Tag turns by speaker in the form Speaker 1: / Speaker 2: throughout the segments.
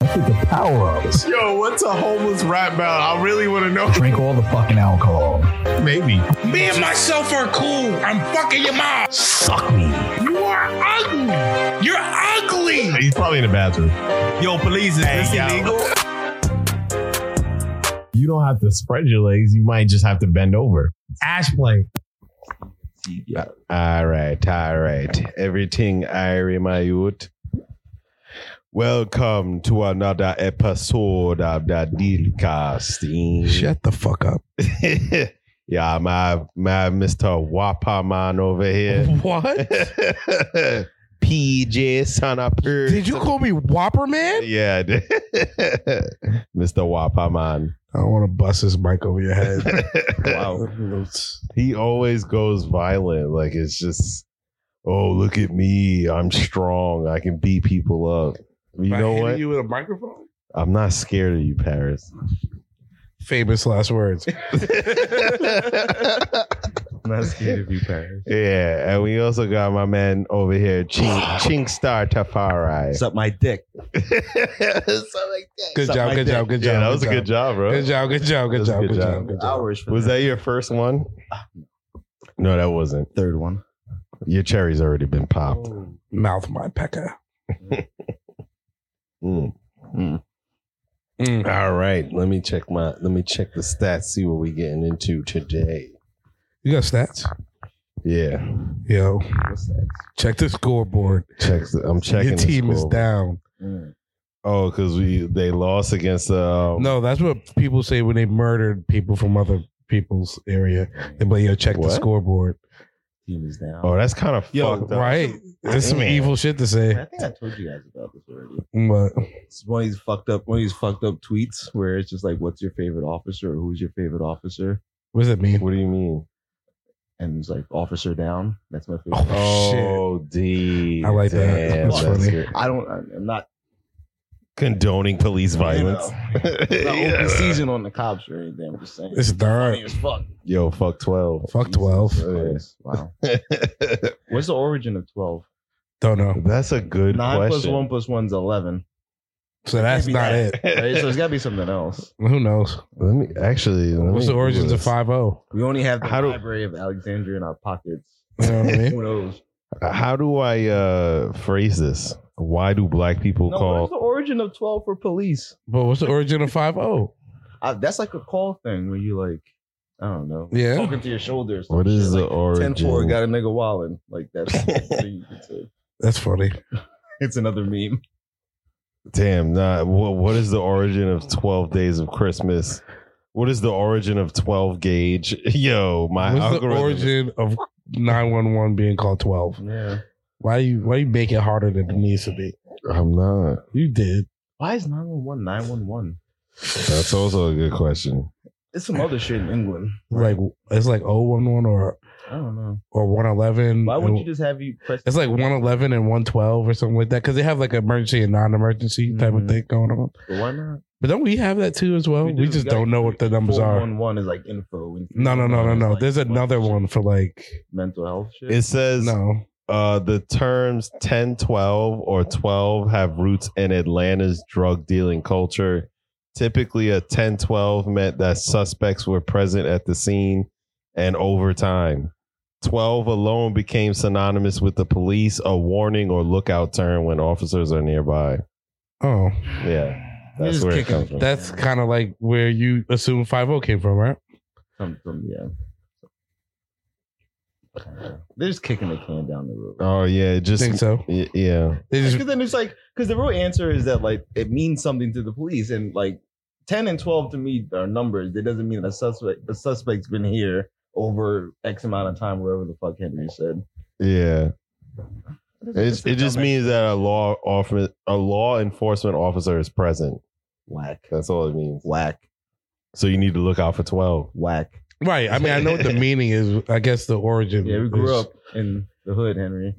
Speaker 1: the power ups.
Speaker 2: Yo, what's a homeless rap about? I really want to know.
Speaker 1: Drink all the fucking alcohol.
Speaker 2: Maybe.
Speaker 3: Me and myself are cool. I'm fucking your mom.
Speaker 1: Suck me.
Speaker 3: You are ugly. You're ugly.
Speaker 2: He's probably in the bathroom.
Speaker 4: Yo, please, is this
Speaker 2: yo.
Speaker 4: illegal?
Speaker 2: You don't have to spread your legs. You might just have to bend over.
Speaker 4: Ash play.
Speaker 5: All right, all right. Everything Irie, my youth. Welcome to another episode of the Dealcast.
Speaker 6: Shut the fuck up.
Speaker 5: yeah, my my Mr. Whopper man over here.
Speaker 6: What?
Speaker 5: PJ son of Purge.
Speaker 6: Did you call me Whopper Man?
Speaker 5: Yeah, I did. Mr. Whopper man.
Speaker 6: I don't want to bust this mic over your head.
Speaker 5: wow. He always goes violent. Like it's just, oh look at me, I'm strong. I can beat people up. You know what?
Speaker 6: with a microphone?
Speaker 5: I'm not scared of you, Paris.
Speaker 6: Famous last words.
Speaker 4: I'm not scared of you, Paris.
Speaker 5: yeah, and we also got my man over here, Ching Ching Star Tafari.
Speaker 4: Suck my dick.
Speaker 6: Good job, good job, good job.
Speaker 5: Yeah, that was a good job, bro.
Speaker 6: Good job, good job, good
Speaker 5: That's a
Speaker 6: job,
Speaker 5: good
Speaker 6: good
Speaker 5: job.
Speaker 6: job, good job.
Speaker 4: Hours for
Speaker 5: Was
Speaker 4: that
Speaker 5: that your first one? No, that wasn't.
Speaker 4: third one?
Speaker 5: Your cherry's already been popped.
Speaker 6: Mouth my pecker.
Speaker 5: Mm.
Speaker 6: Mm.
Speaker 5: All right, let me check my let me check the stats. See what we getting into today.
Speaker 6: You got stats?
Speaker 5: Yeah,
Speaker 6: Yo. Check the scoreboard.
Speaker 5: check. I'm checking.
Speaker 6: your
Speaker 5: the
Speaker 6: team is
Speaker 5: scoreboard.
Speaker 6: down.
Speaker 4: Mm.
Speaker 5: Oh, because we they lost against um,
Speaker 6: No, that's what people say when they murdered people from other people's area. They but yo, check
Speaker 5: What?
Speaker 6: the scoreboard.
Speaker 4: Team is down.
Speaker 5: Oh, that's kind of
Speaker 4: Yo,
Speaker 5: fucked up.
Speaker 6: Right. That's some
Speaker 5: Man.
Speaker 6: evil shit to say.
Speaker 4: I think I told you guys about this already.
Speaker 6: But
Speaker 4: It's one of these fucked up, one of these fucked up tweets where it's just like, "What's your favorite officer?" or "Who's your favorite officer?"
Speaker 6: what does it mean?
Speaker 5: What do you mean?
Speaker 4: And it's like, "Officer down." That's my favorite.
Speaker 6: Oh,
Speaker 5: Oh, D.
Speaker 6: I like that. That's funny.
Speaker 5: good.
Speaker 4: I don't. I'm not
Speaker 5: Condoning police violence.
Speaker 4: I'm not
Speaker 5: Yeah.
Speaker 4: open season on the cops or anything. I'm just saying.
Speaker 6: shit. It's dark.
Speaker 4: funny as fuck.
Speaker 5: Yo, fuck twelve.
Speaker 6: Fuck 12.
Speaker 5: Oh, yeah.
Speaker 4: Christ. Wow. What's the origin of twelve?
Speaker 6: Don't know.
Speaker 5: that's a good
Speaker 4: Nine plus
Speaker 5: question.
Speaker 4: one plus one's eleven.
Speaker 6: So that's
Speaker 4: Maybe
Speaker 6: not
Speaker 4: that.
Speaker 6: it.
Speaker 4: Right? so it's got to be something else.
Speaker 6: Who knows?
Speaker 5: Let me actually. let
Speaker 6: What's
Speaker 5: me
Speaker 6: the origins
Speaker 5: Google
Speaker 6: of five oh? zero?
Speaker 4: We only have the
Speaker 5: How do- Eh?
Speaker 4: Library of Alexandria in our pockets.
Speaker 6: You know what I mean?
Speaker 4: Who knows?
Speaker 5: this. How do I uh phrase this? Why do black people
Speaker 4: No, what's
Speaker 5: call?
Speaker 4: the origin of twelve for police?
Speaker 6: But what's the origin of five oh? zero?
Speaker 4: I, that's like a call thing where you like, I don't know,
Speaker 6: Yeah.
Speaker 4: talking to your shoulders.
Speaker 5: What is the
Speaker 4: like,
Speaker 5: origin?
Speaker 4: Ten four got a nigga wallin. Like that's so you could say.
Speaker 6: That's funny.
Speaker 4: it's another meme.
Speaker 5: Damn, nah, what, what is the origin of 12 days of Christmas? What is the origin of 12 gauge? Yo, my
Speaker 6: what's
Speaker 5: algorithm.
Speaker 6: the origin of nine one one being called twelve?
Speaker 4: Yeah.
Speaker 6: Why you why you make it harder than it needs to be?
Speaker 5: I'm not.
Speaker 6: You did.
Speaker 4: Why is 911 911?
Speaker 5: That's also a good question.
Speaker 4: It's some other shit in England.
Speaker 6: Like it's like 011 or
Speaker 4: I don't know.
Speaker 6: or one eleven.
Speaker 4: Why would you just have you press?
Speaker 6: It's like one eleven and one twelve or something like that because they have like emergency and non emergency type of
Speaker 4: Mhm.
Speaker 6: thing going on.
Speaker 4: But why not?
Speaker 6: But don't we have that too as well? We,
Speaker 4: do.
Speaker 6: just
Speaker 4: got
Speaker 6: don't know what the numbers are.
Speaker 4: 411 is like info. and
Speaker 6: No, no, no, no,
Speaker 4: 311 is
Speaker 6: no.
Speaker 4: like
Speaker 6: There's another one for like
Speaker 4: Mental health shit.
Speaker 5: It says
Speaker 6: no.
Speaker 5: uh, the terms 10, 12, or 12 have roots in Atlanta's drug dealing culture. Typically, a 10 12 meant that suspects were present at the scene and over time. 12 alone became synonymous with the police, a warning or lookout term when officers are nearby.
Speaker 6: Oh,
Speaker 5: Yeah.
Speaker 4: You're
Speaker 5: That's
Speaker 4: just
Speaker 5: where it
Speaker 4: kicking
Speaker 5: comes from.
Speaker 6: that's kind of like where you assume five zero came from, right?
Speaker 4: Some, some, yeah. They're just kicking the can down the road.
Speaker 5: Oh, yeah. it Just,
Speaker 6: think so.
Speaker 5: y- yeah.
Speaker 6: They just
Speaker 4: Because then it's like, because the real answer is that like it means something to the police, and like ten and twelve to me are numbers. It doesn't mean that a suspect the suspect's been here over X amount of time, wherever the fuck Henry said.
Speaker 5: Yeah.
Speaker 4: That's
Speaker 5: It,
Speaker 4: a
Speaker 5: it just
Speaker 4: dumb
Speaker 5: means that a law, office, a law enforcement officer is present.
Speaker 4: whack,
Speaker 5: That's all it means.
Speaker 4: whack,
Speaker 5: So you need to look out for 12.
Speaker 4: whack.
Speaker 6: right. I mean, I know what the meaning is. I guess the origin.
Speaker 4: Yeah, we grew
Speaker 6: is-
Speaker 4: up in the hood, Henry.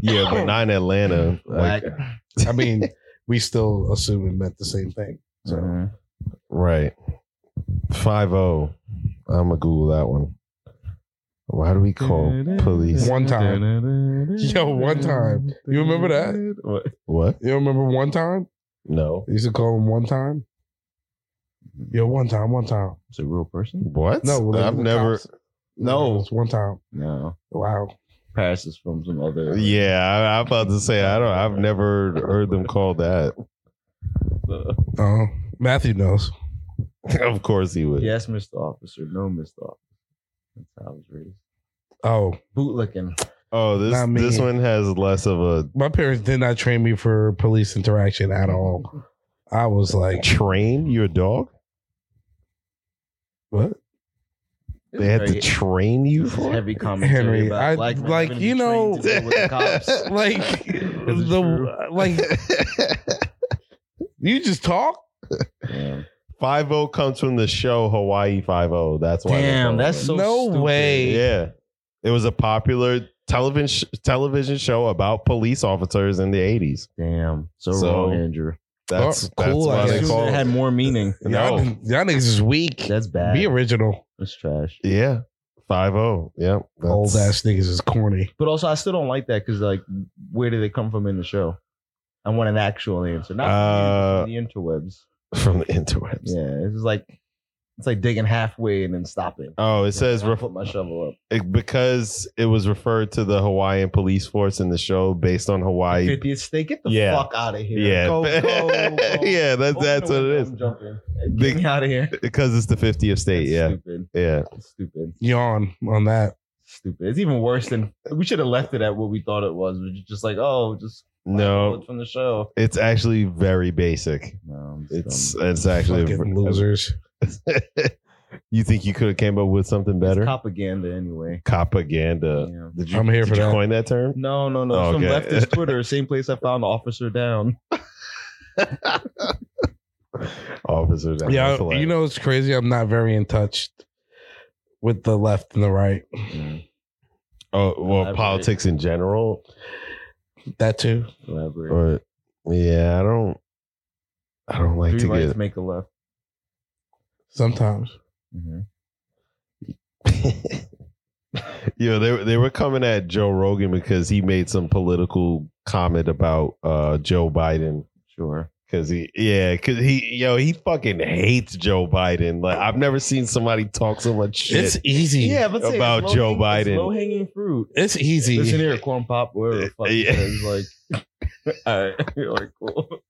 Speaker 5: Yeah, but not in Atlanta.
Speaker 4: Whack.
Speaker 5: Like,
Speaker 6: I mean, we still assume it meant the same thing. So
Speaker 4: Uh-huh.
Speaker 5: right. 5 I'm going to Google that one. Why do we call police?
Speaker 6: one time, yo, one time. You remember that?
Speaker 4: What?
Speaker 5: What?
Speaker 6: You remember one time?
Speaker 5: No.
Speaker 6: They used to call him one time. Yo, one time, one time.
Speaker 4: It's a real person.
Speaker 5: What?
Speaker 6: No, well, they
Speaker 5: I've
Speaker 6: were the
Speaker 5: never.
Speaker 6: cops.
Speaker 5: No.
Speaker 6: It's one time.
Speaker 4: No,
Speaker 6: Wow.
Speaker 4: Paris is from some other.
Speaker 5: Yeah, I, I'm about to say I don't. I've never heard them call that.
Speaker 6: Oh, Matthew knows.
Speaker 5: of course he would.
Speaker 4: Yes, Mr. Officer. No, Mr. Officer. That's how I was raised.
Speaker 6: Oh,
Speaker 4: Bootlicking.
Speaker 5: Oh, this
Speaker 6: Not me.
Speaker 5: this one has less of a
Speaker 6: my parents did not train me for police interaction at all. I was like,
Speaker 5: train your dog.
Speaker 6: what?
Speaker 5: They had to train you
Speaker 4: It's
Speaker 5: for it?
Speaker 4: heavy commentary
Speaker 6: Henry,
Speaker 4: about
Speaker 6: I-
Speaker 4: black men
Speaker 6: like,
Speaker 4: having to
Speaker 6: you
Speaker 4: be
Speaker 6: know-
Speaker 4: trained to deal with the cops.
Speaker 6: Like
Speaker 4: it's
Speaker 6: the like you just talk.
Speaker 4: Damn,
Speaker 5: Five O comes from the show Hawaii Five O. That's why. they call
Speaker 4: Damn
Speaker 5: it
Speaker 4: that's
Speaker 5: that.
Speaker 4: so
Speaker 6: no
Speaker 4: stupid.
Speaker 6: way.
Speaker 5: yeah. It was a popular television sh- television show about police officers in the eighties.
Speaker 4: Damn, so,
Speaker 5: So-
Speaker 4: wrong, Andrew.
Speaker 5: That's
Speaker 6: Oh, cool, I
Speaker 5: that's why
Speaker 4: That
Speaker 5: they
Speaker 6: guess.
Speaker 5: call
Speaker 4: had
Speaker 5: it.
Speaker 4: more meaning.
Speaker 6: Y'all,
Speaker 5: No.
Speaker 6: y'all niggas is weak.
Speaker 4: That's bad.
Speaker 6: Be original.
Speaker 4: That's trash.
Speaker 5: Yeah, Five O. Yeah, that's-
Speaker 6: Old ass niggas is corny.
Speaker 4: But also, I still don't like that because, like, where do they come from in the show? I want an actual answer, not
Speaker 5: Uh,
Speaker 4: from the interwebs.
Speaker 5: from the interwebs.
Speaker 4: Yeah, it's like it's like digging halfway and then stopping.
Speaker 5: Oh, it says
Speaker 4: I
Speaker 5: ref-
Speaker 4: put my shovel up.
Speaker 5: it- because it was referred to the Hawaiian police force in the show based on Hawaii.
Speaker 4: 50th state, get the
Speaker 5: Yeah.
Speaker 4: fuck out of here.
Speaker 5: Yeah,
Speaker 4: go, go, go.
Speaker 5: yeah. That's
Speaker 4: Open
Speaker 5: that's
Speaker 4: the
Speaker 5: what it
Speaker 4: window,
Speaker 5: is
Speaker 4: I'm jumping.
Speaker 5: Big-
Speaker 4: Get me out of here.
Speaker 5: because it's the 50th state.
Speaker 4: That's
Speaker 5: yeah,
Speaker 4: stupid.
Speaker 5: yeah.
Speaker 4: That's stupid.
Speaker 6: Yawn on that.
Speaker 4: Stupid. It's even worse than we should have left it at what we thought it was, which is just like, oh, just
Speaker 5: No,
Speaker 4: it's from the show. uh,
Speaker 5: It's actually very basic.
Speaker 4: No, I'm just
Speaker 5: It's
Speaker 4: dumb.
Speaker 5: it's actually
Speaker 6: Fucking losers.
Speaker 5: you think you could have came up with something better?
Speaker 4: It's propaganda anyway.
Speaker 5: Propaganda.
Speaker 4: Yeah.
Speaker 5: Did you,
Speaker 6: I'm here
Speaker 5: did
Speaker 6: for
Speaker 5: you
Speaker 6: that.
Speaker 5: coin that term?
Speaker 4: No, no, no.
Speaker 5: Oh,
Speaker 4: From
Speaker 5: okay.
Speaker 4: leftist Twitter, same place I found Officer Down.
Speaker 5: Officer. Down.
Speaker 6: Yeah,
Speaker 5: That's hilarious.
Speaker 6: you know it's crazy. I'm not very in touch with the left and the right.
Speaker 5: Mm-hmm. Oh well,
Speaker 4: Elaborate.
Speaker 5: politics in general.
Speaker 6: That too.
Speaker 4: Elaborate.
Speaker 5: Or yeah, I don't. I don't like
Speaker 4: Three
Speaker 5: to
Speaker 4: rights
Speaker 5: get.
Speaker 4: make a left. Mm-hmm.
Speaker 6: Sometimes.
Speaker 5: you know, they they were coming at Joe Rogan because he made some political comment about uh, Joe Biden.
Speaker 4: Sure.
Speaker 5: Cause he, yeah, cause he, yo, he fucking hates Joe Biden. Like I've never seen somebody talk so much shit.
Speaker 6: It's easy.
Speaker 4: Yeah, but say
Speaker 5: about
Speaker 4: it's
Speaker 5: Joe
Speaker 4: low-hanging- it's
Speaker 5: Biden.
Speaker 4: low-hanging fruit.
Speaker 6: It's easy.
Speaker 4: Listen here, corn pop, whatever the fuck he
Speaker 5: Yeah.
Speaker 4: says, like, all right, you're like, cool.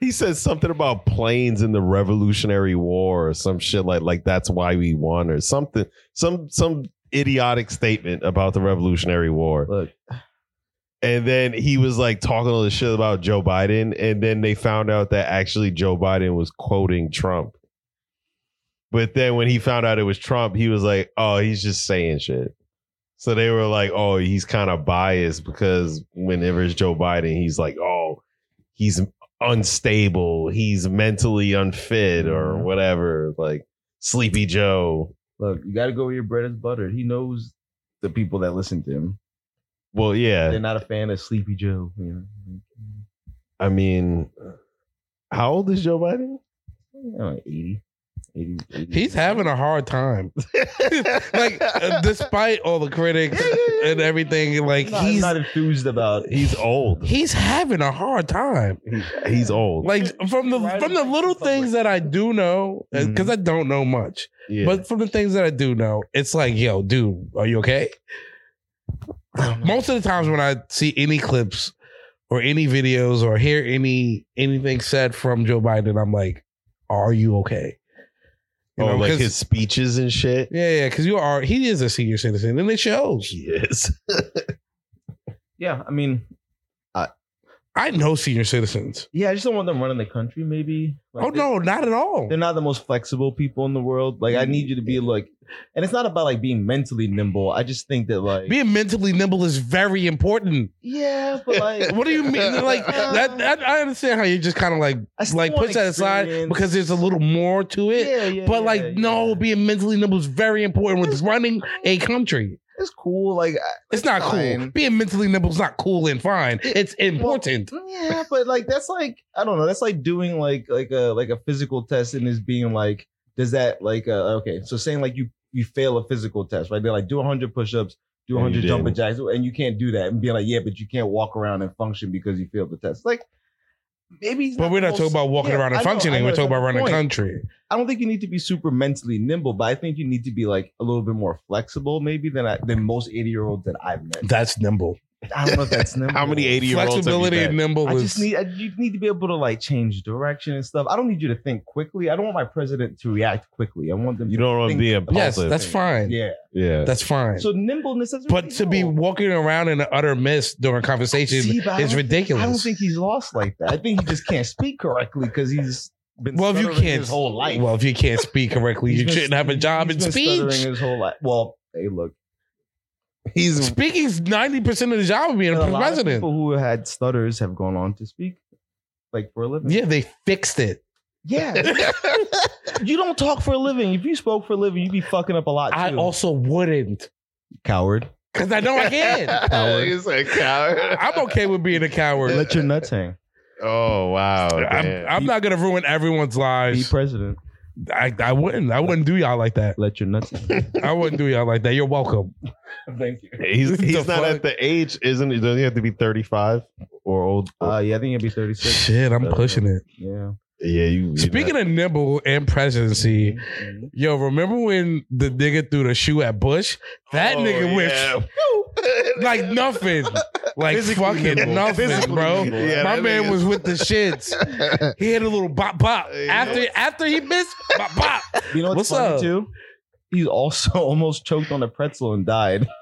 Speaker 5: He says something about planes in the Revolutionary War or some shit like like that's why we won or something some some idiotic statement about the Revolutionary War.
Speaker 4: Look,
Speaker 5: And then he was like talking all this shit about Joe Biden and then they found out that actually Joe Biden was quoting Trump. But then when he found out it was Trump, he was like, "Oh, he's just saying shit." So they were like, "Oh, he's kind of biased because whenever it's Joe Biden, he's like, "Oh, he's unstable, he's mentally unfit or whatever, like Sleepy Joe."
Speaker 4: look, you got to go where your bread is buttered. He knows the people that listen to him.
Speaker 5: Well,
Speaker 4: They're
Speaker 5: yeah.
Speaker 4: not a fan of Sleepy Joe. You know,
Speaker 5: I mean, how old is Joe Biden?
Speaker 4: You know, like eh, 80, 80, 80.
Speaker 6: He's having a hard time. like uh, despite all the critics and everything, like
Speaker 4: I'm not,
Speaker 6: he's
Speaker 4: I'm not enthused about
Speaker 5: He's old.
Speaker 6: he's having a hard time.
Speaker 5: He's old.
Speaker 6: Like from the from the little things that I do know,
Speaker 4: Mm-hmm.
Speaker 6: because I don't know much,
Speaker 5: yeah.
Speaker 6: but from the things that I do know, it's like, yo, dude, are you okay? Most of the times when I see any clips or any videos or hear any anything said from Joe Biden, I'm like, are you okay? You
Speaker 5: oh,
Speaker 6: know,
Speaker 5: like
Speaker 6: 'cause-
Speaker 5: his speeches and shit.
Speaker 6: Yeah, yeah, because you are he is a senior citizen and it shows.
Speaker 5: He is.
Speaker 4: Yeah, I mean,
Speaker 6: I know senior citizens.
Speaker 4: yeah, I just don't want them running the country, maybe. Like,
Speaker 6: oh no, not at all.
Speaker 4: they're not the most flexible people in the world. Like I need you to
Speaker 6: Mm.
Speaker 4: be like, and it's not about like being mentally nimble. I just think that like,
Speaker 6: Being mentally nimble is very important.
Speaker 4: yeah, but like,
Speaker 6: What do you mean? Like that, that I understand how you just kind of like
Speaker 4: I still
Speaker 6: like
Speaker 4: want
Speaker 6: push that aside
Speaker 4: experience.
Speaker 6: because there's a little more to it.
Speaker 4: yeah, yeah,
Speaker 6: but like,
Speaker 4: yeah,
Speaker 6: no,
Speaker 4: yeah.
Speaker 6: being mentally nimble is very important with running a country.
Speaker 4: it's cool. Like, I-
Speaker 6: It's not cool.
Speaker 4: Fine.
Speaker 6: Being mentally nimble is not cool and fine. It's important.
Speaker 4: yeah, but like that's like I don't know. That's like doing like like a like a physical test and is being like, does that like uh, okay? So saying like you you fail a physical test, right? They're like do 100 push-ups, do
Speaker 5: And you
Speaker 4: 100 jumping
Speaker 5: didn't.
Speaker 4: jacks, and you can't do that, and being like, yeah, but you can't walk around and function because you failed the test. Like. maybe. he's
Speaker 6: But we're
Speaker 4: the
Speaker 6: not talking
Speaker 4: most-
Speaker 6: about walking
Speaker 4: Yeah,
Speaker 6: around
Speaker 4: I
Speaker 6: and
Speaker 4: know, I
Speaker 6: functioning.
Speaker 4: know,
Speaker 6: We're
Speaker 4: that's
Speaker 6: talking
Speaker 4: my
Speaker 6: about running
Speaker 4: point.
Speaker 6: country.
Speaker 4: I don't think you need to be super mentally nimble, but I think you need to be like a little bit more flexible, maybe than I, than most eighty year olds that I've met.
Speaker 6: That's nimble.
Speaker 4: I don't know if that's nimble.
Speaker 5: How many 80 year olds have you
Speaker 6: Flexibility
Speaker 5: met?
Speaker 6: and nimble
Speaker 4: I
Speaker 6: is.
Speaker 4: just need I, you need to be able to like change direction and stuff. I don't need you to think quickly. I don't want my president to react quickly. I want them.
Speaker 5: You
Speaker 4: to
Speaker 5: don't want to
Speaker 4: think-
Speaker 5: be
Speaker 6: yes,
Speaker 5: impulsive.
Speaker 6: that's fine.
Speaker 4: Yeah.
Speaker 5: yeah.
Speaker 6: That's fine.
Speaker 4: So nimbleness. That's
Speaker 6: but to be walking around in an utter mist during conversation
Speaker 4: See, but I
Speaker 6: is
Speaker 4: don't-
Speaker 6: ridiculous.
Speaker 4: I don't think he's lost like that. I think he just can't speak correctly because he's been
Speaker 6: Well, if you
Speaker 4: stuttering
Speaker 6: can't-
Speaker 4: his whole life.
Speaker 6: Well, if you can't speak correctly,
Speaker 4: He's
Speaker 6: you
Speaker 4: been-
Speaker 6: shouldn't have a job
Speaker 4: he's
Speaker 6: in
Speaker 4: been stuttering
Speaker 6: speech.
Speaker 4: His whole life. Well, hey, look.
Speaker 5: He's
Speaker 6: Speaking's ninety percent of the job of being
Speaker 4: And a
Speaker 6: a
Speaker 4: lot of
Speaker 6: president.
Speaker 4: people who had stutters have gone on to speak like for a living.
Speaker 6: Yeah, they fixed it.
Speaker 4: Yeah. you don't talk for a living. If you spoke for a living, you'd be fucking up a lot.
Speaker 6: I
Speaker 4: too.
Speaker 6: also wouldn't
Speaker 4: coward.
Speaker 6: because I know I can.
Speaker 5: He's a coward.
Speaker 6: I'm okay with being a coward.
Speaker 4: Let your nuts hang.
Speaker 5: Oh wow.
Speaker 6: I'm,
Speaker 5: damn.
Speaker 6: I'm not gonna ruin everyone's
Speaker 4: Be
Speaker 6: lives.
Speaker 4: president.
Speaker 6: I, I wouldn't. I wouldn't do y'all like that.
Speaker 4: Let your nuts hang.
Speaker 6: I wouldn't do y'all like that. You're welcome.
Speaker 4: Thank you.
Speaker 5: he's he's
Speaker 6: The
Speaker 5: not
Speaker 6: fuck?
Speaker 5: at the age, isn't he? Doesn't he have to be 35 or old?
Speaker 4: Uh, yeah, I think it'd be 36.
Speaker 6: Shit, I'm pushing it.
Speaker 4: Yeah.
Speaker 5: yeah, you
Speaker 6: Speaking of nimble and presidency,
Speaker 4: Mhm.
Speaker 6: yo, remember when the nigga threw the shoe at Bush? That
Speaker 5: Oh,
Speaker 6: nigga went
Speaker 5: went
Speaker 6: like nothing, like fucking
Speaker 5: nimble.
Speaker 6: nothing,
Speaker 5: Physically
Speaker 6: bro.
Speaker 5: nimble. Yeah,
Speaker 6: My
Speaker 5: that
Speaker 6: man
Speaker 5: nigga-
Speaker 6: was with the shits. He had a little bop bop
Speaker 5: Yeah.
Speaker 6: after after he missed bop bop.
Speaker 4: You know
Speaker 6: What's
Speaker 4: what's, funny
Speaker 6: up?
Speaker 4: too? He's also almost choked on a pretzel and died.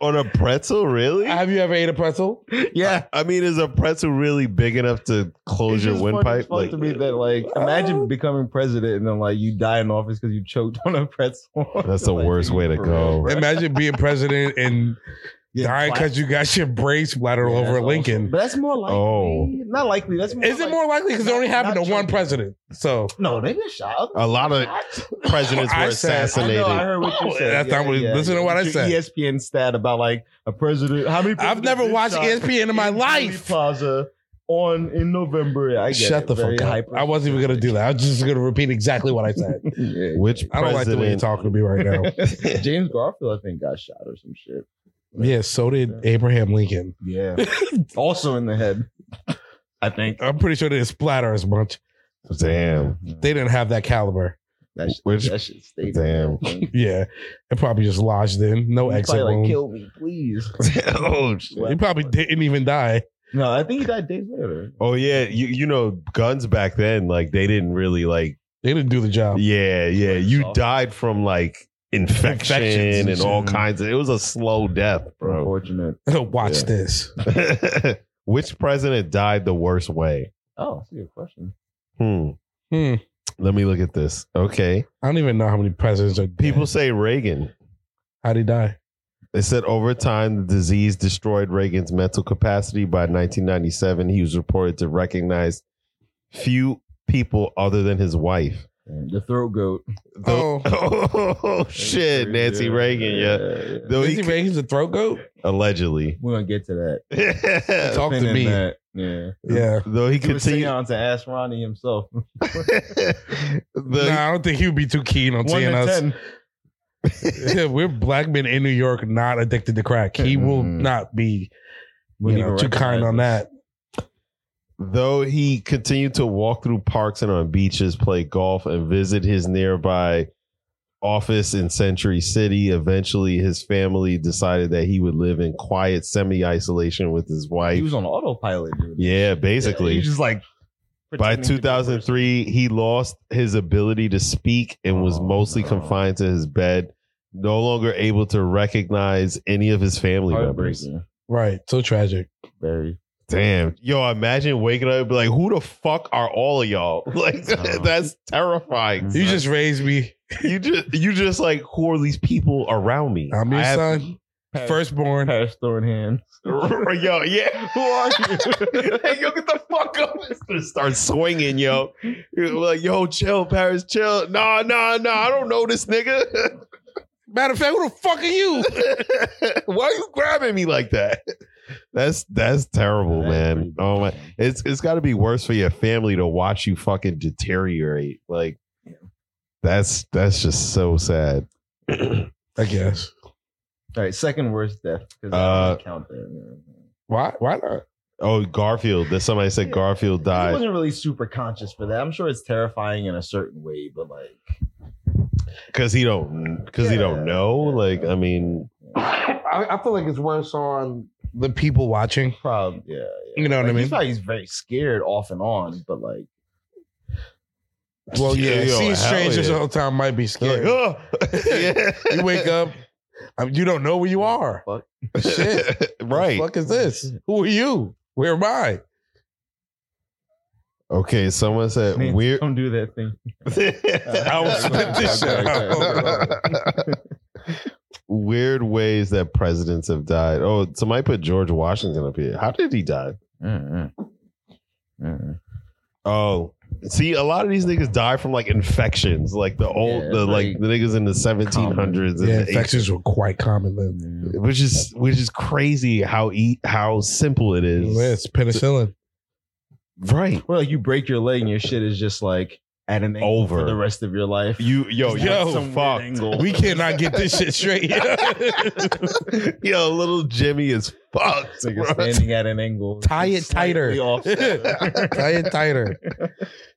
Speaker 5: on a pretzel, really? I,
Speaker 6: Have you ever ate a pretzel?
Speaker 4: Yeah.
Speaker 5: mean, is a pretzel really big enough to close your windpipe?
Speaker 4: Like, to me that like imagine becoming president and then like you die in office because you choked on a pretzel.
Speaker 5: That's the
Speaker 4: Like,
Speaker 5: worst way to
Speaker 4: for
Speaker 5: go.
Speaker 4: real, bro.
Speaker 6: Imagine being president and
Speaker 4: Yeah,
Speaker 6: dying
Speaker 4: black-
Speaker 6: because you got your brain splattered
Speaker 4: Yeah,
Speaker 6: over
Speaker 4: that's
Speaker 6: Lincoln.
Speaker 4: awesome. But that's more likely.
Speaker 5: Oh.
Speaker 4: Not likely. That's more
Speaker 6: Is it
Speaker 4: like-
Speaker 6: more likely because it only happened to
Speaker 4: Not
Speaker 6: one
Speaker 4: joking.
Speaker 6: president? So
Speaker 4: No, they got shot.
Speaker 5: a lot of presidents
Speaker 6: I
Speaker 5: were
Speaker 6: said-
Speaker 4: I
Speaker 5: assassinated.
Speaker 4: know. I heard what you
Speaker 6: Oh,
Speaker 4: said.
Speaker 6: that's not what- listen to what I
Speaker 4: Your E
Speaker 6: said.
Speaker 4: ESPN stat about like a president. How many?
Speaker 6: I've
Speaker 4: presidents
Speaker 6: never
Speaker 4: been
Speaker 6: watched E
Speaker 4: shot
Speaker 6: ESPN in my
Speaker 4: Dealey
Speaker 6: life.
Speaker 4: Plaza on in November. I get
Speaker 6: Shut
Speaker 4: it.
Speaker 6: the
Speaker 4: Very
Speaker 6: fuck up.
Speaker 4: hyper-
Speaker 6: I wasn't even gonna do that. I was just gonna repeat exactly what I said.
Speaker 4: Yeah.
Speaker 5: Which
Speaker 6: I don't like the way you're
Speaker 5: president?
Speaker 6: talking to me right now.
Speaker 4: James Garfield, I think, got shot or some shit.
Speaker 6: yeah, so did Abraham Lincoln.
Speaker 4: Yeah. also in the head. I think.
Speaker 6: I'm pretty sure they didn't splatter as much.
Speaker 5: Damn.
Speaker 6: They didn't have that caliber.
Speaker 4: That shit,
Speaker 5: Which-
Speaker 4: that shit stayed.
Speaker 5: Damn.
Speaker 4: He
Speaker 6: Yeah, it probably just lodged in. No exit
Speaker 4: probably like,
Speaker 6: wound.
Speaker 4: kill me, please.
Speaker 5: oh, shit.
Speaker 6: He probably didn't even die.
Speaker 4: No, I think he died days later.
Speaker 5: oh yeah. You you know guns back then like they didn't really like
Speaker 6: They didn't do the job.
Speaker 5: yeah yeah you
Speaker 4: Soft.
Speaker 5: died from like infection
Speaker 6: Infections
Speaker 5: and,
Speaker 6: and
Speaker 5: all
Speaker 6: shit.
Speaker 5: kinds of it was a slow death bro.
Speaker 4: Unfortunate.
Speaker 6: Watch
Speaker 5: Yeah.
Speaker 6: this.
Speaker 5: Which president died the worst way?
Speaker 4: Oh, that's a good question.
Speaker 5: Hmm.
Speaker 6: Hmm.
Speaker 5: Let me look at this. Okay.
Speaker 6: I don't even know how many presidents are
Speaker 5: People
Speaker 6: people.
Speaker 5: say Reagan.
Speaker 6: How'd he die?
Speaker 5: They said over time, the disease destroyed Reagan's mental capacity. By 1997, he was reported to recognize few people other than his wife.
Speaker 4: And the throat goat.
Speaker 5: Though- oh, shit, Nancy Reagan, yeah. Though
Speaker 6: Is he
Speaker 5: he
Speaker 6: Reagan's a throat goat?
Speaker 5: allegedly,
Speaker 4: We're gonna get to that.
Speaker 6: Talk to
Speaker 4: Been in
Speaker 6: me.
Speaker 4: that. Yeah.
Speaker 6: Yeah.
Speaker 5: though he
Speaker 4: He was sitting
Speaker 5: continued,
Speaker 4: on to ask Ronnie himself.
Speaker 5: though
Speaker 6: nah, I don't think he would be too keen on seeing us. Yeah, we're black men in New York not addicted to crack. He will
Speaker 5: Mm.
Speaker 6: not be you
Speaker 4: Wouldn't
Speaker 6: know,
Speaker 4: even
Speaker 6: too kind
Speaker 4: recognize
Speaker 6: on
Speaker 4: us.
Speaker 6: that.
Speaker 5: Though he continued to walk through parks and on beaches, play golf, and visit his nearby office in Century City, eventually his family decided that he would live in quiet semi isolation with his
Speaker 4: He
Speaker 5: wife.
Speaker 4: was on autopilot, dude.
Speaker 5: yeah,
Speaker 4: He
Speaker 5: basically.
Speaker 4: was just like
Speaker 5: By
Speaker 4: pretending to be a person.
Speaker 5: 2003, he lost his ability to speak and was
Speaker 4: Oh,
Speaker 5: mostly
Speaker 4: no.
Speaker 5: confined to his bed, no longer able to recognize any of his family members.
Speaker 4: Heartbreaking.
Speaker 6: Right. So tragic.
Speaker 4: Very.
Speaker 5: Damn. Yo, imagine waking up and be like, who the fuck are all of y'all? Like
Speaker 4: Oh. Mm-hmm.
Speaker 5: that's terrifying.
Speaker 6: You
Speaker 5: son.
Speaker 6: just raised me.
Speaker 5: you just you just like who are these people around me?
Speaker 6: I'm your
Speaker 5: I have-
Speaker 6: son.
Speaker 4: Pass-
Speaker 6: Firstborn.
Speaker 4: Pass throwing hands.
Speaker 5: yo, yeah. Who are you? hey, yo, get the fuck up. It's gonna start swinging, yo. You're like, yo, chill, Paris, chill. Nah, nah, nah. I don't know this nigga.
Speaker 6: Matter of fact, who the fuck are you?
Speaker 5: Why are you grabbing me like that? That's that's terrible,
Speaker 4: That's pretty
Speaker 5: man.
Speaker 4: bad.
Speaker 5: Oh my it's it's got to be worse for your family to watch you fucking deteriorate. Like that's that's just so sad.
Speaker 6: I guess.
Speaker 4: All right, second worst death because
Speaker 5: Uh,
Speaker 4: I don't count that.
Speaker 6: Why? Why not?
Speaker 5: Oh, Garfield. That somebody said Garfield
Speaker 4: I
Speaker 5: died.
Speaker 4: wasn't really super conscious for that. I'm sure it's terrifying in a certain way, but like,
Speaker 5: Cause he don't, cause he
Speaker 4: Yeah.
Speaker 5: don't know. Like, I mean,
Speaker 6: I, I feel like it's worse on the people watching.
Speaker 4: probably, yeah.
Speaker 6: You know what I
Speaker 4: Like,
Speaker 6: mean?
Speaker 4: He's probably he's very scared off and on, but like,
Speaker 6: Well, yeah,
Speaker 5: Yo,
Speaker 6: seeing
Speaker 5: hell
Speaker 6: strangers
Speaker 5: yeah.
Speaker 6: all the time might be
Speaker 5: they're
Speaker 6: scary.
Speaker 5: like, "Ugh." yeah.
Speaker 6: You wake up, I mean, you don't know where you are.
Speaker 4: fuck.
Speaker 6: Shit,
Speaker 5: right.
Speaker 6: fuck is this? Who are you? Where am I?
Speaker 5: Okay, someone said
Speaker 4: Man,
Speaker 5: weird.
Speaker 4: Don't do that thing.
Speaker 5: I
Speaker 4: will spit this shit
Speaker 5: out. Weird ways that presidents have died. Oh, somebody put George Washington up here. How did he die? Oh, see, a lot of these niggas die from like infections, like the old,
Speaker 4: Yeah,
Speaker 5: the like,
Speaker 4: like,
Speaker 5: the niggas in the 1700s and
Speaker 6: Yeah,
Speaker 5: the 1800s,
Speaker 6: infections were quite common then.
Speaker 5: which is which is crazy how eat how simple it is.
Speaker 6: It's penicillin.
Speaker 5: Right.
Speaker 4: Well, like you break your leg and your shit is just like at an angle
Speaker 5: Over.
Speaker 4: for the rest of your life.
Speaker 5: You yo
Speaker 4: Just
Speaker 5: yo
Speaker 4: like some weird
Speaker 5: fuck.
Speaker 4: angle.
Speaker 6: We cannot get this shit straight.
Speaker 5: yo, little Jimmy is fucked.
Speaker 4: It's like
Speaker 5: bro.
Speaker 4: you're standing at an angle.
Speaker 6: Tie it
Speaker 4: It's slightly
Speaker 6: tighter.
Speaker 4: offset.
Speaker 6: Tie it tighter.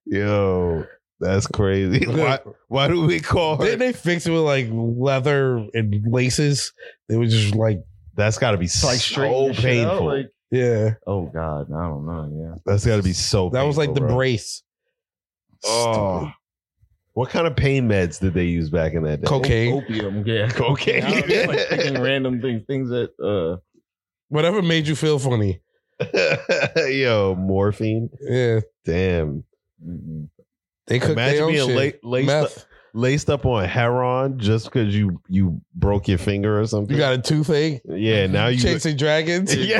Speaker 5: Yo, that's crazy. Why, why do we call her?
Speaker 6: Didn't they fix it with like leather and laces? They were just like,
Speaker 5: That's got to be
Speaker 4: It's like straight
Speaker 5: so painful.
Speaker 4: Like,
Speaker 6: yeah.
Speaker 4: oh god, I don't know.
Speaker 5: that's got to be so.
Speaker 6: That was like the
Speaker 5: painful, bro.
Speaker 6: brace.
Speaker 5: Oh. What kind of pain meds did they use back in that day?
Speaker 4: Yeah,
Speaker 6: Cocaine.
Speaker 4: opium. Yeah,
Speaker 5: Cocaine.
Speaker 4: I don't know, it's like picking random things, things that uh,
Speaker 6: Whatever made you feel funny.
Speaker 5: Yo, morphine.
Speaker 6: Yeah.
Speaker 5: Damn.
Speaker 4: mm,
Speaker 6: They cooked their
Speaker 5: Imagine
Speaker 6: own
Speaker 5: being
Speaker 6: shit.
Speaker 5: la- laced, up,
Speaker 6: Meth.
Speaker 5: laced up on heroin just because you you broke your finger or something.
Speaker 6: You got a toothache.
Speaker 5: yeah, now you
Speaker 6: Chasing dragons.
Speaker 5: yeah.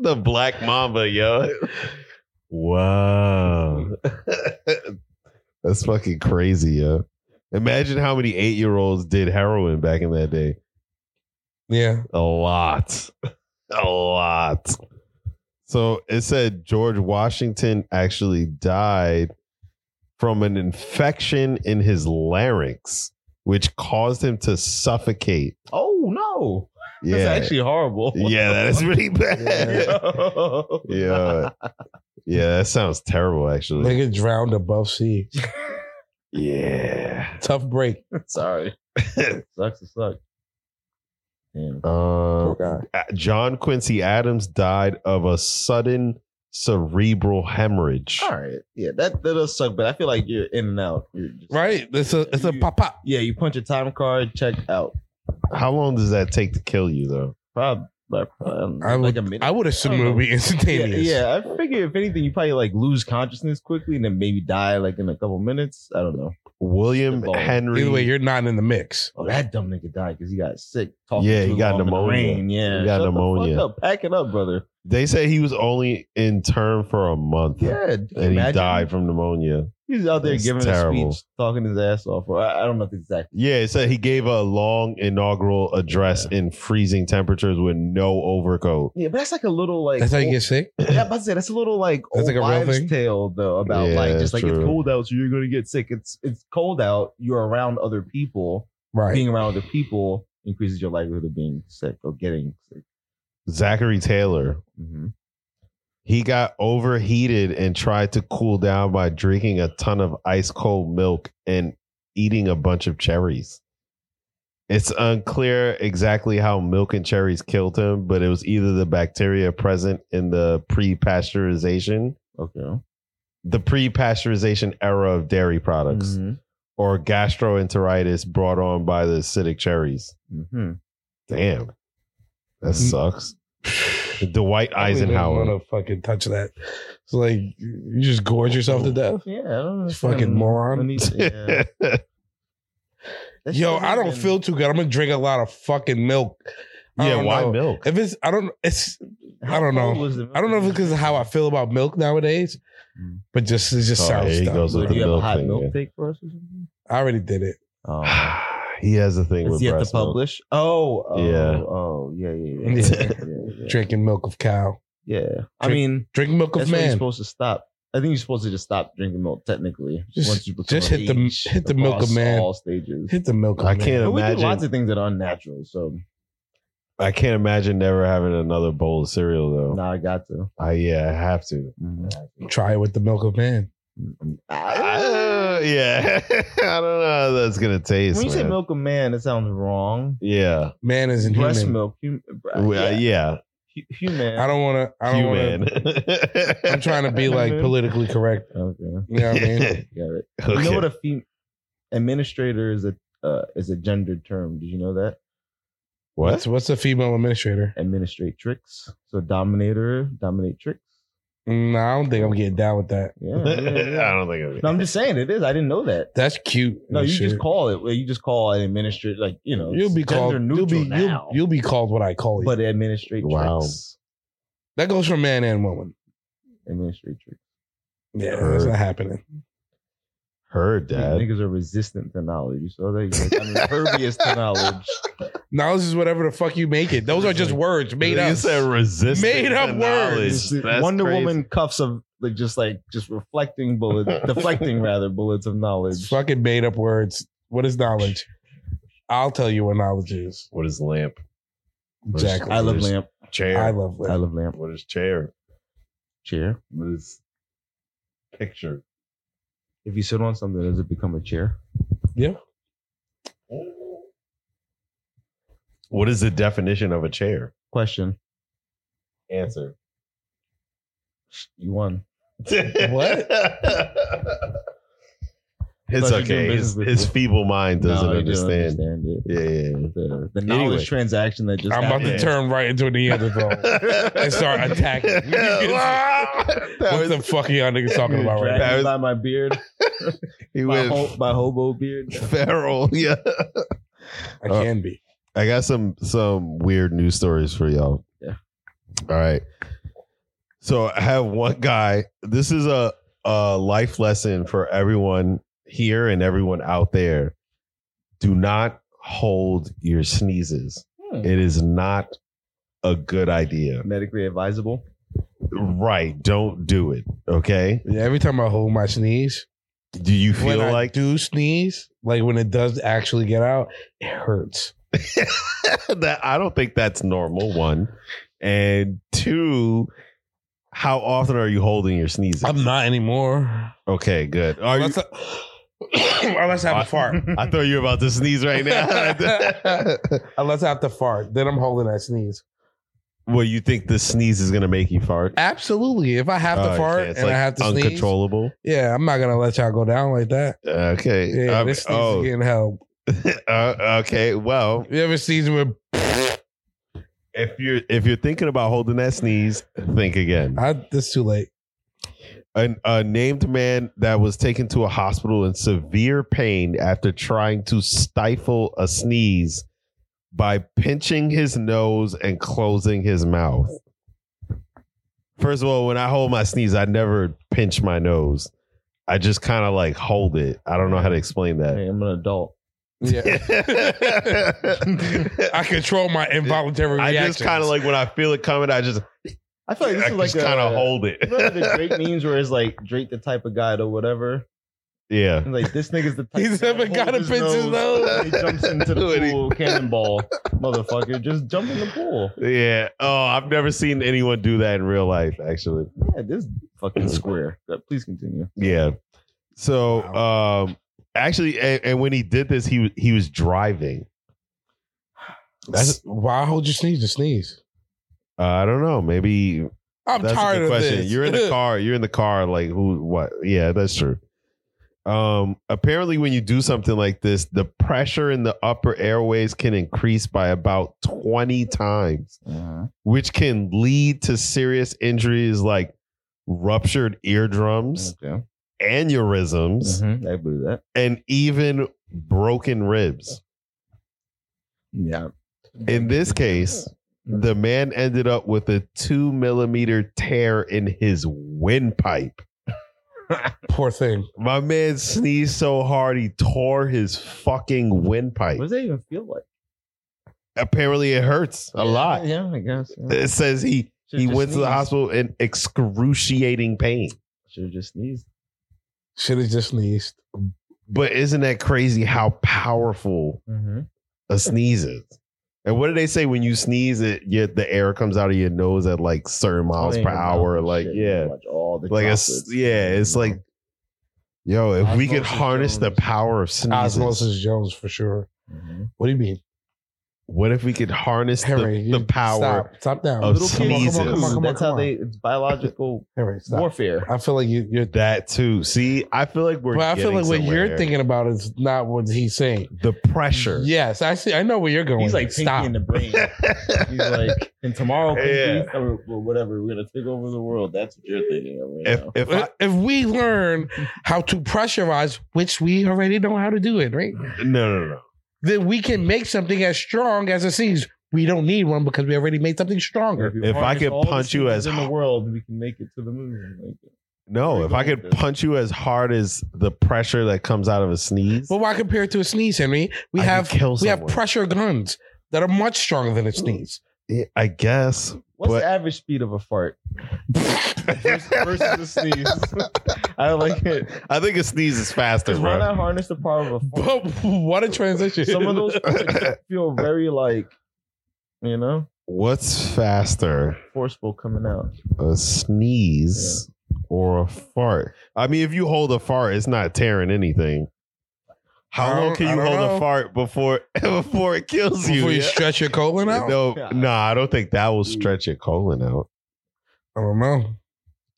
Speaker 5: the black mamba, yo. Wow. That's fucking crazy, yo. Imagine how many eight year olds did heroin back in that day.
Speaker 6: Yeah.
Speaker 5: A lot. A lot. So it said George Washington actually died from an infection in his larynx, which caused him to suffocate.
Speaker 4: oh no,
Speaker 5: Yeah.
Speaker 4: that's actually horrible.
Speaker 5: yeah, that is pretty bad.
Speaker 4: Yo.
Speaker 5: Yeah. Yeah, that sounds terrible actually.
Speaker 6: Nigga drowned above sea.
Speaker 5: Yeah.
Speaker 6: Tough break.
Speaker 4: Sorry, sucks to suck. Damn.
Speaker 5: Uh, John Quincy Adams died of a sudden cerebral hemorrhage.
Speaker 4: All right, yeah, that that does suck, but I feel like you're in and out. You're just-
Speaker 6: Right? It's a it's a pop pop.
Speaker 4: Yeah, you punch a time card, check out.
Speaker 5: How long does that take to kill you though?
Speaker 4: Probably, probably
Speaker 6: I
Speaker 4: uh, um, like
Speaker 6: would
Speaker 4: a minute.
Speaker 6: I would assume it would be
Speaker 4: yeah,
Speaker 6: instantaneous.
Speaker 4: yeah, I figure if anything, you probably like lose consciousness quickly and then maybe die like in a couple minutes. I don't know.
Speaker 5: William
Speaker 4: Ball.
Speaker 5: Henry.
Speaker 6: Either way, you're not in the mix.
Speaker 4: Oh, that dumb nigga died because he got sick. Talking
Speaker 5: Yeah, he
Speaker 4: too
Speaker 5: got
Speaker 4: long in the
Speaker 5: pneumonia.
Speaker 4: rain. Yeah,
Speaker 5: He got
Speaker 4: Shut the fuck
Speaker 5: pneumonia.
Speaker 4: up. Pack it up, brother.
Speaker 5: they say he was only in term for a month.
Speaker 4: Yeah,
Speaker 5: And he died from pneumonia.
Speaker 4: He's out there
Speaker 5: That's
Speaker 4: giving
Speaker 5: terrible.
Speaker 4: a speech, talking his ass off. Or I, I don't know if it's exact.
Speaker 5: Yeah, it said he gave a long inaugural address in freezing temperatures with no overcoat.
Speaker 4: Yeah, but that's like a little like. oh.
Speaker 6: That's how you get sick?
Speaker 4: Yeah, I'm about to say that's a little like
Speaker 6: That's like
Speaker 4: old
Speaker 6: a real
Speaker 4: wives'
Speaker 6: thing?
Speaker 4: tale though about
Speaker 5: Yeah,
Speaker 4: like just like
Speaker 5: true.
Speaker 4: it's cold out, so you're gonna get sick. It's it's cold out. You're around other people.
Speaker 6: Right.
Speaker 4: Being around other people increases your likelihood of being sick or getting sick.
Speaker 5: Zachary Taylor,
Speaker 4: Mm-hmm.
Speaker 5: He got overheated and tried to cool down by drinking a ton of ice cold milk and eating a bunch of cherries. It's unclear exactly how milk and cherries killed him, but it was either the bacteria present in the pre pasteurization,
Speaker 4: Okay.
Speaker 5: the pre pasteurization era of dairy products,
Speaker 6: Mm-hmm.
Speaker 5: or gastroenteritis brought on by the acidic cherries.
Speaker 4: Mm-hmm.
Speaker 5: Damn. That
Speaker 6: Mm.
Speaker 5: sucks. Dwight Eisenhower.
Speaker 6: I don't want to fucking touch that. It's like you just gorge yourself to death.
Speaker 4: Yeah, I don't know.
Speaker 6: Fucking moron.
Speaker 4: yeah. That
Speaker 6: Yo,
Speaker 4: shouldn't
Speaker 6: I don't
Speaker 4: even-
Speaker 6: feel too good. I'm gonna drink a lot of fucking milk. I
Speaker 5: yeah,
Speaker 6: don't
Speaker 5: why
Speaker 6: know.
Speaker 5: milk?
Speaker 6: If it's, I don't. It's,
Speaker 4: How
Speaker 6: I don't know.
Speaker 4: cold was the-
Speaker 6: I don't know if it's because of how I feel about milk nowadays,
Speaker 4: Mm.
Speaker 6: but just it just
Speaker 5: Oh,
Speaker 6: sounds.
Speaker 5: here he
Speaker 6: dumb.
Speaker 5: goes
Speaker 4: So
Speaker 5: with
Speaker 4: do you have a
Speaker 5: milk
Speaker 4: hot
Speaker 5: thing,
Speaker 4: milk
Speaker 5: yeah.
Speaker 4: take for us or something?
Speaker 6: I already did it.
Speaker 4: Oh.
Speaker 5: he has a thing
Speaker 4: It's
Speaker 5: with
Speaker 4: yet to
Speaker 5: breast milk.
Speaker 4: publish. Oh, oh,
Speaker 5: Yeah.
Speaker 4: Oh, yeah, yeah, yeah. yeah, yeah, yeah.
Speaker 6: Drinking milk of cow.
Speaker 4: Yeah. I
Speaker 6: Drink
Speaker 4: mean,
Speaker 6: Drink milk of
Speaker 4: that's where you're
Speaker 6: man.
Speaker 4: supposed to stop. I think you're supposed to just stop drinking milk technically.
Speaker 6: Just-
Speaker 4: once you become
Speaker 6: just
Speaker 4: of
Speaker 6: hit the-
Speaker 4: age,
Speaker 6: hit the milk of
Speaker 4: across
Speaker 6: man.
Speaker 4: All stages.
Speaker 6: Hit the milk. Of
Speaker 5: I
Speaker 6: man.
Speaker 5: can't
Speaker 4: But Oh, we do
Speaker 5: imagine.
Speaker 4: lots of things that are unnatural. So
Speaker 5: I can't imagine never having another bowl of cereal though.
Speaker 4: Nah, I got to.
Speaker 5: I yeah, I have to.
Speaker 6: Try it with the milk of man.
Speaker 4: Ah.
Speaker 5: Uh, yeah, I don't know how that's gonna taste.
Speaker 4: when you say
Speaker 5: man.
Speaker 4: milk of man, it sounds wrong.
Speaker 5: yeah,
Speaker 6: Man isn't
Speaker 4: Breast
Speaker 6: human.
Speaker 4: milk, hum,
Speaker 5: We- uh,
Speaker 4: yeah,
Speaker 5: yeah,
Speaker 4: hu- human.
Speaker 6: I don't want to. I don't want
Speaker 5: human.
Speaker 6: to. I'm trying to be like politically correct.
Speaker 4: Okay,
Speaker 6: You know what I mean?
Speaker 4: got it.
Speaker 5: Okay.
Speaker 4: You know what a fem- administrator is a uh, is a gendered term. Did you know that?
Speaker 5: What?
Speaker 6: What's, what's a female administrator?
Speaker 4: Administratrix. So dominator, dominatrix.
Speaker 6: Mm, I don't think I'm getting down with that.
Speaker 4: Yeah.
Speaker 5: I
Speaker 4: yeah, yeah.
Speaker 5: don't think. It'd
Speaker 4: no, I'm just saying it is. I didn't know that.
Speaker 6: That's cute.
Speaker 4: No,
Speaker 6: and
Speaker 4: you
Speaker 6: shit.
Speaker 4: just call it. well, You just call an administrator, like you know,
Speaker 6: You'll be
Speaker 4: it's
Speaker 6: called.
Speaker 4: gender
Speaker 6: You'll be
Speaker 4: neutral
Speaker 6: you'll,
Speaker 4: now.
Speaker 6: you'll be called what I call you.
Speaker 4: but administratrix.
Speaker 5: Wow.
Speaker 6: that goes for man and woman.
Speaker 4: Administratrix.
Speaker 6: Yeah, that's not happening.
Speaker 5: heard
Speaker 4: These
Speaker 5: that.
Speaker 4: niggas are resistant to knowledge. You saw that? You're like, I'm impervious to knowledge.
Speaker 6: Knowledge is whatever the fuck you make it. Those are just words made
Speaker 5: You
Speaker 6: up.
Speaker 5: said resistance.
Speaker 6: Made up
Speaker 5: to
Speaker 6: words.
Speaker 5: knowledge. That's
Speaker 4: Wonder
Speaker 5: crazy.
Speaker 4: Woman cuffs of like just like just reflecting bullets, deflecting rather bullets of
Speaker 6: It's
Speaker 4: knowledge.
Speaker 6: fucking made up words. What is knowledge? I'll tell you what knowledge is.
Speaker 5: What is lamp? What is
Speaker 6: Exactly.
Speaker 4: I love
Speaker 5: There's-
Speaker 4: lamp.
Speaker 5: Chair.
Speaker 6: I love
Speaker 4: I
Speaker 6: that.
Speaker 4: love lamp.
Speaker 5: what is chair?
Speaker 4: Chair.
Speaker 5: What is picture?
Speaker 4: If you sit on something, does it become a chair?
Speaker 5: What is the definition of a chair?
Speaker 4: Question.
Speaker 5: Answer.
Speaker 4: You won.
Speaker 5: what? It's
Speaker 4: Thought you
Speaker 5: okay.
Speaker 4: doing
Speaker 5: His,
Speaker 4: business with
Speaker 5: his
Speaker 4: me.
Speaker 5: feeble mind doesn't
Speaker 4: No, you don't
Speaker 5: understand.
Speaker 4: understand it.
Speaker 5: Yeah, yeah, yeah.
Speaker 4: The, the knowledge
Speaker 5: Anyway.
Speaker 4: transaction that just
Speaker 6: I'm about
Speaker 4: happened.
Speaker 6: to turn right into a Neanderthal.
Speaker 5: and
Speaker 6: start attacking. what the fuck are y'all niggas talking about right now?
Speaker 5: That
Speaker 4: Dragged
Speaker 5: was-
Speaker 4: by my beard,
Speaker 5: He
Speaker 4: my,
Speaker 5: went
Speaker 4: ho- my hobo beard.
Speaker 5: feral. Yeah.
Speaker 6: I
Speaker 5: Uh,
Speaker 6: can be.
Speaker 5: I got some some weird news stories for y'all.
Speaker 4: Yeah.
Speaker 5: All right. So I have one guy. This is a a life lesson for everyone here and everyone out there. Do not hold your sneezes.
Speaker 4: Hmm.
Speaker 5: It is not a good idea.
Speaker 4: Medically advisable.
Speaker 5: Right. Don't do it. Okay.
Speaker 6: Yeah, every time I hold my sneeze,
Speaker 5: Do you feel
Speaker 6: when I
Speaker 5: like
Speaker 6: do sneeze, like when it does actually get out, it hurts.
Speaker 5: that I don't think that's normal. One and two. How often are you holding your sneezes?
Speaker 6: I'm not anymore.
Speaker 5: okay, good. Are you?
Speaker 6: Unless I, unless I have
Speaker 5: I-
Speaker 6: to fart.
Speaker 5: I thought you were about to sneeze right now.
Speaker 6: Unless I have to fart, then I'm holding that sneeze.
Speaker 5: well, you think the sneeze is gonna make you fart?
Speaker 6: Absolutely. If I have to
Speaker 5: Oh, okay.
Speaker 6: fart
Speaker 5: It's
Speaker 6: and
Speaker 5: like
Speaker 6: I have to sneeze,
Speaker 5: uncontrollable.
Speaker 6: yeah, I'm not gonna let y'all go down like that.
Speaker 5: Okay.
Speaker 6: Yeah,
Speaker 5: I mean,
Speaker 6: this sneeze is
Speaker 5: oh,
Speaker 6: getting held.
Speaker 5: uh, okay. Well,
Speaker 6: You ever sneeze with?
Speaker 5: if you're if you're thinking about holding that sneeze, think again.
Speaker 6: I, this too late.
Speaker 5: An, a named man that was taken to a hospital in severe pain after trying to stifle a sneeze by pinching his nose and closing his mouth. First of all, when I hold my sneeze, I never pinch my nose. I just kind of like hold it. I don't know how to explain that.
Speaker 4: Hey, I'm an adult.
Speaker 6: Yeah, I control my involuntary
Speaker 5: I
Speaker 6: reactions.
Speaker 5: just kind of like when I feel it coming, I just,
Speaker 4: I feel like this
Speaker 5: I
Speaker 4: is like
Speaker 5: just kind of
Speaker 4: a-
Speaker 5: hold it.
Speaker 4: Remember the Drake memes where it's like Drake the type of guy or whatever.
Speaker 5: yeah.
Speaker 4: And Like this nigga's the type.
Speaker 6: He's
Speaker 4: that
Speaker 6: never got
Speaker 4: holds
Speaker 6: a pinch his nose.
Speaker 4: and He jumps into the
Speaker 5: When he-
Speaker 4: pool, cannonball, motherfucker. Just jump in the pool.
Speaker 5: Yeah. Oh, I've never seen anyone do that in real life, actually.
Speaker 4: Yeah, this fucking square. But please continue.
Speaker 5: Yeah. So, um, actually, and, and when he did this, he wa- he was driving.
Speaker 6: That's why I hold your sneeze to sneeze.
Speaker 5: Uh, I don't know. Maybe
Speaker 6: I'm
Speaker 5: that's a
Speaker 6: tired
Speaker 5: good
Speaker 6: of
Speaker 5: question.
Speaker 6: this.
Speaker 5: You're in the car. You're in the car. Like who? What? Yeah, that's true. Um, apparently, when you do something like this, the pressure in the upper airways can increase by about twenty times. which can lead to serious injuries like ruptured eardrums,
Speaker 4: Okay.
Speaker 5: aneurysms,
Speaker 4: Mhm. I believe that.
Speaker 5: and even broken ribs.
Speaker 4: Yeah.
Speaker 5: In this case, the man ended up with a two millimeter tear in his windpipe.
Speaker 6: Poor thing.
Speaker 5: My man sneezed so hard he tore his fucking windpipe.
Speaker 4: What does that even feel like?
Speaker 5: Apparently, it hurts a lot.
Speaker 4: Yeah, I guess. Yeah.
Speaker 5: It says he he went to the hospital in excruciating pain.
Speaker 4: Should have just sneezed.
Speaker 6: Should have just sneezed.
Speaker 5: But isn't that crazy how powerful
Speaker 4: Mm-hmm.
Speaker 5: a sneeze is. And what do they say when you sneeze? It yet the air comes out of your nose at like certain miles per hour. Like yeah,
Speaker 4: Watch all the
Speaker 5: like it's
Speaker 4: chocolates,
Speaker 5: yeah, it's
Speaker 4: you know.
Speaker 5: like yo. If we could
Speaker 6: Osmosis
Speaker 5: harness the
Speaker 6: Jones.
Speaker 5: power of sneezes,
Speaker 6: Osmosis Jones for sure.
Speaker 4: Mhm.
Speaker 6: What do you mean?
Speaker 5: what if we could harness
Speaker 6: Harry,
Speaker 5: the, the
Speaker 6: you-
Speaker 5: power?
Speaker 6: Stop, stop down.
Speaker 5: of
Speaker 4: little kids.
Speaker 5: sneezes.
Speaker 4: Come on, come on, come on,
Speaker 6: That's
Speaker 4: That's
Speaker 6: how
Speaker 4: how they. It's biological
Speaker 6: Harry, stop.
Speaker 4: warfare.
Speaker 6: I feel like you, you're.
Speaker 5: That too. See, I feel like we're.
Speaker 6: But I feel like
Speaker 5: getting
Speaker 6: what you're
Speaker 5: somewhere.
Speaker 6: thinking about is not what he's saying.
Speaker 5: The pressure.
Speaker 6: Yes, I see. I know where you're going.
Speaker 4: He's like
Speaker 6: stop.
Speaker 4: Pinky in the brain. He's like, and tomorrow, Pinky,
Speaker 5: Yeah.
Speaker 4: or, or whatever, we're gonna take over the world. That's what you're thinking of right
Speaker 5: If
Speaker 4: now.
Speaker 5: if I,
Speaker 6: if we learn how to pressurize, which we already know how to do it, right?
Speaker 5: no no no.
Speaker 6: Then we can make something as strong as it seems. We don't need one because we already made something stronger.
Speaker 4: you
Speaker 5: if I
Speaker 4: harness
Speaker 5: could
Speaker 4: all the
Speaker 5: punch you
Speaker 4: secrets
Speaker 5: as
Speaker 4: in the
Speaker 5: ho-
Speaker 4: world, we can make it to the moon. Like,
Speaker 5: No,
Speaker 4: We're
Speaker 5: if I
Speaker 4: going
Speaker 5: could
Speaker 4: to-
Speaker 5: punch you as hard as the pressure that comes out of a sneeze,
Speaker 6: But why compare it to a sneeze, Henry? We
Speaker 5: I could
Speaker 6: have
Speaker 5: kill
Speaker 6: we have
Speaker 5: someone.
Speaker 6: pressure guns that are much stronger than a sneeze.
Speaker 5: Yeah, I guess.
Speaker 4: what's
Speaker 5: But-
Speaker 4: the average speed of a fart versus, versus a sneeze? I like it.
Speaker 5: I think a sneeze is faster,
Speaker 4: Because why
Speaker 5: bro.
Speaker 4: not harness the power of a fart?
Speaker 6: But what a transition!
Speaker 4: Some of those farts feel very like, you know,
Speaker 5: What's faster,
Speaker 4: forceful coming out.
Speaker 5: a sneeze or a fart? I mean, if you hold a fart, it's not tearing anything.
Speaker 6: I
Speaker 5: How long
Speaker 6: don't-
Speaker 5: can
Speaker 6: I
Speaker 5: you
Speaker 6: don't
Speaker 5: hold
Speaker 6: know.
Speaker 5: a fart before before it kills you?
Speaker 6: Before you
Speaker 5: yeah?
Speaker 6: stretch your colon out, Mm.
Speaker 5: No,
Speaker 4: God.
Speaker 5: no, I don't think that will stretch your colon out.
Speaker 6: I don't know.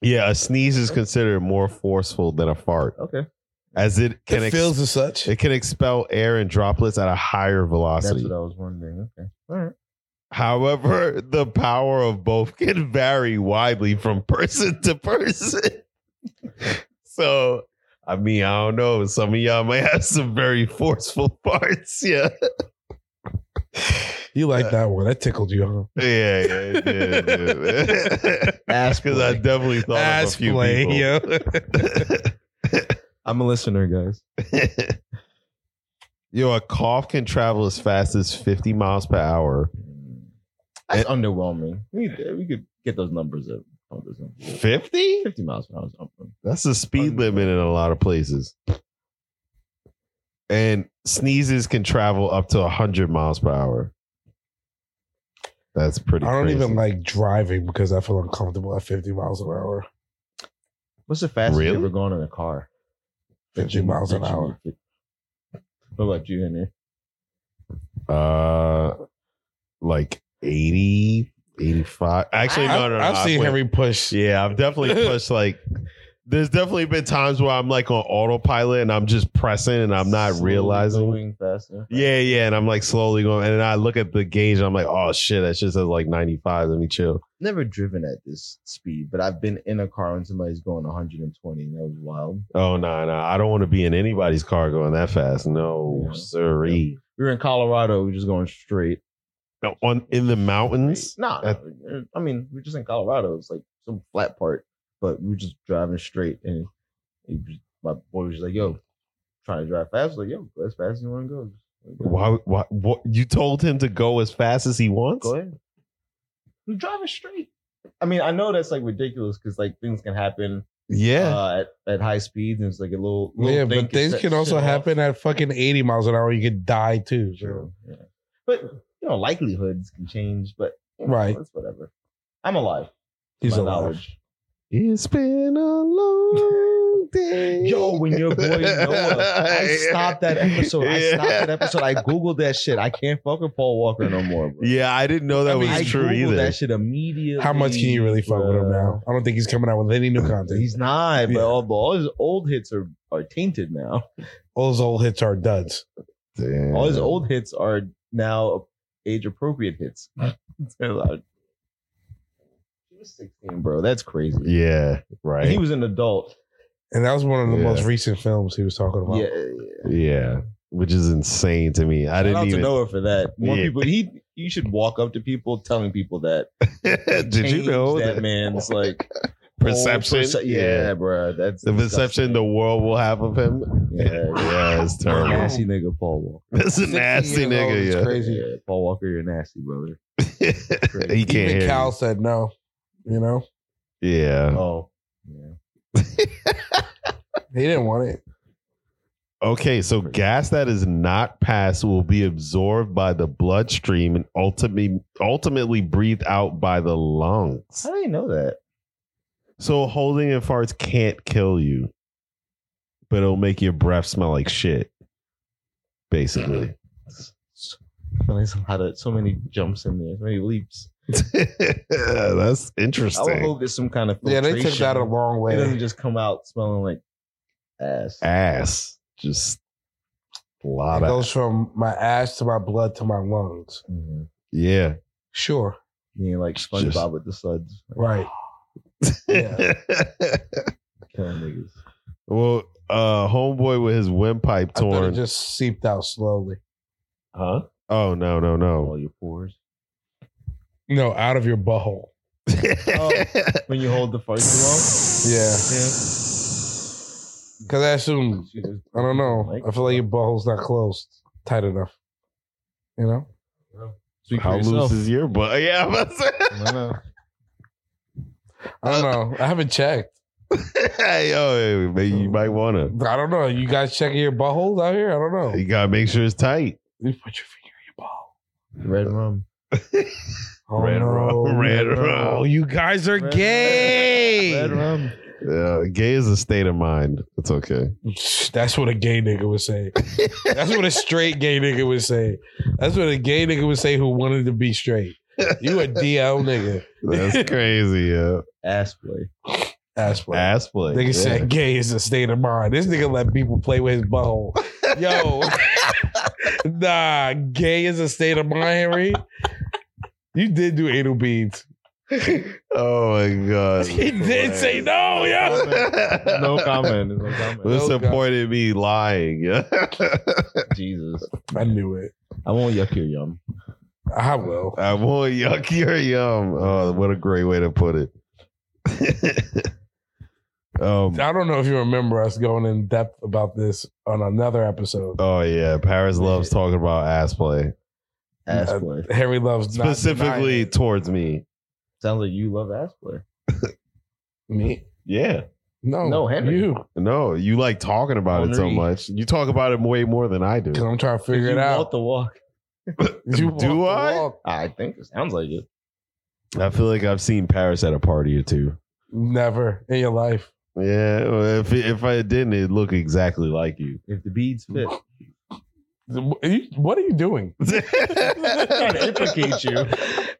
Speaker 5: Yeah, a sneeze is considered more forceful than a fart,
Speaker 4: Okay,
Speaker 5: as it can
Speaker 6: it
Speaker 5: ex-
Speaker 6: feels as such.
Speaker 5: It can expel air and droplets at a higher
Speaker 4: that's
Speaker 5: velocity.
Speaker 4: what I was wondering. Okay, all right.
Speaker 5: However, the power of both can vary widely from person to person. so, I mean, I don't know. Some of y'all might have some very forceful parts. Yeah.
Speaker 6: You like that one? That tickled you, huh?
Speaker 5: Yeah. yeah,
Speaker 4: Ass
Speaker 5: Because I
Speaker 4: play.
Speaker 5: definitely thought of a few people.
Speaker 6: yo.
Speaker 4: I'm a listener, guys.
Speaker 5: Yo, a cough can travel as fast as 50 miles per hour.
Speaker 4: Mm. That's underwhelming. We, uh, we could get those numbers up. Pump those numbers up.
Speaker 5: 50?
Speaker 4: 50 miles per hour is up.
Speaker 5: That's the speed limit in a lot of places. And sneezes can travel up to 100 miles per hour. That's pretty
Speaker 6: I don't
Speaker 5: crazy.
Speaker 6: even like driving because I feel uncomfortable at 50 miles an hour.
Speaker 4: What's the fastest
Speaker 5: Really?
Speaker 4: you ever gone in a car?
Speaker 6: 50 miles an hour.
Speaker 4: What about you, Henry?
Speaker 5: Uh, like 80, 85. Actually, no,
Speaker 6: I've,
Speaker 5: no, no.
Speaker 6: I've
Speaker 5: I
Speaker 6: seen
Speaker 5: quit.
Speaker 6: Henry push.
Speaker 5: Yeah, I've definitely pushed like. There's definitely been times where I'm like on autopilot and I'm just pressing and I'm not
Speaker 4: Slowly
Speaker 5: realizing.
Speaker 4: Going faster.
Speaker 5: Yeah, yeah, and I'm like slowly going, and then I look at the gauge and I'm like, oh shit, that shit says like 95. Let me chill.
Speaker 4: Never driven at this speed, but I've been in a car and somebody's going 120, and that was wild.
Speaker 5: Oh no, no, I don't want to be in anybody's car going that fast. No,
Speaker 4: Yeah.
Speaker 5: sorry.
Speaker 4: We were in Colorado. We were just going straight.
Speaker 5: No, on in the mountains.
Speaker 4: No, no, Uh, I mean we are just in Colorado. It's like some flat part, but we were just driving straight, and he was- my boy was like, "Yo, trying to drive fast." I was like, "Yo, go as fast as you want to go." Just like,
Speaker 5: Why? Why? What? You told him to go as fast as he wants.
Speaker 4: Go ahead. We're driving straight. I mean, I know that's like ridiculous because like things can happen
Speaker 5: Yeah.
Speaker 4: uh, at, at high speeds, and it's like a little, little
Speaker 6: Yeah,
Speaker 4: thing
Speaker 6: but things
Speaker 4: set
Speaker 6: can also
Speaker 4: shit off.
Speaker 6: happen at fucking 80 miles an hour. You could die too. so.
Speaker 4: True. Yeah. But you know, likelihoods can change. But you know,
Speaker 6: Right.
Speaker 4: it's whatever. I'm alive. to
Speaker 6: He's
Speaker 4: my
Speaker 6: alive.
Speaker 4: knowledge.
Speaker 5: it's been a long day.
Speaker 4: Yo, when your boy Noah, I stopped that episode. I stopped that episode. I googled that shit. I can't fuck with Paul Walker no more. Bro.
Speaker 5: Yeah, I didn't know that
Speaker 6: I mean,
Speaker 5: was
Speaker 4: I
Speaker 5: true
Speaker 4: googled
Speaker 5: either.
Speaker 4: that shit immediately.
Speaker 6: How much can you really fuck with him
Speaker 4: bro.
Speaker 6: now? I don't think he's coming out with any new content.
Speaker 4: He's not, but
Speaker 6: Yeah.
Speaker 4: all, but all his old hits are, are tainted now.
Speaker 6: All his old hits are duds.
Speaker 5: Damn.
Speaker 4: All his old hits are now age appropriate hits. They're like- he was 16, bro. That's crazy.
Speaker 5: Yeah.
Speaker 4: And He
Speaker 5: Right.
Speaker 4: was an adult.
Speaker 6: And that was one of the
Speaker 5: Yeah.
Speaker 6: most recent films he was talking about.
Speaker 4: Yeah.
Speaker 5: yeah. Which is insane to me. I
Speaker 4: Shout
Speaker 5: didn't
Speaker 4: out to
Speaker 5: even.
Speaker 4: Noah for that. More
Speaker 5: Yeah.
Speaker 4: people. He you should walk up to people telling people that.
Speaker 5: Did you
Speaker 4: Change
Speaker 5: know
Speaker 4: that,
Speaker 5: that
Speaker 4: man's like
Speaker 5: perception?
Speaker 4: whole perce- yeah, bro. That's
Speaker 5: the
Speaker 4: disgusting.
Speaker 5: perception the world will have of him.
Speaker 4: Yeah, yeah.
Speaker 5: Yeah, it's terrible.
Speaker 4: nasty nigga, Paul Walker.
Speaker 5: That's a
Speaker 6: 16
Speaker 5: nasty
Speaker 6: years old is
Speaker 5: nigga.
Speaker 6: Crazy.
Speaker 4: Yeah, Paul Walker, you're nasty, brother.
Speaker 5: Yeah, he can't
Speaker 6: Even
Speaker 5: hear.
Speaker 6: Cal
Speaker 5: you.
Speaker 6: said no. You know,
Speaker 5: Yeah,
Speaker 6: Oh,
Speaker 4: Oh, yeah.
Speaker 6: he didn't want it.
Speaker 5: Okay, so gas that is not passed will be absorbed by the bloodstream and ultimately ultimately breathed out by the lungs.
Speaker 4: How do you know that?
Speaker 5: So holding infarts can't kill you, but it'll make your breath smell like shit. Basically,
Speaker 4: Well, There's a lot of so many jumps in there, so many leaps.
Speaker 5: that's
Speaker 4: I would
Speaker 5: interesting.
Speaker 4: hope there's some kind of
Speaker 6: Yeah, they took
Speaker 4: filtration.
Speaker 6: that a long
Speaker 4: It doesn't
Speaker 6: way.
Speaker 4: just come out smelling like ass.
Speaker 5: ass, just a
Speaker 6: It
Speaker 5: lot of
Speaker 6: goes from my ass to my blood to my lungs.
Speaker 4: Mhm.
Speaker 5: yeah.
Speaker 6: Sure.
Speaker 4: You know, like
Speaker 5: Just-
Speaker 4: SpongeBob with the suds, like,
Speaker 6: Right. Yeah.
Speaker 4: killing niggas.
Speaker 5: well, uh, homeboy with his windpipe
Speaker 6: I thought it
Speaker 5: torn.
Speaker 6: just seeped out slowly.
Speaker 4: Huh?
Speaker 5: oh no, no, no.
Speaker 4: All your pores.
Speaker 6: No, out of your butthole.
Speaker 4: When you hold the fart too long,
Speaker 6: Oh. Yeah. Because I assume,
Speaker 4: she just-
Speaker 6: I don't know. I feel like your butthole's not closed tight enough. You know?
Speaker 4: Speak for
Speaker 5: How
Speaker 4: yourself.
Speaker 5: loose is your butt? Yeah, I'm about to
Speaker 4: I don't know.
Speaker 6: I don't know. I haven't checked.
Speaker 5: say. Yo, maybe you might wanna.
Speaker 6: I don't know. You guys checking your buttholes out here? I don't know.
Speaker 5: You gotta make sure it's tight.
Speaker 6: You put your finger in your butthole.
Speaker 4: Red rum.
Speaker 6: Oh,
Speaker 5: Red
Speaker 6: no.
Speaker 5: rum, red rum.
Speaker 6: Oh, you guys are
Speaker 4: Red
Speaker 6: gay.
Speaker 4: Red rum.
Speaker 5: Uh, gay is a state of mind. It's okay.
Speaker 6: That's what a gay nigga would say. That's what a straight gay nigga would say. That's what a gay nigga would say who wanted to be straight. You a DL nigga.
Speaker 5: That's crazy. Yeah,
Speaker 4: Ass play.
Speaker 6: Ass play.
Speaker 5: ass play.
Speaker 6: Nigga
Speaker 5: yeah.
Speaker 6: said gay is a state of mind. This nigga let people play with his butthole. Yo, nah, gay is a state of mind, Henry. You did do anal beads.
Speaker 5: Oh my god.
Speaker 6: He did say no, yo.
Speaker 4: No comment. There's No comment.
Speaker 5: What's
Speaker 6: No
Speaker 5: the point in me lying?
Speaker 4: Jesus.
Speaker 6: I knew it.
Speaker 4: I won't yuck your yum.
Speaker 6: I will.
Speaker 5: I want yucky or yum. Oh, what a great way to put it. um.
Speaker 6: I don't know if you remember us going in depth about this on another episode.
Speaker 5: Oh yeah, Paris loves talking about ass play,
Speaker 4: Ass
Speaker 6: Uh,
Speaker 4: play.
Speaker 6: Henry loves not
Speaker 5: specifically
Speaker 6: denying
Speaker 5: towards me.
Speaker 4: Sounds like you love ass play.
Speaker 6: it. me.
Speaker 5: Yeah.
Speaker 6: No,
Speaker 4: No, Henry.
Speaker 6: You.
Speaker 5: No, you like talking about it so
Speaker 4: Ornery.
Speaker 5: much. You talk about it way more than I do.
Speaker 6: 'Cause I'm trying to figure
Speaker 4: you
Speaker 6: it
Speaker 4: walk
Speaker 6: out.
Speaker 4: the walk.
Speaker 6: You walk
Speaker 5: Do
Speaker 6: the
Speaker 5: I?
Speaker 6: walk.
Speaker 4: I think it sounds like it.
Speaker 5: I feel like I've seen Paris at a party or two.
Speaker 6: Never in your life.
Speaker 5: Yeah, well, if if I didn't, it'd look exactly like you.
Speaker 4: If the beads fit,
Speaker 6: What are you- what are you doing?
Speaker 4: trying to implicate you.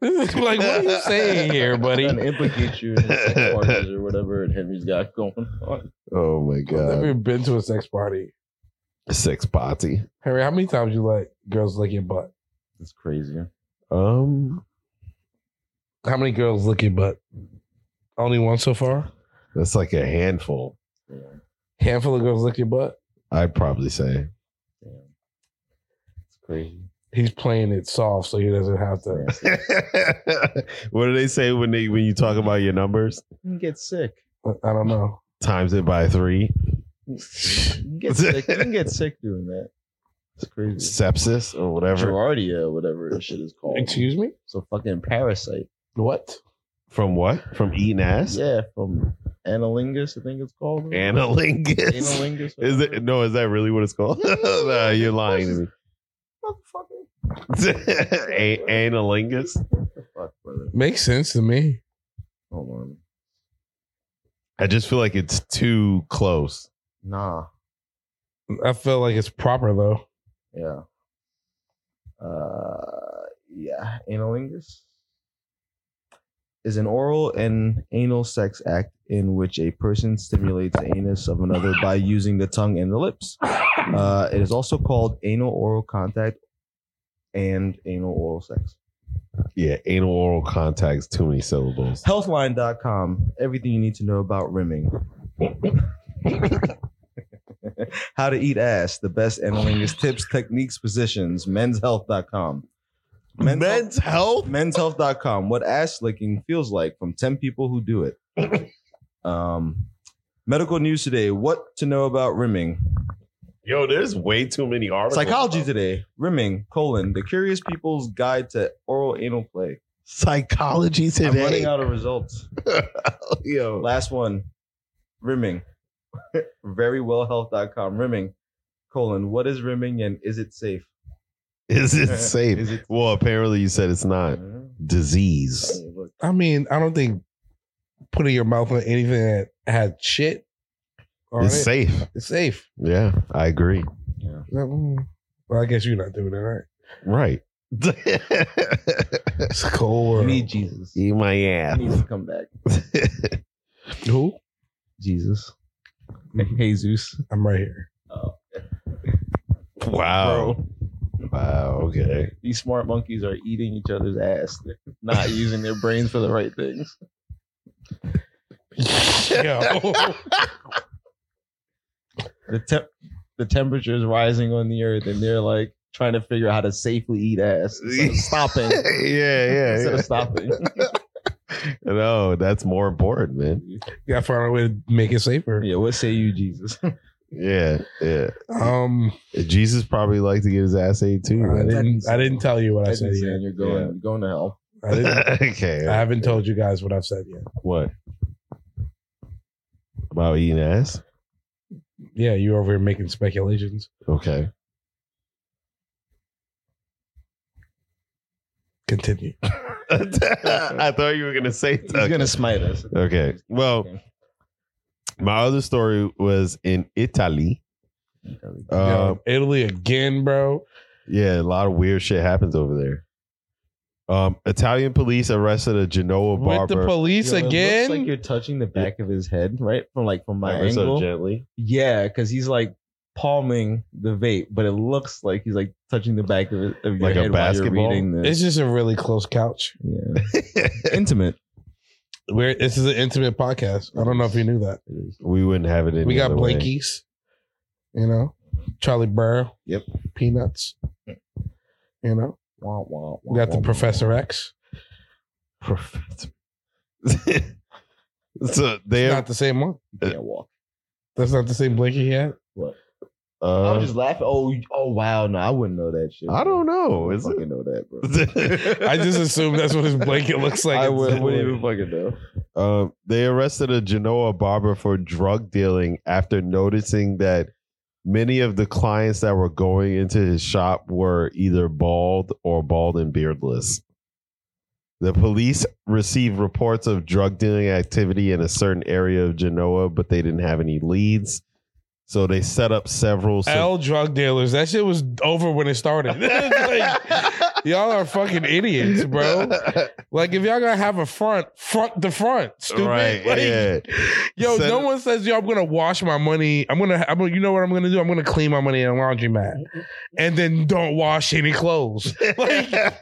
Speaker 6: like, what are you saying here, buddy?
Speaker 4: Trying to implicate you in the sex partners or whatever and Henry's got going on.
Speaker 5: oh my
Speaker 6: I've
Speaker 5: god,
Speaker 6: never been to a sex party.
Speaker 5: sex party.
Speaker 6: Harry, how many times you let girls lick your butt?
Speaker 4: It's crazy.
Speaker 5: Um,
Speaker 6: How many girls lick your butt? Only one so far?
Speaker 5: that's like a handful.
Speaker 4: Yeah.
Speaker 6: Handful of girls lick your butt?
Speaker 5: I'd probably say.
Speaker 4: It's crazy.
Speaker 6: He's playing it soft so he doesn't have to.
Speaker 4: Yeah.
Speaker 5: what do they say when they when you talk about your numbers?
Speaker 4: You can get sick.
Speaker 6: I don't know.
Speaker 5: Times it by three.
Speaker 4: You can get sick. You can get sick doing that. It's crazy.
Speaker 5: Sepsis or whatever.
Speaker 4: Girardia, whatever that shit is called.
Speaker 6: Excuse me?
Speaker 4: It's a fucking parasite.
Speaker 6: What?
Speaker 5: From what? From eating ass?
Speaker 4: Yeah, from analingus, I think it's called.
Speaker 5: Analingus.
Speaker 4: analingus.
Speaker 5: Is it no? Is that really what it's called? nah, you're lying to me.
Speaker 4: Motherfucker.
Speaker 5: A- analingus.
Speaker 4: Fuck, brother.
Speaker 6: Makes sense to me.
Speaker 4: Hold on.
Speaker 5: I just feel like it's too close.
Speaker 4: Nah.
Speaker 6: I feel like it's proper though.
Speaker 4: Yeah. Uh, yeah. Analingus is an oral and anal sex act in which a person stimulates the anus of another by using the tongue and the lips. Uh, it is also called anal oral contact and anal oral sex.
Speaker 5: Yeah, anal oral contacts. Too many syllables.
Speaker 4: Healthline.com. Everything you need to know about rimming. How to eat ass, the best analingus tips, techniques, positions, menshealth.com. Men's, men's health? Menshealth.com. What ass licking feels like from 10 people who do it. um, medical news today. What to know about rimming.
Speaker 5: Yo, there's way too many articles.
Speaker 4: Psychology today. Rimming, colon, the curious people's guide to oral anal play.
Speaker 5: Psychology
Speaker 4: I'm running
Speaker 5: today.
Speaker 4: out of results.
Speaker 5: Yo,
Speaker 4: Last one, rimming. Verywellhealth.com. Rimming. colon, what is rimming and is it safe?
Speaker 5: Is it safe?
Speaker 4: Is it-
Speaker 5: well, apparently you said it's not
Speaker 4: Mhm. I
Speaker 5: disease.
Speaker 4: mean, look,
Speaker 6: I mean, I don't think putting your mouth on anything that had shit on
Speaker 5: It's
Speaker 6: it
Speaker 5: safe.
Speaker 6: is safe.
Speaker 5: Yeah, I agree.
Speaker 6: Well, I guess you're not doing it, right?
Speaker 5: Right.
Speaker 6: It's a cold
Speaker 4: you
Speaker 6: world.
Speaker 4: need Jesus. He
Speaker 5: Eat my ass.
Speaker 4: needs to come back.
Speaker 6: Who?
Speaker 4: Jesus. Jesus.
Speaker 6: I'm right here.
Speaker 4: Oh,
Speaker 5: wow.
Speaker 4: bro.
Speaker 5: Wow. Okay.
Speaker 4: These smart monkeys are eating each other's ass. They're not using their brains for the right things.
Speaker 6: Yo.
Speaker 4: The temp the temperature is rising on the earth and they're like trying to figure out how to safely eat ass instead of stopping.
Speaker 5: yeah, yeah.
Speaker 4: instead
Speaker 5: yeah.
Speaker 4: of stopping.
Speaker 5: No, that's more important, man.
Speaker 6: Gotta find a way to make it safer.
Speaker 4: yeah, what say you, Jesus?
Speaker 5: Yeah, yeah.
Speaker 6: Um,
Speaker 5: Jesus probably liked to get his ass ate too.
Speaker 6: I
Speaker 5: right?
Speaker 6: didn't. I didn't tell you what I
Speaker 4: That's
Speaker 6: said
Speaker 4: insane.
Speaker 6: yet.
Speaker 4: You're going, you're going to hell.
Speaker 6: I, didn't,
Speaker 5: okay.
Speaker 6: I haven't told you guys what I've said yet.
Speaker 5: what about eating ass?
Speaker 6: Yeah, you over here making speculations.
Speaker 5: Okay.
Speaker 6: Continue.
Speaker 5: Uh, I thought you were gonna say.
Speaker 4: He's gonna smite us.
Speaker 5: Okay. Well, my other story was in Italy. Uh,
Speaker 6: Yo, Italy again, bro.
Speaker 5: yeah, a lot of weird shit happens over there. Um, Italian police arrested a Genoa
Speaker 6: With the
Speaker 5: barber.
Speaker 6: police
Speaker 4: Yo, it
Speaker 6: again.
Speaker 4: looks like you're touching the back of his head, right? From like from my
Speaker 5: Ever so
Speaker 4: angle.
Speaker 5: gently.
Speaker 4: yeah, because he's like palming the vape, but it looks like he's like touching the back of, it, of your
Speaker 5: Like a
Speaker 4: head while you're
Speaker 5: basketball?
Speaker 4: reading this.
Speaker 6: it's just a really close couch.
Speaker 4: yeah. intimate.
Speaker 6: We're, this is an intimate podcast. I don't know if you knew that.
Speaker 5: we wouldn't have it in.
Speaker 6: We
Speaker 5: the
Speaker 6: got
Speaker 5: other way.
Speaker 6: blankies, you know, Charlie Burrow.
Speaker 4: Yep.
Speaker 6: Peanuts. You know,
Speaker 4: Wah, wah, wah,
Speaker 6: we got the
Speaker 4: wah,
Speaker 6: Professor X.
Speaker 5: so
Speaker 6: It's
Speaker 5: they
Speaker 6: Not the same one.
Speaker 4: wah. Can't walk.
Speaker 6: That's not the same blankie he had.
Speaker 4: I
Speaker 5: uh,
Speaker 4: was just laughing. Oh, you- oh wow, no, I wouldn't know that shit.
Speaker 5: I don't know.
Speaker 4: I
Speaker 5: Is
Speaker 4: fucking
Speaker 5: it?
Speaker 4: know that, bro.
Speaker 6: I just assume that's what his blanket looks like.
Speaker 4: I would, wouldn't even fucking know.
Speaker 5: Um, they arrested a Genoa barber for drug dealing after noticing that many of the clients that were going into his shop were either bald or bald and beardless. The police received reports of drug dealing activity in a certain area of Genoa, but they didn't have any leads. So they set up several.
Speaker 6: L drug dealers. That shit was over when it started. It's like, y'all are fucking idiots, bro. Like if y'all gonna have a front, front the front, stupid.
Speaker 5: Right,
Speaker 6: Like,
Speaker 5: yeah.
Speaker 6: Yo,
Speaker 5: Send
Speaker 6: no
Speaker 5: it-
Speaker 6: one says yo. I'm gonna wash my money. I'm gonna. I'm gonna. You know what I'm gonna do? I'm gonna clean my money in a laundromat, and then don't wash any clothes. Like,
Speaker 5: yeah,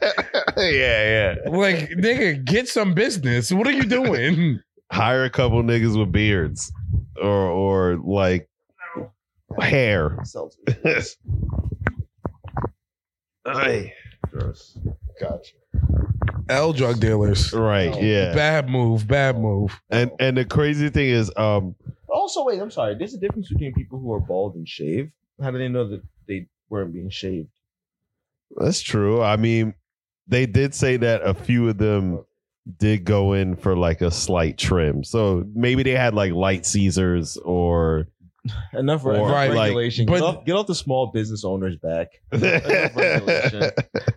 Speaker 5: yeah.
Speaker 6: like nigga, get some business. What are you doing?
Speaker 5: hire a couple niggas with beards or or like hair.
Speaker 4: Seltzer.
Speaker 5: Aye. Gotcha.
Speaker 6: L drug dealers.
Speaker 5: Right. Yeah.
Speaker 6: Oh, Bad move. Bad move.
Speaker 5: And and the crazy thing is, um,
Speaker 4: Also, wait, I'm sorry. There's a difference between people who are bald and shaved. How do they know that they weren't being shaved?
Speaker 5: that's true. I mean, they did say that a few of them did go in for like a slight trim. So maybe they had like light Caesars or
Speaker 4: Enough
Speaker 5: Or,
Speaker 4: re- enough
Speaker 6: right, like,
Speaker 4: regulation.
Speaker 6: but-
Speaker 4: get, off, get off the small business owner's back. Enough regulation.
Speaker 5: they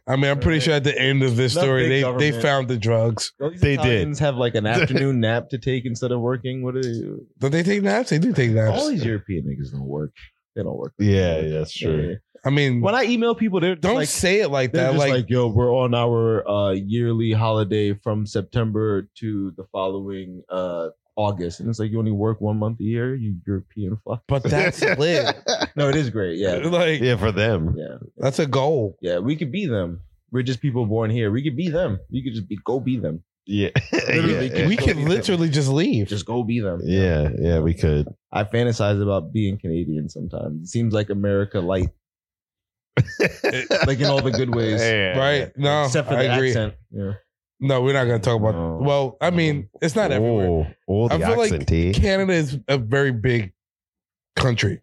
Speaker 6: I mean, I'm pretty sure at the end of this
Speaker 4: Not
Speaker 6: story,
Speaker 4: big
Speaker 6: they they
Speaker 4: government.
Speaker 6: found the drugs.
Speaker 4: Don't these
Speaker 5: They did.
Speaker 4: Italians have like an afternoon nap to take instead of working. What are they?
Speaker 6: Don't they take naps? They do take
Speaker 4: All
Speaker 6: naps.
Speaker 4: these European niggas don't work. They don't work.
Speaker 5: Yeah, yeah, that's true.
Speaker 6: I mean,
Speaker 4: When I email people, they're
Speaker 6: don't
Speaker 4: don't like,
Speaker 6: say it like
Speaker 4: they're
Speaker 6: that.
Speaker 4: just
Speaker 6: Like,
Speaker 4: like, yo, we're on our uh, yearly holiday from September to the following uh, August, and it's like you only work one month a year. You European fuck.
Speaker 6: but that's lit.
Speaker 4: No, it is great. Yeah,
Speaker 6: Like,
Speaker 5: yeah, for them.
Speaker 4: yeah,
Speaker 6: that's a goal.
Speaker 4: yeah. We could be them. We're just people born here. We could be them. You could just be go be them.
Speaker 5: Yeah.
Speaker 4: Literally,
Speaker 5: yeah.
Speaker 6: We could literally just leave.
Speaker 4: Just go be them.
Speaker 5: yeah, yeah, we could.
Speaker 4: I fantasize about being Canadian sometimes. It seems like America light, like in all the good ways,
Speaker 5: Yeah.
Speaker 6: right? No,
Speaker 4: except for
Speaker 6: I
Speaker 4: the
Speaker 6: agree.
Speaker 4: accent. Yeah.
Speaker 6: No, we're not going to talk about.
Speaker 5: No.
Speaker 6: Well, I mean, it's not everywhere.
Speaker 5: Oh, oh, the
Speaker 6: I feel like
Speaker 5: accent, eh?
Speaker 6: Canada is a very big country.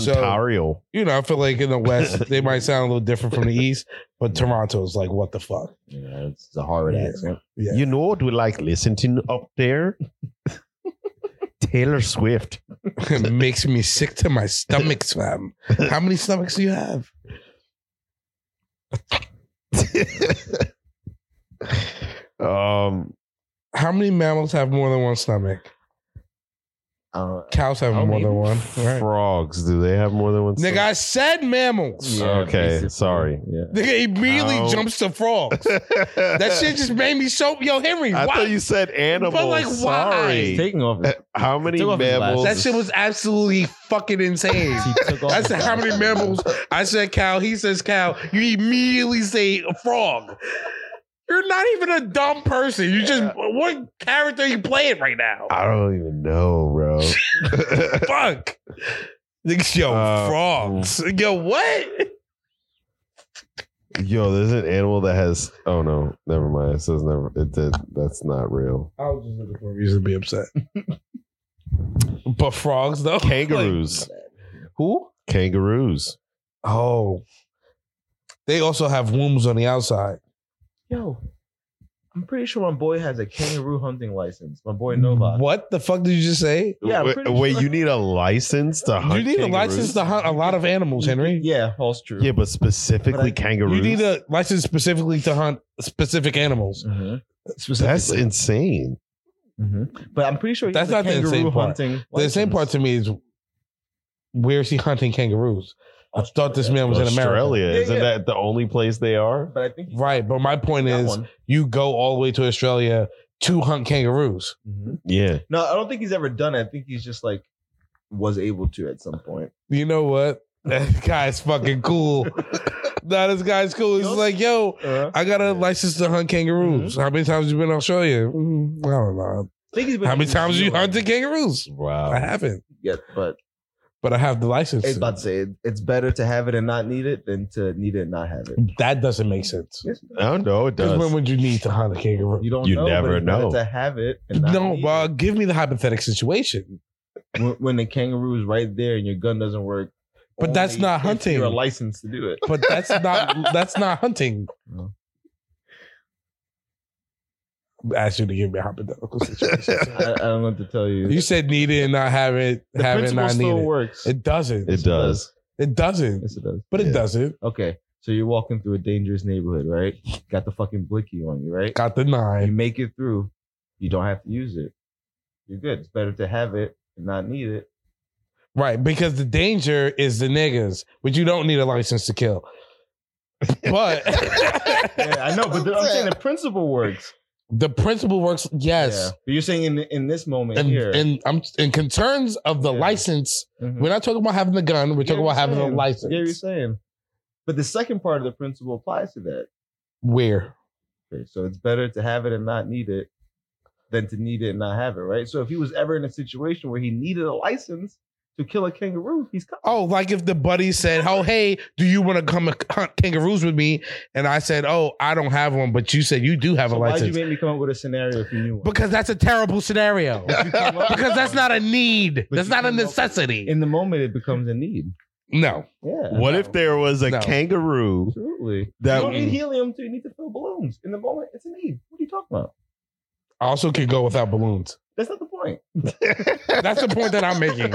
Speaker 6: So-
Speaker 5: Ontario.
Speaker 6: You know, I feel like in the West they might sound a little different from the East, but Toronto's like, what the fuck?
Speaker 4: Yeah, it's a horrid
Speaker 6: Yeah.
Speaker 4: accent.
Speaker 6: Yeah.
Speaker 5: You know what we like listening up there? Taylor Swift.
Speaker 6: It makes me sick to my stomachs, fam. How many stomachs do you have?
Speaker 5: um,
Speaker 6: How many mammals have more than one stomach?
Speaker 4: Uh,
Speaker 6: Cows have
Speaker 4: How
Speaker 6: more
Speaker 4: many
Speaker 6: than one. Right.
Speaker 5: frogs. Do they have more than one?
Speaker 6: Nigga, I said mammals.
Speaker 4: Yeah,
Speaker 5: okay,
Speaker 4: basically.
Speaker 5: sorry.
Speaker 6: Nigga he immediately
Speaker 5: Cow.
Speaker 6: jumps to frogs. That shit just made me so yo Henry.
Speaker 5: I
Speaker 6: why?
Speaker 5: thought you said animals.
Speaker 6: But, like, why?
Speaker 5: Sorry. Uh,
Speaker 4: He's taking off. his-
Speaker 5: How many
Speaker 4: Took off his
Speaker 5: mammals?
Speaker 6: that shit was absolutely fucking insane.
Speaker 4: He took off
Speaker 6: I
Speaker 4: his
Speaker 6: said how many
Speaker 4: glasses.
Speaker 6: mammals? I said cow. He says cow. You immediately say a frog. You're not even a dumb person. You just what character are you playing right now?
Speaker 5: I don't even know, bro.
Speaker 6: Fuck. Nigga, Yo,
Speaker 5: Uh,
Speaker 6: frogs. Yo, what?
Speaker 5: Yo, there's an animal that has. Oh no, never mind. It says never. It did. That's not real.
Speaker 6: I was just looking for a reason to be upset. but frogs though.
Speaker 5: Kangaroos.
Speaker 6: Who?
Speaker 5: Kangaroos.
Speaker 6: Oh. They also have wombs on the outside.
Speaker 4: Yo, I'm pretty sure my boy has a kangaroo hunting license. My boy Novak.
Speaker 6: What the fuck did you just say?
Speaker 4: Yeah, I'm
Speaker 5: Wait,
Speaker 4: pretty
Speaker 5: wait,
Speaker 4: sure-
Speaker 5: you need a license to hunt.
Speaker 6: You need a
Speaker 5: kangaroos?
Speaker 6: license to hunt a lot of animals, Henry.
Speaker 4: Yeah, that's true.
Speaker 5: Yeah, but specifically
Speaker 4: But
Speaker 5: kangaroos.
Speaker 6: You need a license specifically to hunt specific animals.
Speaker 4: Mhm.
Speaker 5: That's
Speaker 6: Specifically.
Speaker 5: insane.
Speaker 4: Mhm. But I'm pretty sure he
Speaker 6: That's
Speaker 4: has
Speaker 6: not
Speaker 4: a
Speaker 6: the
Speaker 4: kangaroo
Speaker 6: insane part.
Speaker 4: hunting.
Speaker 6: the insane part to me is where is he hunting kangaroos? I thought this man was in America.
Speaker 5: Australia.
Speaker 4: Yeah,
Speaker 5: Isn't
Speaker 4: yeah.
Speaker 5: that the only place they are?
Speaker 4: But I think he
Speaker 6: Right, but my point
Speaker 4: got
Speaker 6: is
Speaker 4: one.
Speaker 6: you go all the way to Australia to hunt kangaroos.
Speaker 4: Mhm.
Speaker 5: Yeah.
Speaker 4: No, I don't think he's ever done it. I think he's just like was able to at some point.
Speaker 6: You know what? That guy's fucking cool. nah, this guy's cool. He's
Speaker 4: Yo.
Speaker 6: like, yo,
Speaker 4: Uh,
Speaker 6: I got a license to hunt kangaroos.
Speaker 5: Mm-hmm.
Speaker 6: How many times you been to Australia? Mm, I don't know.
Speaker 4: I think he's been
Speaker 6: How many
Speaker 4: in
Speaker 6: times you
Speaker 4: Zealand
Speaker 6: hunted kangaroos? I
Speaker 5: Wow.
Speaker 6: haven't,
Speaker 4: yet, but
Speaker 6: but I have the license.
Speaker 4: it's about to say it- it's better to have it and not need it than to need it and not have it.
Speaker 6: That doesn't make sense.
Speaker 5: I don't know. It
Speaker 6: Because
Speaker 5: does.
Speaker 6: when would you need to hunt a kangaroo?
Speaker 4: You don't.
Speaker 5: You
Speaker 4: know, but
Speaker 5: never
Speaker 4: it's better
Speaker 5: know.
Speaker 4: to have it. And not
Speaker 6: No,
Speaker 4: need
Speaker 6: well, give me the hypothetical situation.
Speaker 4: it. when, when the kangaroo is right there and your gun doesn't work.
Speaker 6: But that's
Speaker 4: only
Speaker 6: not
Speaker 4: if
Speaker 6: hunting.
Speaker 4: You're licensed to do it.
Speaker 6: But that's not that's not hunting.
Speaker 4: No.
Speaker 6: I asked you to give me a hypothetical situation.
Speaker 4: I, I don't know what to tell you.
Speaker 6: you said need it and not have it,
Speaker 4: the
Speaker 6: have it
Speaker 4: principle
Speaker 6: not need
Speaker 4: still
Speaker 6: it.
Speaker 4: works.
Speaker 6: It doesn't.
Speaker 5: it does.
Speaker 6: It doesn't.
Speaker 4: yes, it does.
Speaker 6: But it
Speaker 5: Yeah.
Speaker 6: doesn't.
Speaker 4: Okay, so you're walking through a dangerous neighborhood, right? Got the fucking blicky on you, right?
Speaker 6: Got the
Speaker 4: you
Speaker 6: nine.
Speaker 4: make it through, you don't have to use it. You're good. It's better to have it and not need it.
Speaker 6: Right, because the danger is the niggas, which you don't need a license to kill. But
Speaker 4: Yeah, I know, but the, I'm saying the principle works.
Speaker 6: the principle works, yes.
Speaker 4: Yeah. But you're saying in in this moment
Speaker 6: And,
Speaker 4: here,
Speaker 6: and I'm in concerns of the
Speaker 4: Yeah.
Speaker 6: license
Speaker 4: Mhm.
Speaker 6: We're not talking about having the gun. We're
Speaker 4: Yeah,
Speaker 6: talking about
Speaker 4: you're
Speaker 6: having a
Speaker 4: saying. Yeah, you're
Speaker 6: license.
Speaker 4: saying. But the second part of the principle applies to that.
Speaker 6: Where?
Speaker 4: Okay, so it's better to have it and not need it than to need it and not have it, right? So if he was ever in a situation where he needed a license to kill a kangaroo, he's covered.
Speaker 6: Oh, like if the buddy said, "Oh, hey, do you want to come hunt kangaroos with me?" And I said, "Oh, I don't have one," but you said you do have
Speaker 4: So
Speaker 6: a
Speaker 4: why'd you
Speaker 6: license
Speaker 4: make me come up with a scenario if you knew one?
Speaker 6: because that's a terrible scenario.
Speaker 4: You come up-
Speaker 6: because that's not a need.
Speaker 4: But
Speaker 6: that's
Speaker 4: you
Speaker 6: not a
Speaker 4: came up-
Speaker 6: necessity.
Speaker 4: in the moment it becomes a need.
Speaker 6: no,
Speaker 4: Yeah.
Speaker 5: What if there was a
Speaker 6: No.
Speaker 5: kangaroo
Speaker 4: Absolutely.
Speaker 5: that
Speaker 4: you don't need helium till you need to fill balloons. In the moment, it's a need. What are you talking about?
Speaker 6: I also could go without balloons.
Speaker 4: That's not the point.
Speaker 6: That's the point that I'm making.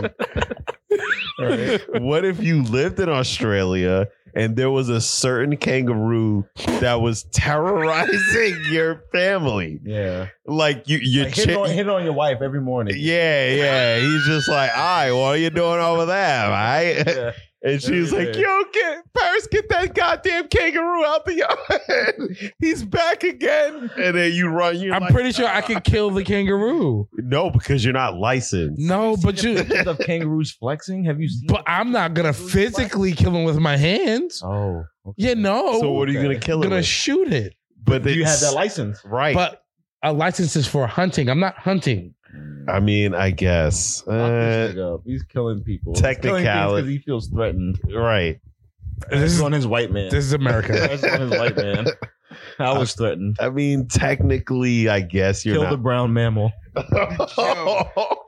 Speaker 5: what if you lived in Australia and there was a certain kangaroo that was terrorizing your family?
Speaker 4: Yeah.
Speaker 5: Like you, you,
Speaker 4: Like, hit,
Speaker 5: chi-
Speaker 4: on, hit on your wife every morning.
Speaker 5: yeah, yeah. He's just like, "All right, what are you doing over there, all right?"
Speaker 4: Yeah.
Speaker 5: And she was like,
Speaker 4: Yeah.
Speaker 5: "Yo, get Paris, get that goddamn kangaroo out the yard. He's back again." And then you run. You,
Speaker 6: I'm pretty sure I could kill the kangaroo.
Speaker 5: no, because you're not licensed.
Speaker 6: No, but you.
Speaker 4: Pictures of kangaroos flexing. Have you seen?
Speaker 6: But I'm not gonna physically kill him with my hands.
Speaker 4: oh, okay.
Speaker 6: Yeah, no.
Speaker 5: so what are you
Speaker 4: okay.
Speaker 5: gonna kill
Speaker 6: I'm
Speaker 5: it
Speaker 6: gonna
Speaker 5: with?
Speaker 6: shoot it.
Speaker 5: but
Speaker 4: Do you have
Speaker 5: it's-
Speaker 4: that license?
Speaker 5: right?
Speaker 6: but a license is for hunting. I'm not hunting.
Speaker 4: Uh,
Speaker 5: I mean, I guess.
Speaker 4: Lock this
Speaker 5: Uh,
Speaker 4: nigga up. He's killing people. He's killing things
Speaker 5: technicality.
Speaker 4: 'cause he feels threatened.
Speaker 5: right.
Speaker 6: This
Speaker 4: This
Speaker 6: is
Speaker 4: on his white man.
Speaker 6: this is America.
Speaker 4: That's on his white man. I was threatened.
Speaker 5: I mean, technically, I guess you're
Speaker 4: Kill the brown mammal.
Speaker 5: not.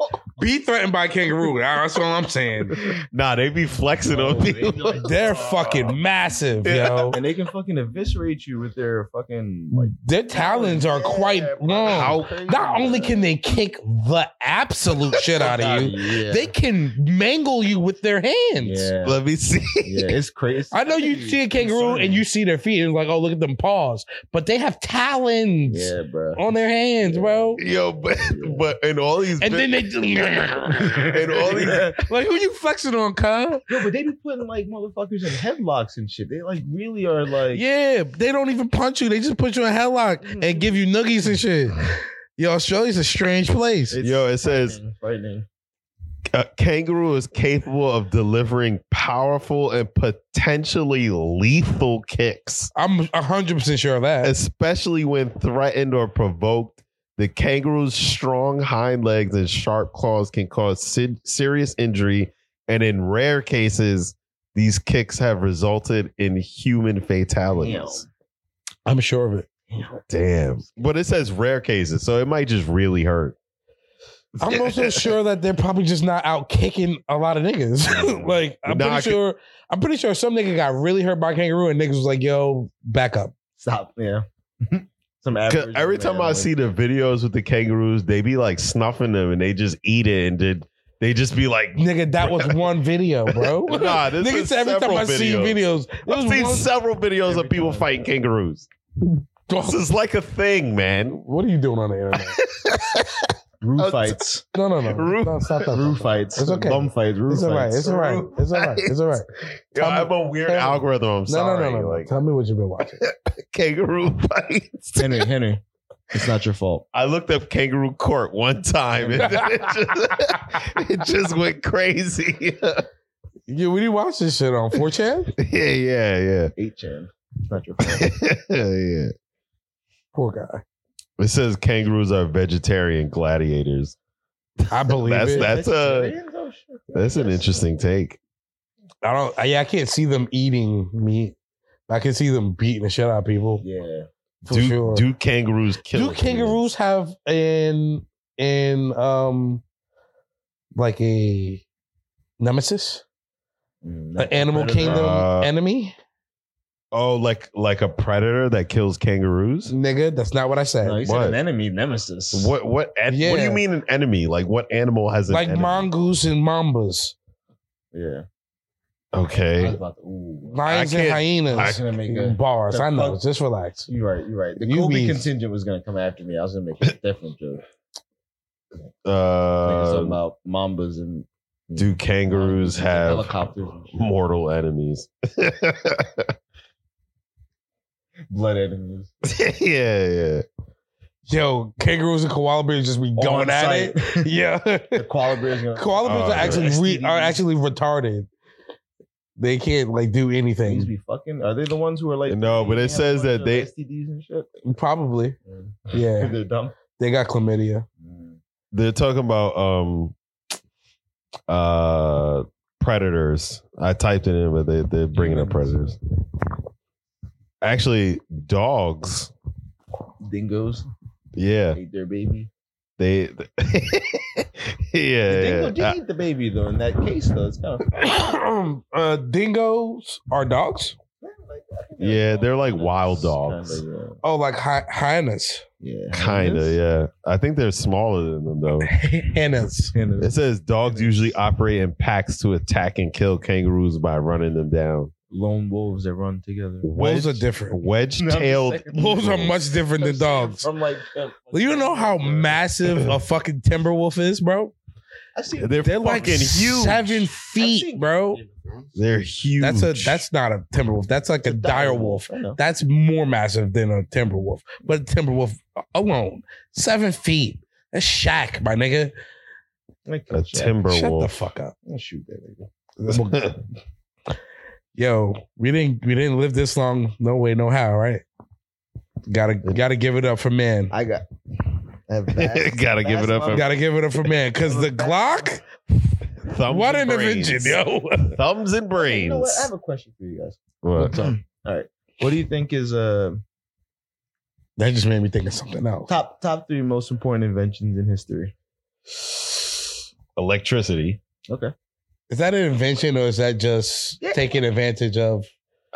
Speaker 6: Be threatened by a kangaroo. That's all I'm saying.
Speaker 5: Nah, they be flexing
Speaker 4: Oh,
Speaker 5: on
Speaker 4: they
Speaker 5: people.
Speaker 4: be like-
Speaker 6: They're fucking massive, yo.
Speaker 4: and they can fucking eviscerate you with their fucking like
Speaker 6: Their talons are quite
Speaker 4: Yeah, bro.
Speaker 6: long.
Speaker 4: How crazy
Speaker 6: Oh, Not
Speaker 4: is
Speaker 6: only
Speaker 4: that?
Speaker 6: can they kick the absolute shit out of you,
Speaker 4: yeah.
Speaker 6: they can mangle you with their hands.
Speaker 4: yeah.
Speaker 5: Let me see.
Speaker 4: yeah, it's crazy.
Speaker 6: I know you see a kangaroo and you see their feet and it's like, oh, look at them paws, but they have talons
Speaker 4: yeah, bro.
Speaker 6: on their hands, bro.
Speaker 5: Yo, but but in all these
Speaker 6: And then they
Speaker 5: and all these
Speaker 6: like, who you flexing on, cuz?
Speaker 4: Yo, but they be putting like motherfuckers in headlocks and shit. They like really are like
Speaker 6: Yeah, they don't even punch you. They just put you in a headlock
Speaker 5: Mm-hmm.
Speaker 6: and give you nuggies and shit. Yo, Australia's a strange place.
Speaker 5: Yo, it says
Speaker 4: frightening.
Speaker 5: a kangaroo is capable of delivering powerful and potentially lethal kicks,
Speaker 6: I'm hundred percent sure of that.
Speaker 5: especially when threatened or provoked. The kangaroo's strong hind legs and sharp claws can cause si- serious injury, and in rare cases, these kicks have resulted in human fatalities.
Speaker 6: I'm sure of it.
Speaker 5: Damn. But it says rare cases, so it might just really hurt.
Speaker 6: I'm also sure that they're probably just not out kicking a lot of niggas. like I'm
Speaker 5: Nah, I
Speaker 6: pretty
Speaker 5: could-
Speaker 6: sure I'm pretty sure some nigga got really hurt by a kangaroo and niggas was like, yo, back up.
Speaker 4: Stop. Yeah. Some
Speaker 5: 'Cause
Speaker 4: average
Speaker 5: every time
Speaker 4: man,
Speaker 5: I
Speaker 4: like-
Speaker 5: see the videos with the kangaroos, they be like snuffing them and they just eat it and did they just be like,
Speaker 6: Nigga, that was one video, bro.
Speaker 5: nah, this
Speaker 6: Niggas
Speaker 5: is
Speaker 6: said every time
Speaker 5: several
Speaker 6: I see
Speaker 5: videos.
Speaker 6: videos, it was
Speaker 5: I've seen
Speaker 6: one-
Speaker 5: several videos
Speaker 4: Every
Speaker 5: of people
Speaker 4: time.
Speaker 5: fighting kangaroos.
Speaker 6: Oh.
Speaker 5: This is like a thing, man.
Speaker 6: What are you doing on the internet?
Speaker 4: roof
Speaker 5: Uh,
Speaker 4: fights,
Speaker 6: No, no, no.
Speaker 5: Roof-
Speaker 6: no stop that.
Speaker 4: roof fights,
Speaker 6: It's okay.
Speaker 4: bum fights, roof
Speaker 6: It's all right.
Speaker 4: fights.
Speaker 6: It's all right. It's all right. It's all right.
Speaker 5: Yo,
Speaker 6: Tell
Speaker 5: I
Speaker 6: me-
Speaker 5: have a weird
Speaker 6: tell me-
Speaker 5: algorithm. I'm
Speaker 6: No, no,
Speaker 5: sorry.
Speaker 6: no, no, no.
Speaker 5: Like
Speaker 6: Tell me what you've been watching.
Speaker 5: kangaroo fights.
Speaker 4: Henry, Henry, it's not your fault.
Speaker 5: I looked up kangaroo court one time and it just, it just went crazy.
Speaker 6: Yeah, we didn't watch this shit on 4chan.
Speaker 5: yeah, yeah, yeah.
Speaker 4: Eight chan, it's not your fault.
Speaker 5: yeah.
Speaker 6: Poor guy.
Speaker 5: It says kangaroos are vegetarian gladiators.
Speaker 6: I believe
Speaker 5: That's
Speaker 6: it.
Speaker 5: that's a
Speaker 4: Vegetarians? Oh, shit.
Speaker 5: that's an interesting take.
Speaker 6: I don't. I, yeah, I can't see them eating meat. I can see them beating the shit out of people.
Speaker 4: Yeah, Mm,
Speaker 6: For
Speaker 5: Do
Speaker 6: sure.
Speaker 5: do kangaroos kill?
Speaker 6: Do kangaroos have an an um like a nemesis,
Speaker 4: Mm,
Speaker 6: an animal
Speaker 4: predator.
Speaker 6: kingdom
Speaker 5: Uh,
Speaker 6: enemy?
Speaker 5: Oh, like like a predator that kills kangaroos?
Speaker 6: Nigga, that's not what I said.
Speaker 4: No, he
Speaker 5: What?
Speaker 4: said an enemy nemesis.
Speaker 5: What what en- what do
Speaker 6: Yeah.
Speaker 5: you mean an enemy? Like what animal has an
Speaker 6: like
Speaker 5: enemy?
Speaker 6: mongoose and mambas,
Speaker 4: Yeah, I was
Speaker 5: okay.
Speaker 4: about to. Ooh,
Speaker 6: lions and
Speaker 5: can't-
Speaker 4: I was
Speaker 6: hyenas, Mm,
Speaker 4: gonna make a.
Speaker 6: bars.
Speaker 4: the
Speaker 6: I know.
Speaker 4: fuck-
Speaker 6: Just relax.
Speaker 4: You're right. You're right. The
Speaker 6: You
Speaker 4: Kobe
Speaker 6: mean-
Speaker 4: contingent was gonna come after me. I was gonna make a different joke. Niggas talking
Speaker 5: Uh,
Speaker 4: about mambas and
Speaker 5: do kangaroos have
Speaker 4: helicopters, and shit.
Speaker 5: mortal enemies? yeah,
Speaker 4: blood enemies.
Speaker 5: yeah.
Speaker 6: Yo, kangaroos and koala bears just be going
Speaker 4: On
Speaker 6: at
Speaker 4: site.
Speaker 6: it. Yeah.
Speaker 4: The koala bears gonna
Speaker 6: Koala bears
Speaker 5: Oh,
Speaker 6: are actually re-
Speaker 4: STDs.
Speaker 6: are actually retarded. They can't like do
Speaker 4: These
Speaker 6: anything.
Speaker 4: be fucking. Are they the ones who are like?
Speaker 5: No, but it
Speaker 4: they have a
Speaker 5: says
Speaker 4: bunch
Speaker 5: that
Speaker 4: of
Speaker 5: they-
Speaker 4: STDs and shit.
Speaker 6: Probably, yeah.
Speaker 4: They're dumb.
Speaker 6: They got chlamydia.
Speaker 4: Mm.
Speaker 5: They're talking about um uh predators. I typed it in, but they they're bringing up predators. Actually, dogs.
Speaker 4: Dingoes
Speaker 5: Yeah,
Speaker 4: ate their baby.
Speaker 5: they.
Speaker 4: The
Speaker 5: yeah,
Speaker 4: dingo
Speaker 5: yeah.
Speaker 4: did
Speaker 5: I-
Speaker 4: eat the baby though. In that case though, it's kind of
Speaker 6: uh, dingoes are dogs.
Speaker 5: yeah. They're like wild dogs.
Speaker 4: Kinda, uh,
Speaker 6: Oh, like hy- hyenas,
Speaker 4: yeah. yeah.
Speaker 5: Kinda, yeah. I think they're smaller than them though.
Speaker 6: hyenas.
Speaker 5: It says dogs usually operate in packs to attack and kill kangaroos by running them down.
Speaker 4: Lone wolves that run together.
Speaker 6: Wolves
Speaker 5: Wedge,
Speaker 6: are different.
Speaker 5: wedge-tailed.
Speaker 6: Wolves are much different than dogs.
Speaker 4: From like, uh,
Speaker 6: Well, you know how massive a fucking timber wolf is, bro.
Speaker 4: I see.
Speaker 5: They're,
Speaker 6: They're
Speaker 5: fucking
Speaker 6: like
Speaker 5: huge.
Speaker 6: seven
Speaker 4: I've
Speaker 6: feet,
Speaker 4: seen-
Speaker 6: bro.
Speaker 5: They're huge.
Speaker 6: That's a that's not a timber wolf. That's like a dire wolf.
Speaker 4: I know.
Speaker 6: That's more massive than a timber wolf. But a timber wolf alone, seven feet. That's Shaq, my nigga.
Speaker 4: Like,
Speaker 5: a timber
Speaker 6: Shut
Speaker 5: wolf.
Speaker 6: the fuck up.
Speaker 4: I'll shoot that nigga.
Speaker 6: Yo, we didn't we didn't live this long. No way, no how, right? Gotta gotta give it up for man.
Speaker 4: I got. I have
Speaker 5: Gotta give it up for-
Speaker 6: Gotta give it up for man. Cause the Glock,
Speaker 5: Thumbs
Speaker 6: what
Speaker 5: and
Speaker 6: an
Speaker 5: brains.
Speaker 6: invention, yo.
Speaker 5: Thumbs and
Speaker 4: You know what? I
Speaker 5: brains.
Speaker 4: have a question for you guys.
Speaker 5: What?
Speaker 4: All right. What do you think is uh
Speaker 6: That just made me think of something else.
Speaker 4: top top three most important inventions in history?
Speaker 5: electricity.
Speaker 6: Is that an invention or is that just
Speaker 4: Yeah.
Speaker 6: taking advantage of?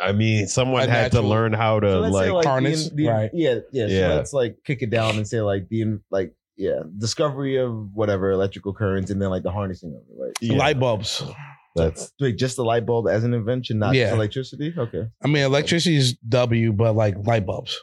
Speaker 5: I mean, someone
Speaker 6: A
Speaker 5: had to
Speaker 6: natural-
Speaker 5: learn how to
Speaker 4: So let's
Speaker 5: like,
Speaker 4: say like
Speaker 6: Uh, harness,
Speaker 4: the, the,
Speaker 6: right.
Speaker 4: Yeah, yeah.
Speaker 5: Yeah.
Speaker 4: So let's like kick it down and say like the like yeah discovery of whatever electrical currents and then like the harnessing of it. Right.
Speaker 5: Yeah,
Speaker 6: Light bulbs.
Speaker 5: That's
Speaker 4: Wait, just the light bulb as an invention, not
Speaker 6: Yeah.
Speaker 4: just electricity. Okay.
Speaker 6: I mean, electricity is W, but like light bulbs.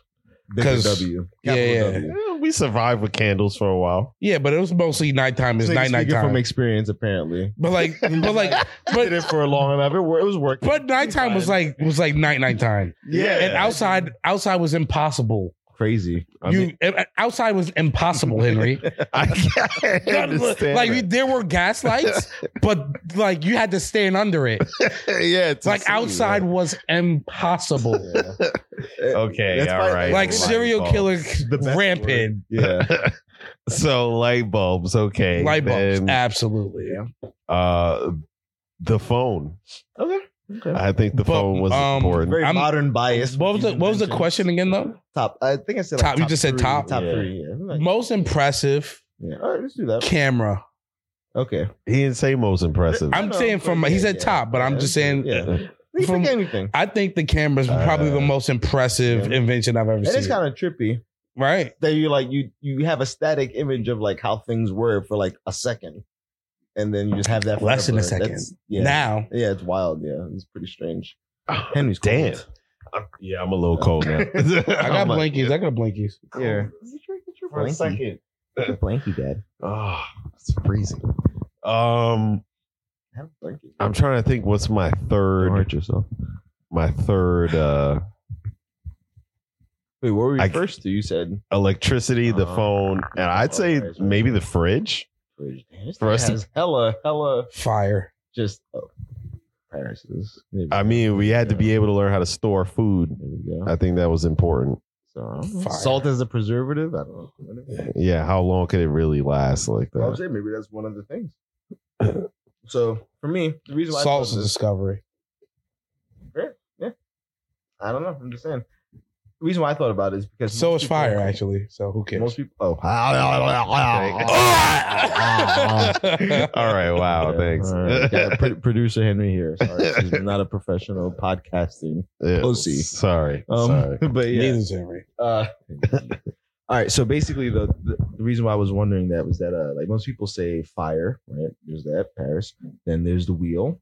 Speaker 4: Bigger
Speaker 6: 'Cause-
Speaker 4: W.
Speaker 6: yeah,
Speaker 4: Capital
Speaker 6: yeah.
Speaker 4: W.
Speaker 5: Eh, we survived with candles for a while.
Speaker 6: Yeah, but it was mostly nighttime. It's
Speaker 4: Nigga
Speaker 6: night night
Speaker 4: speaking from
Speaker 6: time.
Speaker 4: experience, apparently.
Speaker 6: But like, but like,
Speaker 4: Did
Speaker 6: but
Speaker 4: it for a long enough. It, wor- it was working.
Speaker 6: but nighttime was like was like night night time.
Speaker 5: Yeah,
Speaker 6: And outside, outside was impossible.
Speaker 4: Crazy.
Speaker 5: I
Speaker 6: you
Speaker 5: mean,
Speaker 6: and outside was impossible, Henry.
Speaker 5: I can't understand.
Speaker 6: like
Speaker 5: that.
Speaker 6: you- there were gas lights, but like you had to stand under it.
Speaker 5: yeah, to
Speaker 6: Like
Speaker 5: see,
Speaker 6: outside was impossible.
Speaker 5: Okay,
Speaker 4: That's
Speaker 5: all
Speaker 4: probably-
Speaker 5: right.
Speaker 6: like
Speaker 5: light
Speaker 6: serial
Speaker 5: bulbs.
Speaker 6: killer
Speaker 4: The best
Speaker 6: rampant.
Speaker 4: Yeah.
Speaker 5: so light bulbs, okay.
Speaker 6: Light bulbs,
Speaker 5: Then,
Speaker 6: absolutely.
Speaker 5: uh, the phone.
Speaker 4: Okay. okay.
Speaker 5: I think the
Speaker 6: But,
Speaker 5: phone was
Speaker 6: um,
Speaker 5: important.
Speaker 4: Very
Speaker 6: I'm-
Speaker 4: modern bias.
Speaker 6: What was the What was the
Speaker 4: Inventions.
Speaker 6: question again? Though
Speaker 4: Top. I think I said like,
Speaker 6: Top, you just said
Speaker 4: three,
Speaker 6: top?
Speaker 4: Top
Speaker 5: Yeah.
Speaker 4: three. Yeah. Like,
Speaker 6: most impressive
Speaker 4: yeah. All right, let's do that.
Speaker 6: camera.
Speaker 4: Okay.
Speaker 5: He didn't say most impressive.
Speaker 6: I'm
Speaker 4: No,
Speaker 6: saying
Speaker 4: but
Speaker 6: from
Speaker 4: yeah,
Speaker 6: he said
Speaker 4: yeah.
Speaker 6: top, but I'm
Speaker 4: Yeah,
Speaker 6: just saying.
Speaker 4: yeah. You
Speaker 6: From-
Speaker 4: pick anything.
Speaker 6: I think the camera's probably the
Speaker 5: Uh,
Speaker 6: most impressive
Speaker 4: yeah.
Speaker 6: invention I've ever
Speaker 4: And it's
Speaker 6: seen.
Speaker 4: kind of trippy
Speaker 6: right?
Speaker 4: that you like you you have a static image of like how things were for like a second, and then you just have that
Speaker 6: Less than a
Speaker 4: forever.
Speaker 6: second.
Speaker 4: That's- yeah,
Speaker 6: Now,
Speaker 4: yeah, it's wild. Yeah, it's pretty strange.
Speaker 5: Henry's
Speaker 4: cold.
Speaker 5: damn. I'm- yeah, I'm a little cold now.
Speaker 6: I got blankies. I got blankies.
Speaker 4: Yeah,
Speaker 5: for a second.
Speaker 4: blankie, dad.
Speaker 5: Oh, it's freezing. Um,
Speaker 4: Have a blankie.
Speaker 5: I'm trying to think. What's my third?
Speaker 4: yourself.
Speaker 5: My third uh
Speaker 4: Wait, what were you
Speaker 5: I-
Speaker 4: first? You said
Speaker 5: electricity, the
Speaker 4: Oh.
Speaker 5: phone, and I'd say maybe the fridge.
Speaker 4: fridge. Damn, this
Speaker 5: First-
Speaker 4: thing has hella, hella,
Speaker 6: Fire.
Speaker 4: just oh, Paris's. There we
Speaker 5: I
Speaker 6: Uh,
Speaker 4: go.
Speaker 5: mean, we had to be able to learn how to store food.
Speaker 4: there we go.
Speaker 5: I think that was important.
Speaker 4: So
Speaker 6: Fire.
Speaker 4: salt as a preservative. I don't know.
Speaker 5: Yeah, how long could it really last like
Speaker 4: I
Speaker 6: Uh,
Speaker 4: would
Speaker 5: that?
Speaker 4: say maybe that's one of the things. So for me, the reason why I
Speaker 6: Salt's
Speaker 4: chose
Speaker 6: a
Speaker 4: this-
Speaker 6: discovery.
Speaker 4: I don't know. I'm just saying. The reason why I thought about it is because
Speaker 6: So
Speaker 4: most
Speaker 6: is fire,
Speaker 4: people-
Speaker 6: actually. So who cares?
Speaker 4: Most people. Oh,
Speaker 5: All right, wow,
Speaker 6: Oh,
Speaker 4: Yeah,
Speaker 5: thanks.
Speaker 4: all right. Got pro- producer Henry here. Sorry, she's not a professional podcasting.
Speaker 5: Yeah,
Speaker 4: pussy.
Speaker 5: Sorry,
Speaker 4: Um,
Speaker 5: sorry.
Speaker 4: but yeah,
Speaker 6: Neither is Henry.
Speaker 4: Uh, all right. So basically, the, the the reason why I was wondering that was that uh, like most people say fire, right? There's that Paris. Then there's the wheel.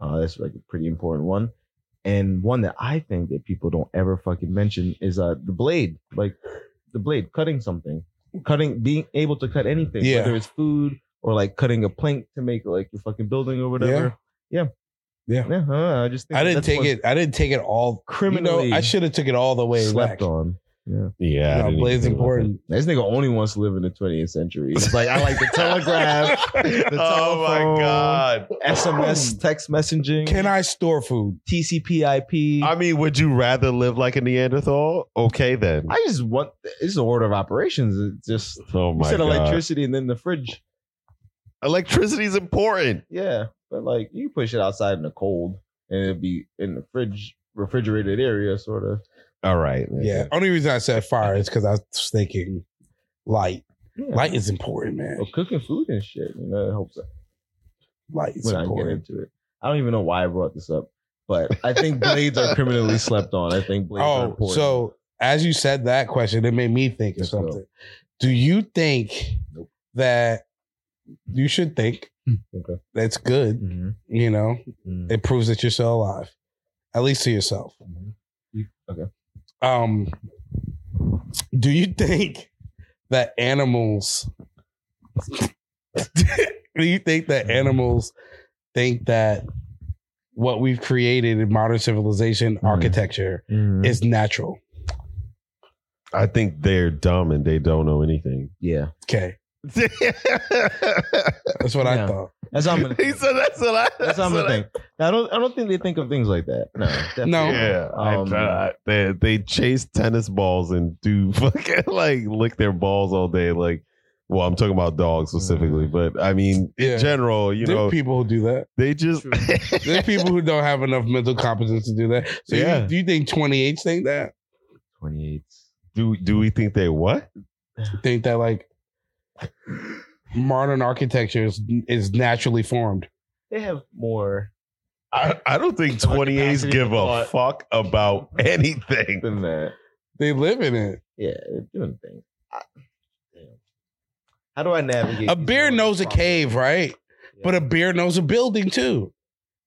Speaker 4: Uh, that's like a pretty important one, and one that I think that people don't ever fucking mention is uh the blade, like the blade cutting something, cutting being able to cut anything,
Speaker 6: Yeah.
Speaker 4: whether it's food or like cutting a plank to make like your fucking building or whatever. Yeah.
Speaker 6: Yeah.
Speaker 4: Yeah. huh, I just think
Speaker 6: I didn't
Speaker 4: that's
Speaker 6: take
Speaker 4: one
Speaker 6: it. I didn't take it all.
Speaker 4: Criminally
Speaker 6: You know, I should have took it all the way
Speaker 4: slept
Speaker 6: back.
Speaker 4: on.
Speaker 5: Yeah, I
Speaker 6: You know,
Speaker 5: didn't
Speaker 6: Blade's
Speaker 5: even think about
Speaker 6: important.
Speaker 4: This nigga only wants to live in the 20th century. It's like I like the telegraph,
Speaker 5: that.
Speaker 4: The
Speaker 5: oh my
Speaker 4: telephone.
Speaker 5: god!
Speaker 4: SMS, text messaging,
Speaker 6: Can I store food?
Speaker 4: TCP/IP.
Speaker 5: I
Speaker 4: I,
Speaker 5: mean, would you rather live like a Neanderthal? Okay, then.
Speaker 4: just want it's the order of operations. It's just
Speaker 5: oh
Speaker 4: you
Speaker 5: my
Speaker 4: said
Speaker 5: god!
Speaker 4: electricity and then the fridge.
Speaker 5: Electricity is important.
Speaker 4: Yeah, but like you push it outside in the cold and it'd be in the fridge, refrigerated area, sort of.
Speaker 5: All right.
Speaker 6: Yeah. Only reason I said fire is because I was thinking light.
Speaker 4: Yeah.
Speaker 6: Light is important, man.
Speaker 4: Or cooking food and shit. You know, it helps out
Speaker 6: Light is
Speaker 4: when I get
Speaker 6: important.
Speaker 4: into it. I don't even know why I brought this up, but I think blades are criminally slept on. I think blades are
Speaker 6: Oh,
Speaker 4: important.
Speaker 6: so as you said that question, it made me think of
Speaker 4: Yes, sir.
Speaker 6: something. Do you think
Speaker 4: Nope.
Speaker 6: that you should think
Speaker 4: Okay.
Speaker 6: that's good?
Speaker 4: Mhm.
Speaker 6: You know,
Speaker 4: Mhm.
Speaker 6: it proves that you're still alive, at least to yourself.
Speaker 4: Mhm. You- Okay.
Speaker 6: Um, do you think that animals? do you think that animals think that what we've created in modern
Speaker 4: Hmm.
Speaker 6: civilization architecture is natural?
Speaker 5: I think they're dumb and they don't know anything.
Speaker 4: Yeah.
Speaker 6: Okay,
Speaker 5: he
Speaker 6: that's what I
Speaker 4: Yeah.
Speaker 6: thought.
Speaker 4: That's how I'm gonna think.
Speaker 5: said that's a lot.
Speaker 4: That's how I'm gonna
Speaker 5: a
Speaker 4: think. Now, I don't I don't think they think of things like that. No. definitely
Speaker 6: No.
Speaker 5: lot.
Speaker 6: think.
Speaker 5: Yeah, I
Speaker 4: Um,
Speaker 5: thought they they chase tennis balls and do fucking like lick their balls all day. Like, well, I'm talking about dogs
Speaker 4: Mm.
Speaker 5: specifically, but I mean
Speaker 6: Yeah.
Speaker 5: in general, you
Speaker 6: there
Speaker 5: know,
Speaker 6: are people who do that.
Speaker 5: they just
Speaker 6: There are people who don't have enough mental competence to do that. So
Speaker 5: Yeah.
Speaker 6: you, do you think 28 think that?
Speaker 4: 28.
Speaker 5: do. Do we think they what?
Speaker 6: Think that like modern architecture is, is naturally formed.
Speaker 4: They have more
Speaker 5: I, I don't think 28s
Speaker 4: capacity
Speaker 5: give a
Speaker 4: for
Speaker 5: fuck about anything.
Speaker 4: than that.
Speaker 6: They live in it.
Speaker 4: Yeah, they're doing things. I- damn. How do I navigate?
Speaker 6: A
Speaker 4: these
Speaker 6: bear
Speaker 4: waters
Speaker 6: knows a
Speaker 4: properly?
Speaker 6: cave, right?
Speaker 4: Yeah.
Speaker 6: But a bear knows a building too.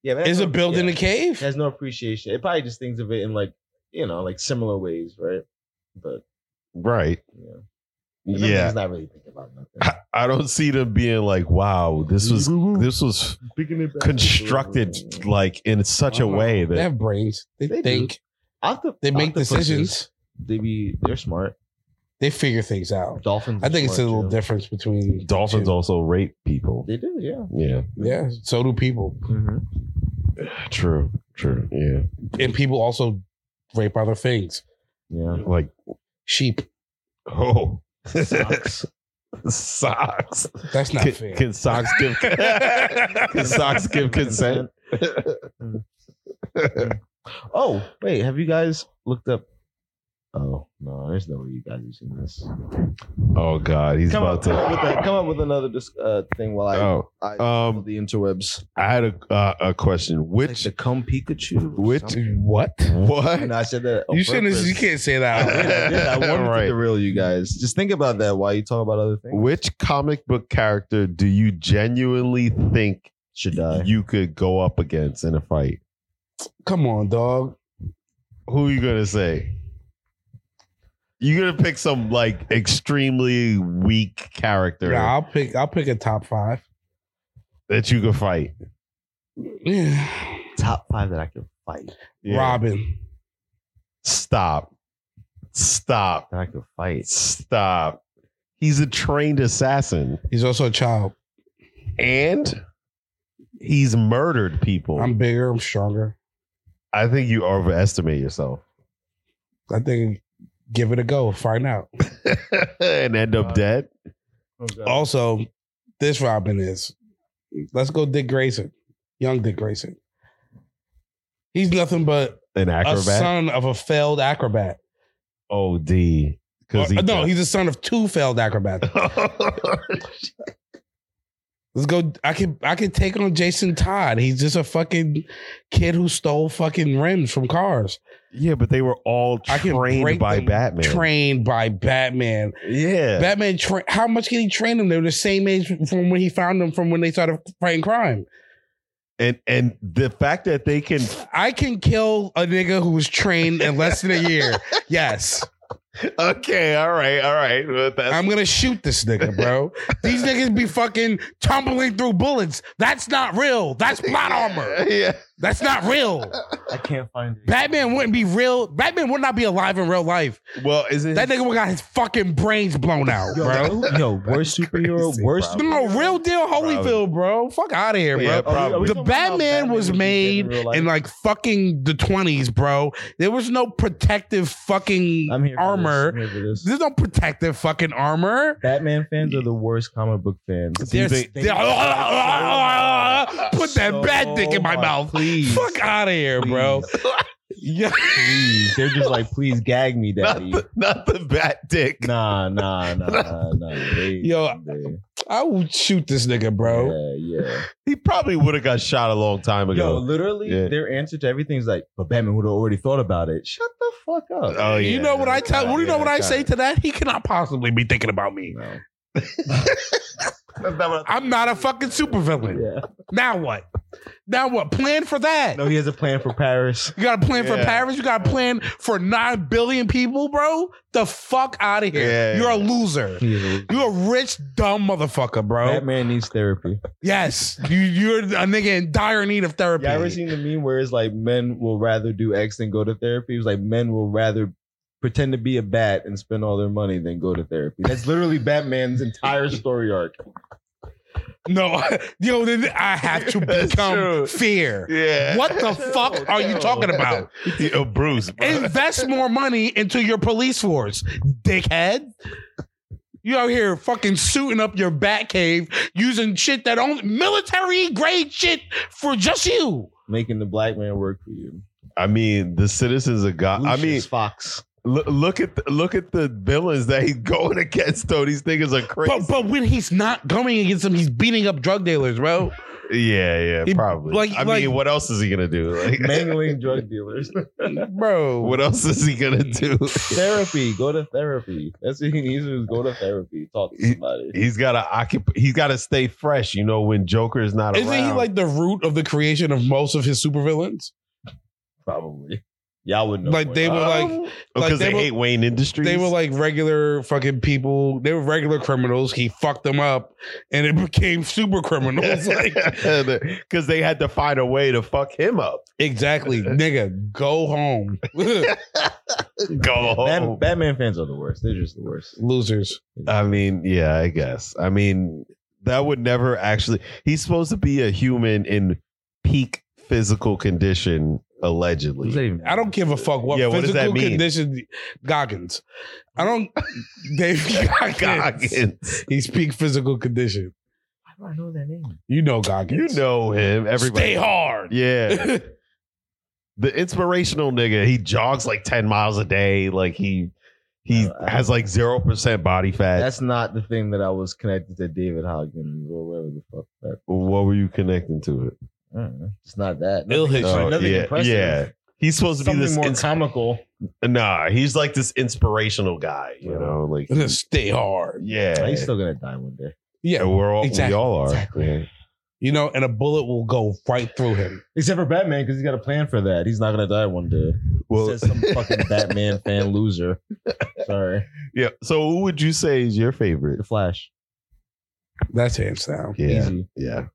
Speaker 4: yeah, but that's
Speaker 6: Is a
Speaker 4: no-
Speaker 6: building
Speaker 4: yeah,
Speaker 6: a cave?
Speaker 4: Has no appreciation. It probably just thinks of it in like you know like similar ways, right? But
Speaker 5: Right.
Speaker 4: yeah,
Speaker 5: Yeah.
Speaker 4: he's not really thinking about nothing.
Speaker 5: I, I don't see them being like, wow, this was this was
Speaker 4: Picking it back up.
Speaker 5: constructed like in such a
Speaker 4: Uh-huh.
Speaker 6: Wow.
Speaker 5: way
Speaker 6: They
Speaker 5: that
Speaker 6: have brains. They,
Speaker 4: They do.
Speaker 6: think.
Speaker 4: Octo-
Speaker 6: They make
Speaker 4: octopuses,
Speaker 6: decisions.
Speaker 4: They be they're smart.
Speaker 6: They figure things out.
Speaker 4: Dolphins.
Speaker 6: I
Speaker 4: are
Speaker 6: think it's a
Speaker 4: smart,
Speaker 6: little
Speaker 4: too.
Speaker 6: difference between the
Speaker 5: dolphins
Speaker 6: two.
Speaker 5: also rape people.
Speaker 4: They do, yeah.
Speaker 5: Yeah,
Speaker 6: Yeah, so do people,
Speaker 4: Mm-hmm.
Speaker 5: true, true. Yeah,
Speaker 6: and people also rape other things.
Speaker 4: Yeah.
Speaker 5: like
Speaker 6: Sheep.
Speaker 5: oh, socks. socks.
Speaker 6: That's not
Speaker 5: Can,
Speaker 6: fair.
Speaker 5: can socks give? can socks give consent?
Speaker 4: Oh, wait, have you guys looked up? Oh no, there's no way you guys have seen this.
Speaker 5: Oh God, he's
Speaker 4: Come
Speaker 5: about
Speaker 4: up, come up
Speaker 5: to.
Speaker 4: with a- come up with another dis- uh, thing while I,
Speaker 5: Oh,
Speaker 4: I
Speaker 5: um,
Speaker 4: the interwebs.
Speaker 5: I had a uh, a question. Which
Speaker 4: come Pikachu.
Speaker 5: which
Speaker 6: What?
Speaker 5: what?
Speaker 4: And I said that. on
Speaker 6: You shouldn't.
Speaker 4: purpose.
Speaker 6: You can't say
Speaker 4: I
Speaker 6: that.
Speaker 4: did, I did. I wanted
Speaker 5: Right.
Speaker 4: to derail you guys. Just think about that while you talk about other things.
Speaker 5: Which comic book character do you genuinely think
Speaker 4: Should die.
Speaker 5: you could go up against in a fight?
Speaker 6: Come on, dog.
Speaker 5: Who are you gonna say? You're gonna pick some like extremely weak character
Speaker 6: Nah, I'll pick. I'll pick a top five.
Speaker 5: that you could fight.
Speaker 6: Yeah.
Speaker 4: Top five that I can fight.
Speaker 5: Yeah.
Speaker 6: Robin.
Speaker 5: Stop. Stop.
Speaker 4: That I can fight.
Speaker 5: Stop. He's a trained assassin.
Speaker 6: He's also a child.
Speaker 5: And he's murdered people.
Speaker 6: I'm bigger. I'm stronger.
Speaker 5: I think you overestimate yourself.
Speaker 6: I think. Give it a go. Find out.
Speaker 5: and end up dead.
Speaker 6: Also, this Robin is. Let's go, Dick Grayson. Young Dick Grayson. He's nothing but
Speaker 5: An
Speaker 6: a
Speaker 5: acrobat.
Speaker 6: son of a failed acrobat.
Speaker 5: OD. Because
Speaker 6: Or-
Speaker 5: he
Speaker 6: no, he's a son of two failed acrobats. Let's go. I can I can take on Jason Todd. He's just a fucking kid who stole fucking rims from cars,
Speaker 5: Yeah, but they were all
Speaker 6: I can
Speaker 5: trained
Speaker 6: break
Speaker 5: by
Speaker 6: them.
Speaker 5: Batman.
Speaker 6: trained by Batman.
Speaker 5: yeah.
Speaker 6: Batman. Tra- how much can he train them? They were the same age from when he found them from when they started fighting crime.
Speaker 5: and and the fact that they can
Speaker 6: I can kill a nigga who was trained in less than a year. Yes,
Speaker 5: Okay, all right, all right. Well, that's-
Speaker 6: I'm gonna shoot this nigga, bro. These niggas be fucking tumbling through bullets. That's not real. That's plot armor.
Speaker 5: Yeah.
Speaker 6: That's not real.
Speaker 4: I can't find it.
Speaker 6: Batman wouldn't be real. Batman would not be alive in real life.
Speaker 5: Well, is it
Speaker 6: That nigga would got his fucking brains blown out, bro.
Speaker 4: Yo, yo, worst superhero,
Speaker 5: crazy,
Speaker 4: worst.
Speaker 5: bro.
Speaker 6: No, real deal
Speaker 5: Probably.
Speaker 6: Holyfield, bro. Fuck out of here, bro.
Speaker 5: Yeah,
Speaker 4: Are we- are Oh, we
Speaker 5: probably.
Speaker 6: The
Speaker 4: talking about
Speaker 6: Batman was
Speaker 4: if he did
Speaker 6: made
Speaker 4: real life?
Speaker 6: in like fucking the 20s, bro. There was no protective fucking
Speaker 4: I'm here for
Speaker 6: armor.
Speaker 4: this. I'm here for this.
Speaker 6: There's no protective fucking armor.
Speaker 4: Batman fans are the worst comic book fans.
Speaker 6: There's,
Speaker 4: They-
Speaker 6: there- put that
Speaker 4: So
Speaker 6: bad dick in my
Speaker 4: much.
Speaker 6: mouth.
Speaker 4: Please.
Speaker 6: Fuck out of here, bro. yeah.
Speaker 4: Please. They're just like, please gag me,
Speaker 5: not
Speaker 4: daddy.
Speaker 5: the, not the bat dick?
Speaker 4: Nah, nah, nah, nah, nah. They,
Speaker 6: Yo,
Speaker 4: they-
Speaker 6: I would shoot this nigga, bro.
Speaker 4: Yeah, yeah.
Speaker 5: He probably would have got shot a long time
Speaker 4: Yo,
Speaker 5: ago.
Speaker 4: literally,
Speaker 5: Yeah.
Speaker 4: their answer to everything is like, but Batman would have already thought about it. Shut the fuck up.
Speaker 5: oh yeah.
Speaker 6: you know what I tell?
Speaker 5: God,
Speaker 6: What do you know
Speaker 5: yeah,
Speaker 6: what I
Speaker 5: God.
Speaker 6: say to that? He cannot possibly be thinking about me.
Speaker 4: No.
Speaker 6: I'm not a fucking supervillain.
Speaker 4: Yeah.
Speaker 6: Now what? Now what? Plan for that.
Speaker 4: No, he has a plan for Paris.
Speaker 6: You got a plan for
Speaker 5: Yeah.
Speaker 6: Paris. You got a plan for nine billion people, bro. The fuck out of here.
Speaker 5: Yeah.
Speaker 6: You're a loser. You're a rich dumb motherfucker, bro.
Speaker 4: Batman needs therapy.
Speaker 6: Yes, you, you're a nigga in dire need of therapy.
Speaker 4: Yeah, I ever seen the meme where it's like men will rather do X than go to therapy? It was like men will rather pretend to be a bat and spend all their money than go to therapy. That's literally Batman's entire story arc.
Speaker 6: no, yo, then I have to
Speaker 5: That's
Speaker 6: become
Speaker 5: true.
Speaker 6: fear.
Speaker 5: Yeah. Oh,
Speaker 6: What the fuck are you talking about?
Speaker 5: Yo, Bruce. bro.
Speaker 6: Invest more money into your police force, dickhead. You out here fucking suiting up your bat cave using shit that only military grade shit for just you.
Speaker 4: Making the black man work for you.
Speaker 5: I mean, the citizens of God. I mean,
Speaker 4: Lucius Fox.
Speaker 5: Look, look at the, look at the villains that he's going against. Though these niggas are crazy.
Speaker 6: But, but when he's not going against them, he's beating up drug dealers, bro.
Speaker 5: yeah, yeah,
Speaker 6: He-
Speaker 5: probably.
Speaker 6: like-
Speaker 5: I
Speaker 6: like-
Speaker 5: mean, what else is he gonna do? Like,
Speaker 4: Mangling drug dealers.
Speaker 6: Bro.
Speaker 5: what else is he gonna do?
Speaker 4: therapy. Go to therapy. That's what he needs to do is go to therapy. Talk to
Speaker 5: He-
Speaker 4: somebody.
Speaker 5: He's gotta occupy. He's gotta stay fresh. You know, when Joker is not
Speaker 6: Isn't
Speaker 5: around.
Speaker 6: he like the root of the creation of most of his supervillains?
Speaker 4: Probably. Y'all wouldn't know.
Speaker 6: Like,
Speaker 4: more.
Speaker 6: they
Speaker 4: I-
Speaker 6: were like-
Speaker 5: Um, because
Speaker 6: like, they
Speaker 5: they,
Speaker 6: were-
Speaker 5: hate Wayne Industries.
Speaker 6: They were like regular fucking people. They were regular criminals. He fucked them up and it became super criminals. Like,
Speaker 5: because they had to find a way to fuck him up.
Speaker 6: exactly. Nigga, go home.
Speaker 5: Go
Speaker 4: Bat-
Speaker 5: home.
Speaker 4: Batman fans are the worst. They're just the worst.
Speaker 6: Losers.
Speaker 5: I mean, yeah, I guess. I mean, that would never actually. He's supposed to be a human in peak physical condition, allegedly.
Speaker 6: I don't give a fuck what
Speaker 5: Yeah, what does
Speaker 6: physical
Speaker 5: that mean?
Speaker 6: condition Goggins. I don't Dave Goggins.
Speaker 5: Goggins.
Speaker 6: He's peak physical condition.
Speaker 4: How do I know that name?
Speaker 6: You know
Speaker 5: You
Speaker 6: Goggins.
Speaker 5: know him. Everybody.
Speaker 6: Stay hard.
Speaker 5: Yeah. the inspirational nigga. He jogs like ten miles a day. Like he he
Speaker 4: I- I-
Speaker 5: has like zero percent body fat.
Speaker 4: That's not the thing that I was connected to David Hawkins or whatever the fuck. That,
Speaker 5: what were you connecting to it?
Speaker 4: I don't know. It's not that.
Speaker 6: It'll hit you.
Speaker 5: Oh,
Speaker 4: nothing
Speaker 5: yeah,
Speaker 4: impressive.
Speaker 5: yeah. He's supposed to be this. ins-
Speaker 4: comical.
Speaker 5: nah, he's like this inspirational guy. You
Speaker 4: Yeah.
Speaker 5: know, like
Speaker 6: Stay hard.
Speaker 5: yeah.
Speaker 4: He's still gonna die one day.
Speaker 5: Yeah,
Speaker 6: Yeah.
Speaker 5: we're all
Speaker 6: Exactly,
Speaker 5: we all are.
Speaker 6: exactly.
Speaker 5: Yeah.
Speaker 6: You know, and a bullet will go right through him.
Speaker 4: Except for Batman, because he's got a plan for that. He's not gonna die one day.
Speaker 5: Well,
Speaker 4: Says some fucking Batman fan loser. Sorry,
Speaker 5: yeah. So, who would you say is your favorite?
Speaker 4: The Flash.
Speaker 6: That's hands down.
Speaker 5: Yeah,
Speaker 4: Easy.
Speaker 5: yeah.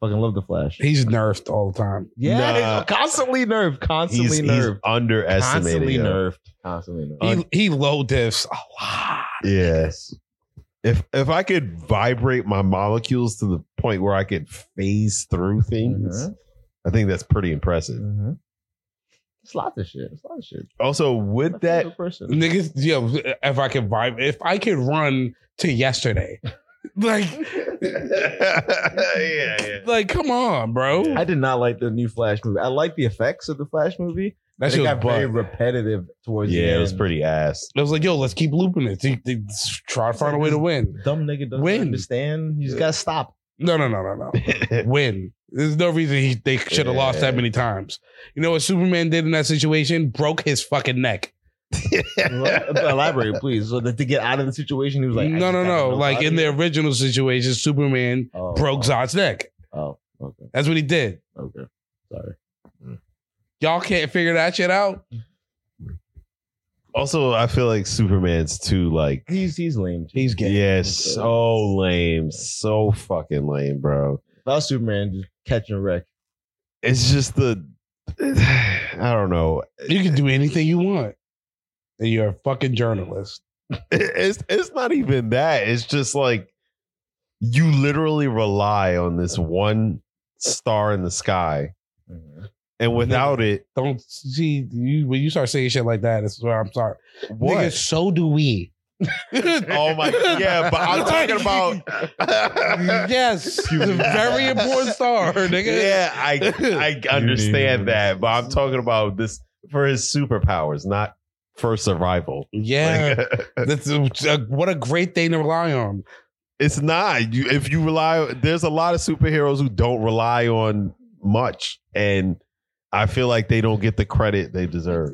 Speaker 4: Fucking love the Flash.
Speaker 6: He's nerfed all the time.
Speaker 4: Yeah,
Speaker 5: Nah.
Speaker 4: he's constantly nerve,
Speaker 5: He's,
Speaker 4: constantly
Speaker 5: he's
Speaker 4: nerve,
Speaker 5: underestimated.
Speaker 4: constantly
Speaker 5: yo.
Speaker 4: nerfed, constantly nerve.
Speaker 6: He, he low diffs a lot.
Speaker 5: Yes. If if I could vibrate my molecules to the point where I could phase through things,
Speaker 4: Mhm.
Speaker 5: I think that's pretty impressive.
Speaker 4: Mhm. It's lots of shit. It's a lot of shit.
Speaker 5: Also, would
Speaker 4: My
Speaker 5: that
Speaker 4: favorite person.
Speaker 6: Niggas, yo, if I could vibe, if I could run to yesterday, like,
Speaker 5: yeah, yeah.
Speaker 6: like, come on, bro.
Speaker 4: I did not like the new Flash movie. I like the effects of the Flash movie.
Speaker 6: that
Speaker 4: it
Speaker 6: shit was
Speaker 4: got very
Speaker 6: bugged.
Speaker 4: repetitive towards the
Speaker 5: Yeah,
Speaker 4: end.
Speaker 5: it was pretty ass.
Speaker 6: I was like, yo, let's keep looping it. They- they just Try to find a way to win.
Speaker 4: Dumb nigga doesn't
Speaker 6: When?
Speaker 4: understand. You just gotta stop.
Speaker 6: No, no, no, no, no. Win. There's no reason he, they should have lost that many times. You know what Superman did in that situation? Broke his fucking neck.
Speaker 4: Elaborate, please. So that to get out of the situation, he was like, I
Speaker 6: no,
Speaker 4: just
Speaker 6: no,
Speaker 4: got
Speaker 6: no. Like in
Speaker 4: nobody.
Speaker 6: the original situation, Superman
Speaker 4: Oh,
Speaker 6: broke
Speaker 4: oh,
Speaker 6: Zod's neck.
Speaker 4: Oh, okay,
Speaker 6: That's what he did.
Speaker 4: okay. Sorry.
Speaker 6: Y'all can't figure that shit out.
Speaker 5: also, I feel like Superman's too like
Speaker 4: He's he's lame. Too.
Speaker 6: He's
Speaker 5: yeah, so lame, so fucking lame, bro.
Speaker 4: If I was Superman, just catch and wreck.
Speaker 5: It's just the I don't know.
Speaker 6: You can do anything you want. And you're a fucking journalist.
Speaker 5: it's it's not even that. It's just like you literally rely on this one star in the sky,
Speaker 6: Uh-huh.
Speaker 5: and without it,
Speaker 6: Don't see you when you start saying shit like that, it's where I'm sorry.
Speaker 5: what?
Speaker 6: Nigga, so do we.
Speaker 5: oh my! Yeah, but I'm talking about.
Speaker 6: Yes. It's a very important star, nigga.
Speaker 5: yeah, I I understand that, but I'm talking about this for his superpowers, not for survival.
Speaker 6: Yeah. That's a, what a great thing to rely on.
Speaker 5: it's not you if you rely there's a lot of superheroes who don't rely on much and i feel like they don't get the credit they deserve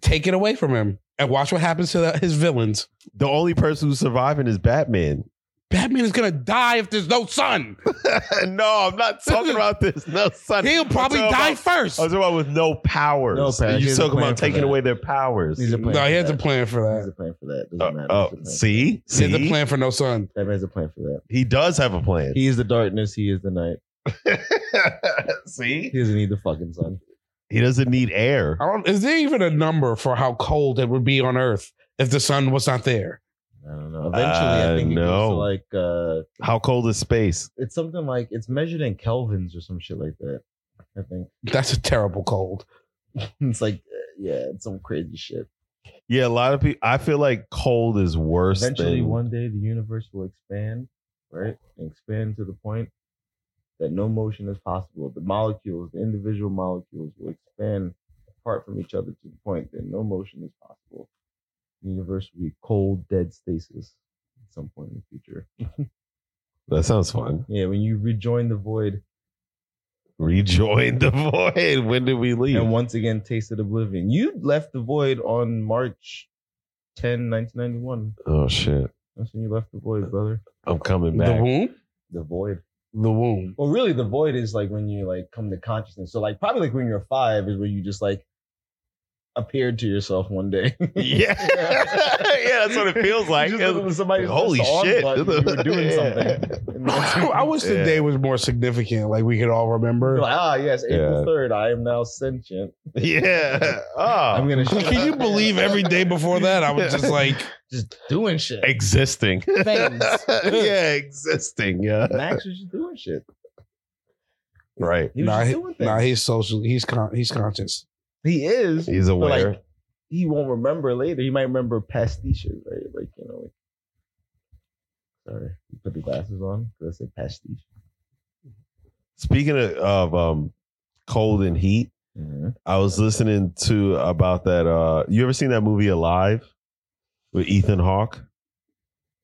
Speaker 6: Take it away from him and watch what happens to the, his villains.
Speaker 5: the only person who's surviving is batman
Speaker 6: Batman is gonna die if there's no sun.
Speaker 5: no i'm not talking about this no son
Speaker 6: He'll probably
Speaker 5: I'm talking
Speaker 6: die
Speaker 5: about-
Speaker 6: first.
Speaker 5: i was talking about with no powers
Speaker 4: No powers. He
Speaker 5: you
Speaker 4: has a
Speaker 5: talking
Speaker 4: plan
Speaker 5: about
Speaker 4: for
Speaker 5: taking
Speaker 4: that.
Speaker 5: away their powers
Speaker 4: He's a plan.
Speaker 6: No,
Speaker 4: for
Speaker 6: he has
Speaker 4: that.
Speaker 6: a plan for
Speaker 4: He's
Speaker 6: that.
Speaker 4: a plan for that. Doesn't
Speaker 5: uh,
Speaker 4: matter.
Speaker 6: oh,
Speaker 5: uh,
Speaker 4: He's a plan for
Speaker 5: see
Speaker 6: He has a
Speaker 5: See?
Speaker 6: plan for no sun.
Speaker 4: that. Batman's a plan for that.
Speaker 5: he does have a plan
Speaker 4: He is the darkness. He is the night.
Speaker 5: see
Speaker 4: He doesn't need the fucking sun.
Speaker 5: he doesn't need air
Speaker 6: I don't, is there even a number for how cold it would be on Earth if the sun was not there?
Speaker 4: I don't know. Eventually,
Speaker 5: Uh,
Speaker 4: I think it
Speaker 5: no.
Speaker 4: goes to like uh,
Speaker 5: how cold is space
Speaker 4: it's something like it's measured in kelvins or some shit like that. I think
Speaker 6: That's a terrible cold.
Speaker 4: it's like uh, yeah, it's some crazy shit.
Speaker 5: yeah a lot of people i feel like cold is worse
Speaker 4: Eventually,
Speaker 5: than
Speaker 4: one day the universe will expand, right? And expand to the point that no motion is possible. The molecules, the individual molecules, will expand apart from each other to the point that no motion is possible. The universe will be cold, dead stasis at some point in the future.
Speaker 5: That sounds fun.
Speaker 4: Yeah, when you rejoin the void
Speaker 5: Rejoin the void. When did we leave?
Speaker 4: and once again tasted oblivion. You left the void on March 10, 1991.
Speaker 5: oh shit!
Speaker 4: That's when you left the void, brother.
Speaker 5: I'm coming
Speaker 6: The
Speaker 5: back.
Speaker 6: womb?
Speaker 4: The void.
Speaker 6: The womb.
Speaker 4: Well, really, the void is like when you like come to consciousness. So, like, probably like when you're five is when you just like appeared to yourself one day.
Speaker 5: yeah, yeah, that's what it feels like.
Speaker 4: You just
Speaker 6: uh,
Speaker 4: look at somebody who
Speaker 5: Holy
Speaker 4: pressed the on
Speaker 5: shit.
Speaker 4: button and You were doing
Speaker 5: Yeah.
Speaker 4: something. And then
Speaker 6: I wish the
Speaker 5: Yeah.
Speaker 6: day was more significant, like we could all
Speaker 4: you're
Speaker 6: remember.
Speaker 4: like, ah, yes,
Speaker 5: Yeah.
Speaker 4: April third. I am now sentient.
Speaker 5: yeah. Oh,
Speaker 4: I'm gonna.
Speaker 6: Can you believe every day before that? I was just like,
Speaker 4: just doing shit?
Speaker 5: existing.
Speaker 4: Things.
Speaker 5: yeah, existing. Yeah.
Speaker 4: Max was just doing shit.
Speaker 5: Right.
Speaker 4: He was
Speaker 6: nah,
Speaker 4: just
Speaker 6: he-
Speaker 4: doing things.
Speaker 6: nah, he's social. He's con- he's conscious.
Speaker 4: he is.
Speaker 5: He's
Speaker 4: but,
Speaker 5: aware.
Speaker 4: like, he won't remember later. He might remember pastiches, right? Like you know, like. Sorry, you put the glasses on because I said pastiche.
Speaker 5: Speaking of, of um, cold and heat,
Speaker 4: Mm-hmm.
Speaker 5: I was listening to about that. Uh, you ever seen that movie Alive with Ethan Hawke?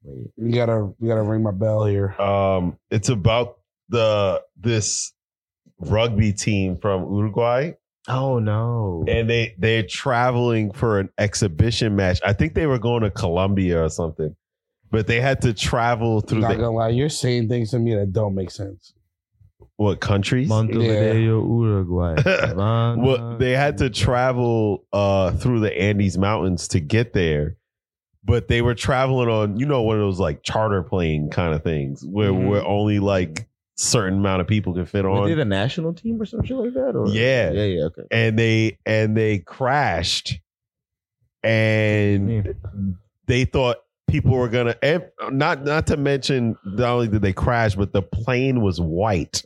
Speaker 4: Wait,
Speaker 6: You gotta you gotta ring my bell here.
Speaker 5: Um, it's about the this rugby team from Uruguay,
Speaker 4: Oh no.
Speaker 5: and they they're traveling for an exhibition match. I think they were going to Colombia or something, but they had to travel through
Speaker 6: Not
Speaker 5: the,
Speaker 6: gonna lie, you're saying things to me that don't make sense.
Speaker 5: what countries?
Speaker 4: Montevideo, Uruguay. Havana.
Speaker 5: Well, they had to travel uh, through the Andes Mountains to get there, but they were traveling on, you know, one of those like charter plane kind of things where
Speaker 6: Mhm.
Speaker 5: where only like certain amount of people can fit
Speaker 4: Were they
Speaker 5: on,
Speaker 4: the national team or some shit like that? Or?
Speaker 5: Yeah.
Speaker 4: Yeah, yeah, okay.
Speaker 5: and they and they crashed, and
Speaker 4: Mm-hmm.
Speaker 5: they thought people were gonna and not not to mention not only did they crash but the plane was white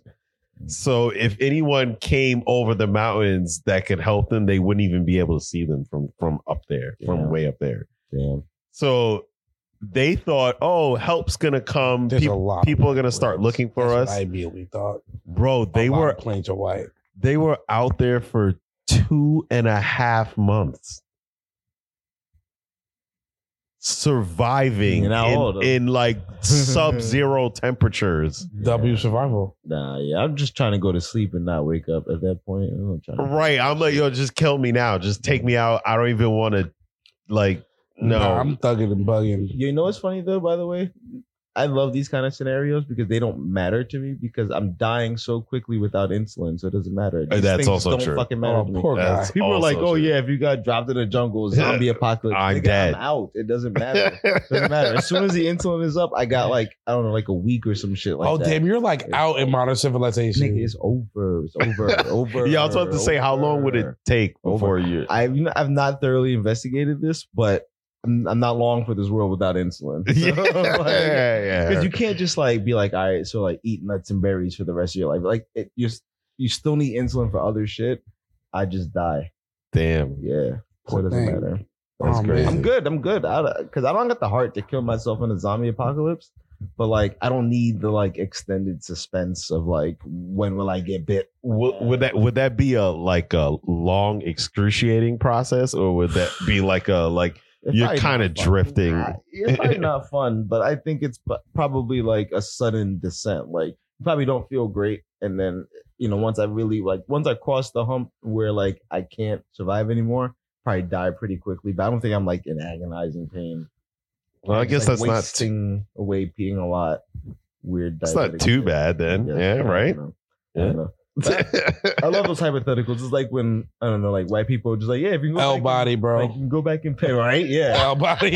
Speaker 5: so if anyone came over the mountains that could help them they wouldn't even be able to see them from from up there
Speaker 4: Yeah.
Speaker 5: from way up there
Speaker 4: Damn.
Speaker 5: so they thought oh help's gonna come
Speaker 6: There's
Speaker 5: Peop-
Speaker 6: a lot.
Speaker 5: people are gonna start looking for
Speaker 6: That's what
Speaker 5: us
Speaker 6: I immediately thought
Speaker 5: bro they
Speaker 6: A lot
Speaker 5: were
Speaker 6: of planes are white.
Speaker 5: they were out there for two and a half months surviving
Speaker 4: And how old?
Speaker 5: in, in like sub-zero temperatures
Speaker 6: W survival.
Speaker 4: Nah, yeah, I'm just trying to go to sleep and not wake up at that point. I'm not trying to-
Speaker 5: right i'm like yo just kill me now just take me out i don't even want to like no
Speaker 6: Nah, I'm thugging and bugging.
Speaker 4: You know what's funny though, by the way? I love these kind of scenarios because they don't matter to me because I'm dying so quickly without insulin, so it doesn't matter. These
Speaker 5: That's
Speaker 4: things
Speaker 5: also
Speaker 4: don't
Speaker 5: true.
Speaker 4: fucking matter
Speaker 6: Oh,
Speaker 4: to me.
Speaker 6: poor guy.
Speaker 5: That's
Speaker 4: People are
Speaker 5: also
Speaker 4: like, oh
Speaker 5: true.
Speaker 4: yeah, if you got dropped in a jungle, zombie apocalypse,
Speaker 5: I'm
Speaker 4: nigga,
Speaker 5: dead.
Speaker 4: I'm out. It doesn't matter. Doesn't matter. As soon as the insulin is up, I got like I don't know, like a week or some shit like
Speaker 6: oh
Speaker 4: that.
Speaker 6: damn, you're like
Speaker 4: Yeah.
Speaker 6: out in modern civilization.
Speaker 4: Nigga, it's over. It's over. over.
Speaker 5: yeah i was about to say how long would it
Speaker 4: over.
Speaker 5: take before you
Speaker 4: I've I've not thoroughly investigated this, but I'm, I'm not long for this world without insulin.
Speaker 5: yeah,
Speaker 4: Like,
Speaker 5: yeah.
Speaker 4: because you can't just like be like, all right, so like eat nuts and berries for the rest of your life. Like it, you you still need insulin for other shit. I just die.
Speaker 5: damn
Speaker 4: Yeah, so it
Speaker 6: Poor thing.
Speaker 4: doesn't matter.
Speaker 5: that's
Speaker 6: Oh, man.
Speaker 5: crazy
Speaker 4: I'm good. I'm good. Because I, don't got the heart to kill myself in a zombie apocalypse. But like, I don't need the like extended suspense of like, when will I get bit?
Speaker 5: would, would that would that be a like a long excruciating process or would that be like a like
Speaker 4: It's
Speaker 5: You're
Speaker 4: probably
Speaker 5: kinda
Speaker 4: not fun.
Speaker 5: drifting.
Speaker 4: Nah, It's probably not fun, but I think it's p- probably like a sudden descent. Like you probably don't feel great, and then you know once I really like once I cross the hump where like I can't survive anymore, probably die pretty quickly. But I don't think I'm like in agonizing pain.
Speaker 5: well i
Speaker 4: I'm
Speaker 5: guess
Speaker 4: just, like,
Speaker 5: that's not too,
Speaker 4: wasting away peeing a lot. Weird.
Speaker 5: that's not
Speaker 4: diabetic
Speaker 5: too
Speaker 4: shit.
Speaker 5: bad then yeah,
Speaker 4: I don't
Speaker 5: right
Speaker 4: know. I don't
Speaker 5: Yeah.
Speaker 4: know. I love those hypotheticals. It's like when I don't know, like white people are just like, yeah, if you can go
Speaker 6: L
Speaker 4: back
Speaker 6: body,
Speaker 4: and,
Speaker 6: bro.
Speaker 4: like, you can go back and pay, right? Yeah,
Speaker 6: L body.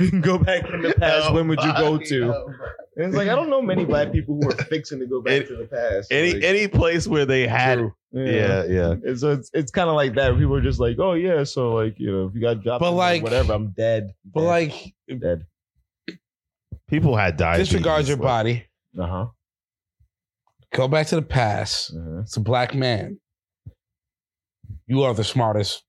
Speaker 4: you can go back in the past. when would you go to?
Speaker 5: Oh,
Speaker 4: And it's like I don't know many black people who are fixing to go back
Speaker 5: Any-
Speaker 4: to the past.
Speaker 5: any
Speaker 4: Like,
Speaker 5: any place where they had yeah yeah
Speaker 4: And so it's it's kind of like that. People are just like, oh yeah, so like you know, if you got dropped,
Speaker 6: But
Speaker 4: or
Speaker 6: like-
Speaker 4: whatever, I'm dead.
Speaker 6: But
Speaker 4: Dead.
Speaker 6: like
Speaker 4: dead.
Speaker 5: people had diabetes
Speaker 6: disregard your
Speaker 5: like-
Speaker 6: body.
Speaker 4: Uh huh.
Speaker 6: Go back to the past.
Speaker 4: Uh-huh.
Speaker 6: It's a black man. You are the smartest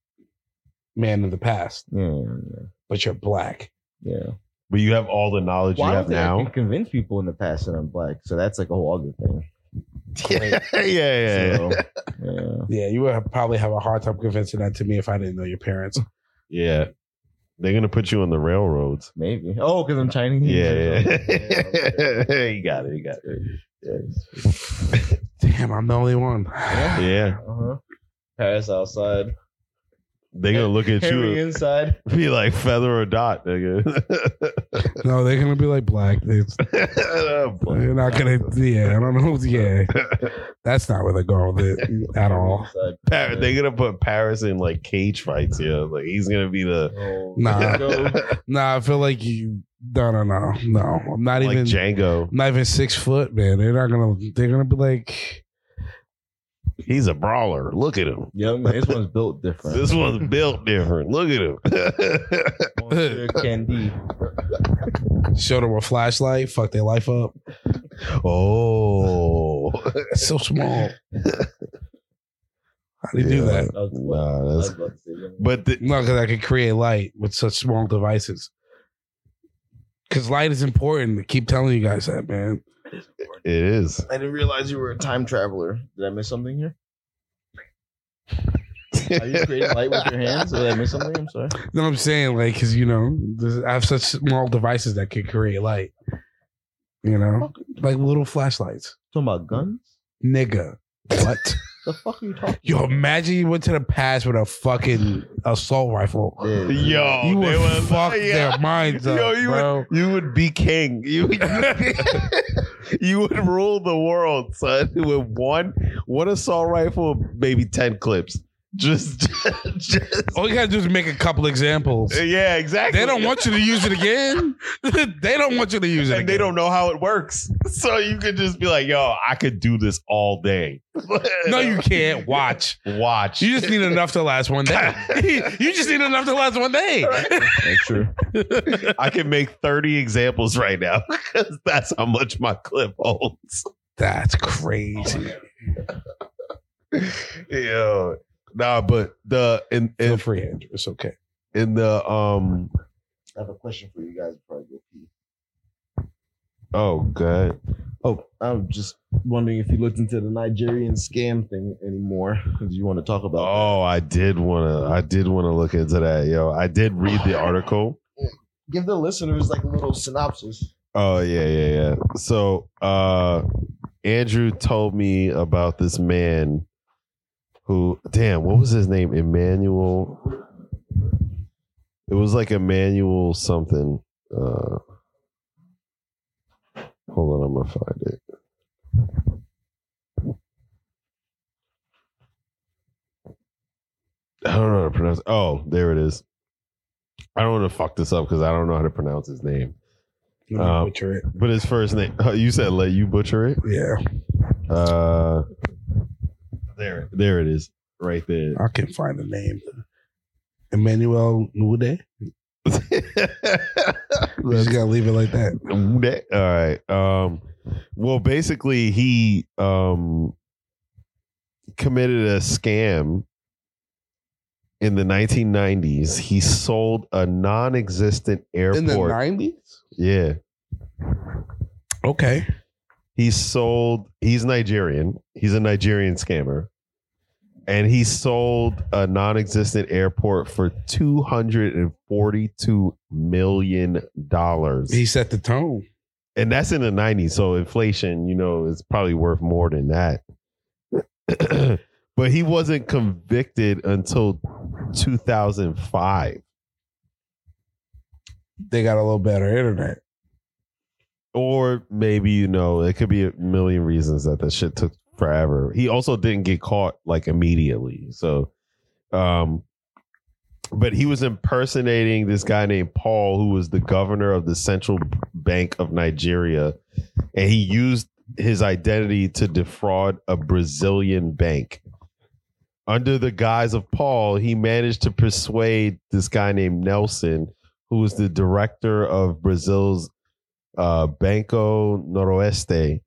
Speaker 6: man in the past,
Speaker 4: Yeah, yeah,
Speaker 6: but you're black.
Speaker 4: yeah.
Speaker 5: but you have all the knowledge
Speaker 4: Well, I
Speaker 5: you
Speaker 4: don't
Speaker 5: have
Speaker 4: think I
Speaker 5: now
Speaker 4: can convince people in the past that I'm black, so that's like a whole other thing.
Speaker 5: yeah, yeah, yeah.
Speaker 4: So, yeah.
Speaker 6: Yeah, you would have- probably have a hard time convincing that to me if I didn't know your parents.
Speaker 5: Yeah. They're gonna put you on the railroads.
Speaker 4: Maybe. Oh, because I'm Chinese.
Speaker 5: Yeah,
Speaker 4: okay.
Speaker 5: yeah. you got it. You got it.
Speaker 6: Damn, I'm the only one.
Speaker 5: Yeah.
Speaker 4: Uh-huh. Paris outside.
Speaker 5: They're gonna look at
Speaker 4: Harry
Speaker 5: you
Speaker 4: inside.
Speaker 5: and be like feather or dot, nigga.
Speaker 6: No, they're gonna be like black. They-
Speaker 5: Oh,
Speaker 6: They're not gonna. Yeah, I don't know. who's- Yeah, that's not where they're going with it at all.
Speaker 4: Inside.
Speaker 5: Par- they're gonna put Paris in like cage fights, yeah. Like he's gonna be the
Speaker 4: Oh,
Speaker 6: Nah.
Speaker 4: let's go.
Speaker 6: Nah, I feel like you. No, no, no, no. I'm not
Speaker 5: like
Speaker 6: even.
Speaker 5: Django.
Speaker 6: I'm not even six foot, man. They're not gonna. They're gonna be like.
Speaker 5: He's a brawler. Look at him.
Speaker 4: Young man, this one's built different.
Speaker 5: This one's built different. Look at him.
Speaker 4: Monsieur Candy.
Speaker 6: Show them a flashlight. Fuck their life up.
Speaker 5: oh,
Speaker 6: It's so small. How do you
Speaker 5: Yeah.
Speaker 6: do that?
Speaker 4: That's what
Speaker 5: Nah,
Speaker 4: I
Speaker 5: that's-
Speaker 4: was about to say. Young
Speaker 5: but the,
Speaker 6: No, because I could create light with such small devices. Because light is important. I keep telling you guys that, man.
Speaker 5: it is.
Speaker 4: I didn't realize you were a time traveler. Did I miss something here? Are you creating light with your hands? Did I miss something? I'm sorry.
Speaker 6: No, I'm saying like because you know this- I have such small devices that could create light. You know, like little flashlights.
Speaker 4: Talking about guns?
Speaker 6: Nigga, what?
Speaker 4: The fuck are you talking?
Speaker 6: Yo, imagine you went to the past with a fucking assault rifle.
Speaker 4: Dude,
Speaker 5: Yo,
Speaker 6: you
Speaker 5: Oh, they
Speaker 6: would
Speaker 5: was-
Speaker 6: fuck
Speaker 5: yeah.
Speaker 6: their minds up,
Speaker 5: Yo, you would-
Speaker 6: bro.
Speaker 5: You would be king. You you would rule the world, son. With one one assault rifle, maybe ten clips. Just, just
Speaker 6: All you gotta do is make a couple examples.
Speaker 5: yeah, exactly.
Speaker 6: Oh. They don't want you to use it again. they don't want you to use it.
Speaker 5: and they
Speaker 6: again.
Speaker 5: don't know how it works. So you could just be like, "Yo, I could do this all day."
Speaker 6: No, you can't watch.
Speaker 5: watch.
Speaker 6: You just need enough to last one day. you just need enough to last one day.
Speaker 4: That's true.
Speaker 5: I can make thirty examples right now because that's how much my clip holds.
Speaker 6: That's crazy.
Speaker 5: Yeah, nah, but the in
Speaker 6: Feel
Speaker 5: in,
Speaker 6: free, Andrew. It's okay.
Speaker 5: in the um
Speaker 4: I have a question for you guys before I go pee.
Speaker 5: oh god,
Speaker 4: Oh, I'm just wondering if you looked into the Nigerian scam thing anymore. Because you want to talk about
Speaker 5: oh I did wanna I did wanna look into that. Yo, I did read the article.
Speaker 4: Give the listeners like a little synopsis.
Speaker 5: Oh yeah, yeah, yeah. So uh Andrew told me about this man who damn, what was his name? Emmanuel. It was like Emmanuel something. Uh hold on, I'm gonna find it. I don't know how to pronounce Oh, there it is. I don't want to fuck this up because I don't know how to pronounce his name.
Speaker 6: Let me
Speaker 5: Uh,
Speaker 6: butcher it.
Speaker 5: But his first name, oh, you said let you butcher it.
Speaker 6: Yeah,
Speaker 5: Uh, there, there it is, right there.
Speaker 6: I can find the name. Emmanuel Nude. You just gotta leave it like that.
Speaker 5: That- all right. Um, well, basically, he um committed a scam in the 1990s. He sold a non-existent airport.
Speaker 6: In the nineties.
Speaker 5: yeah.
Speaker 6: Okay.
Speaker 5: he sold he's nigerian he's a nigerian scammer and he sold a non-existent airport for 242 million dollars
Speaker 6: He set the tone.
Speaker 5: and that's in the 90s so inflation you know is probably worth more than that but he wasn't convicted until 2005
Speaker 6: They got a little better internet.
Speaker 5: or maybe you know it could be a million reasons that that shit took forever he also didn't get caught like immediately so um but he was impersonating this guy named paul who was the governor of the central bank of nigeria and he used his identity to defraud a brazilian bank under the guise of paul he managed to persuade this guy named nelson who was the director of brazil's uh, Banco Noroeste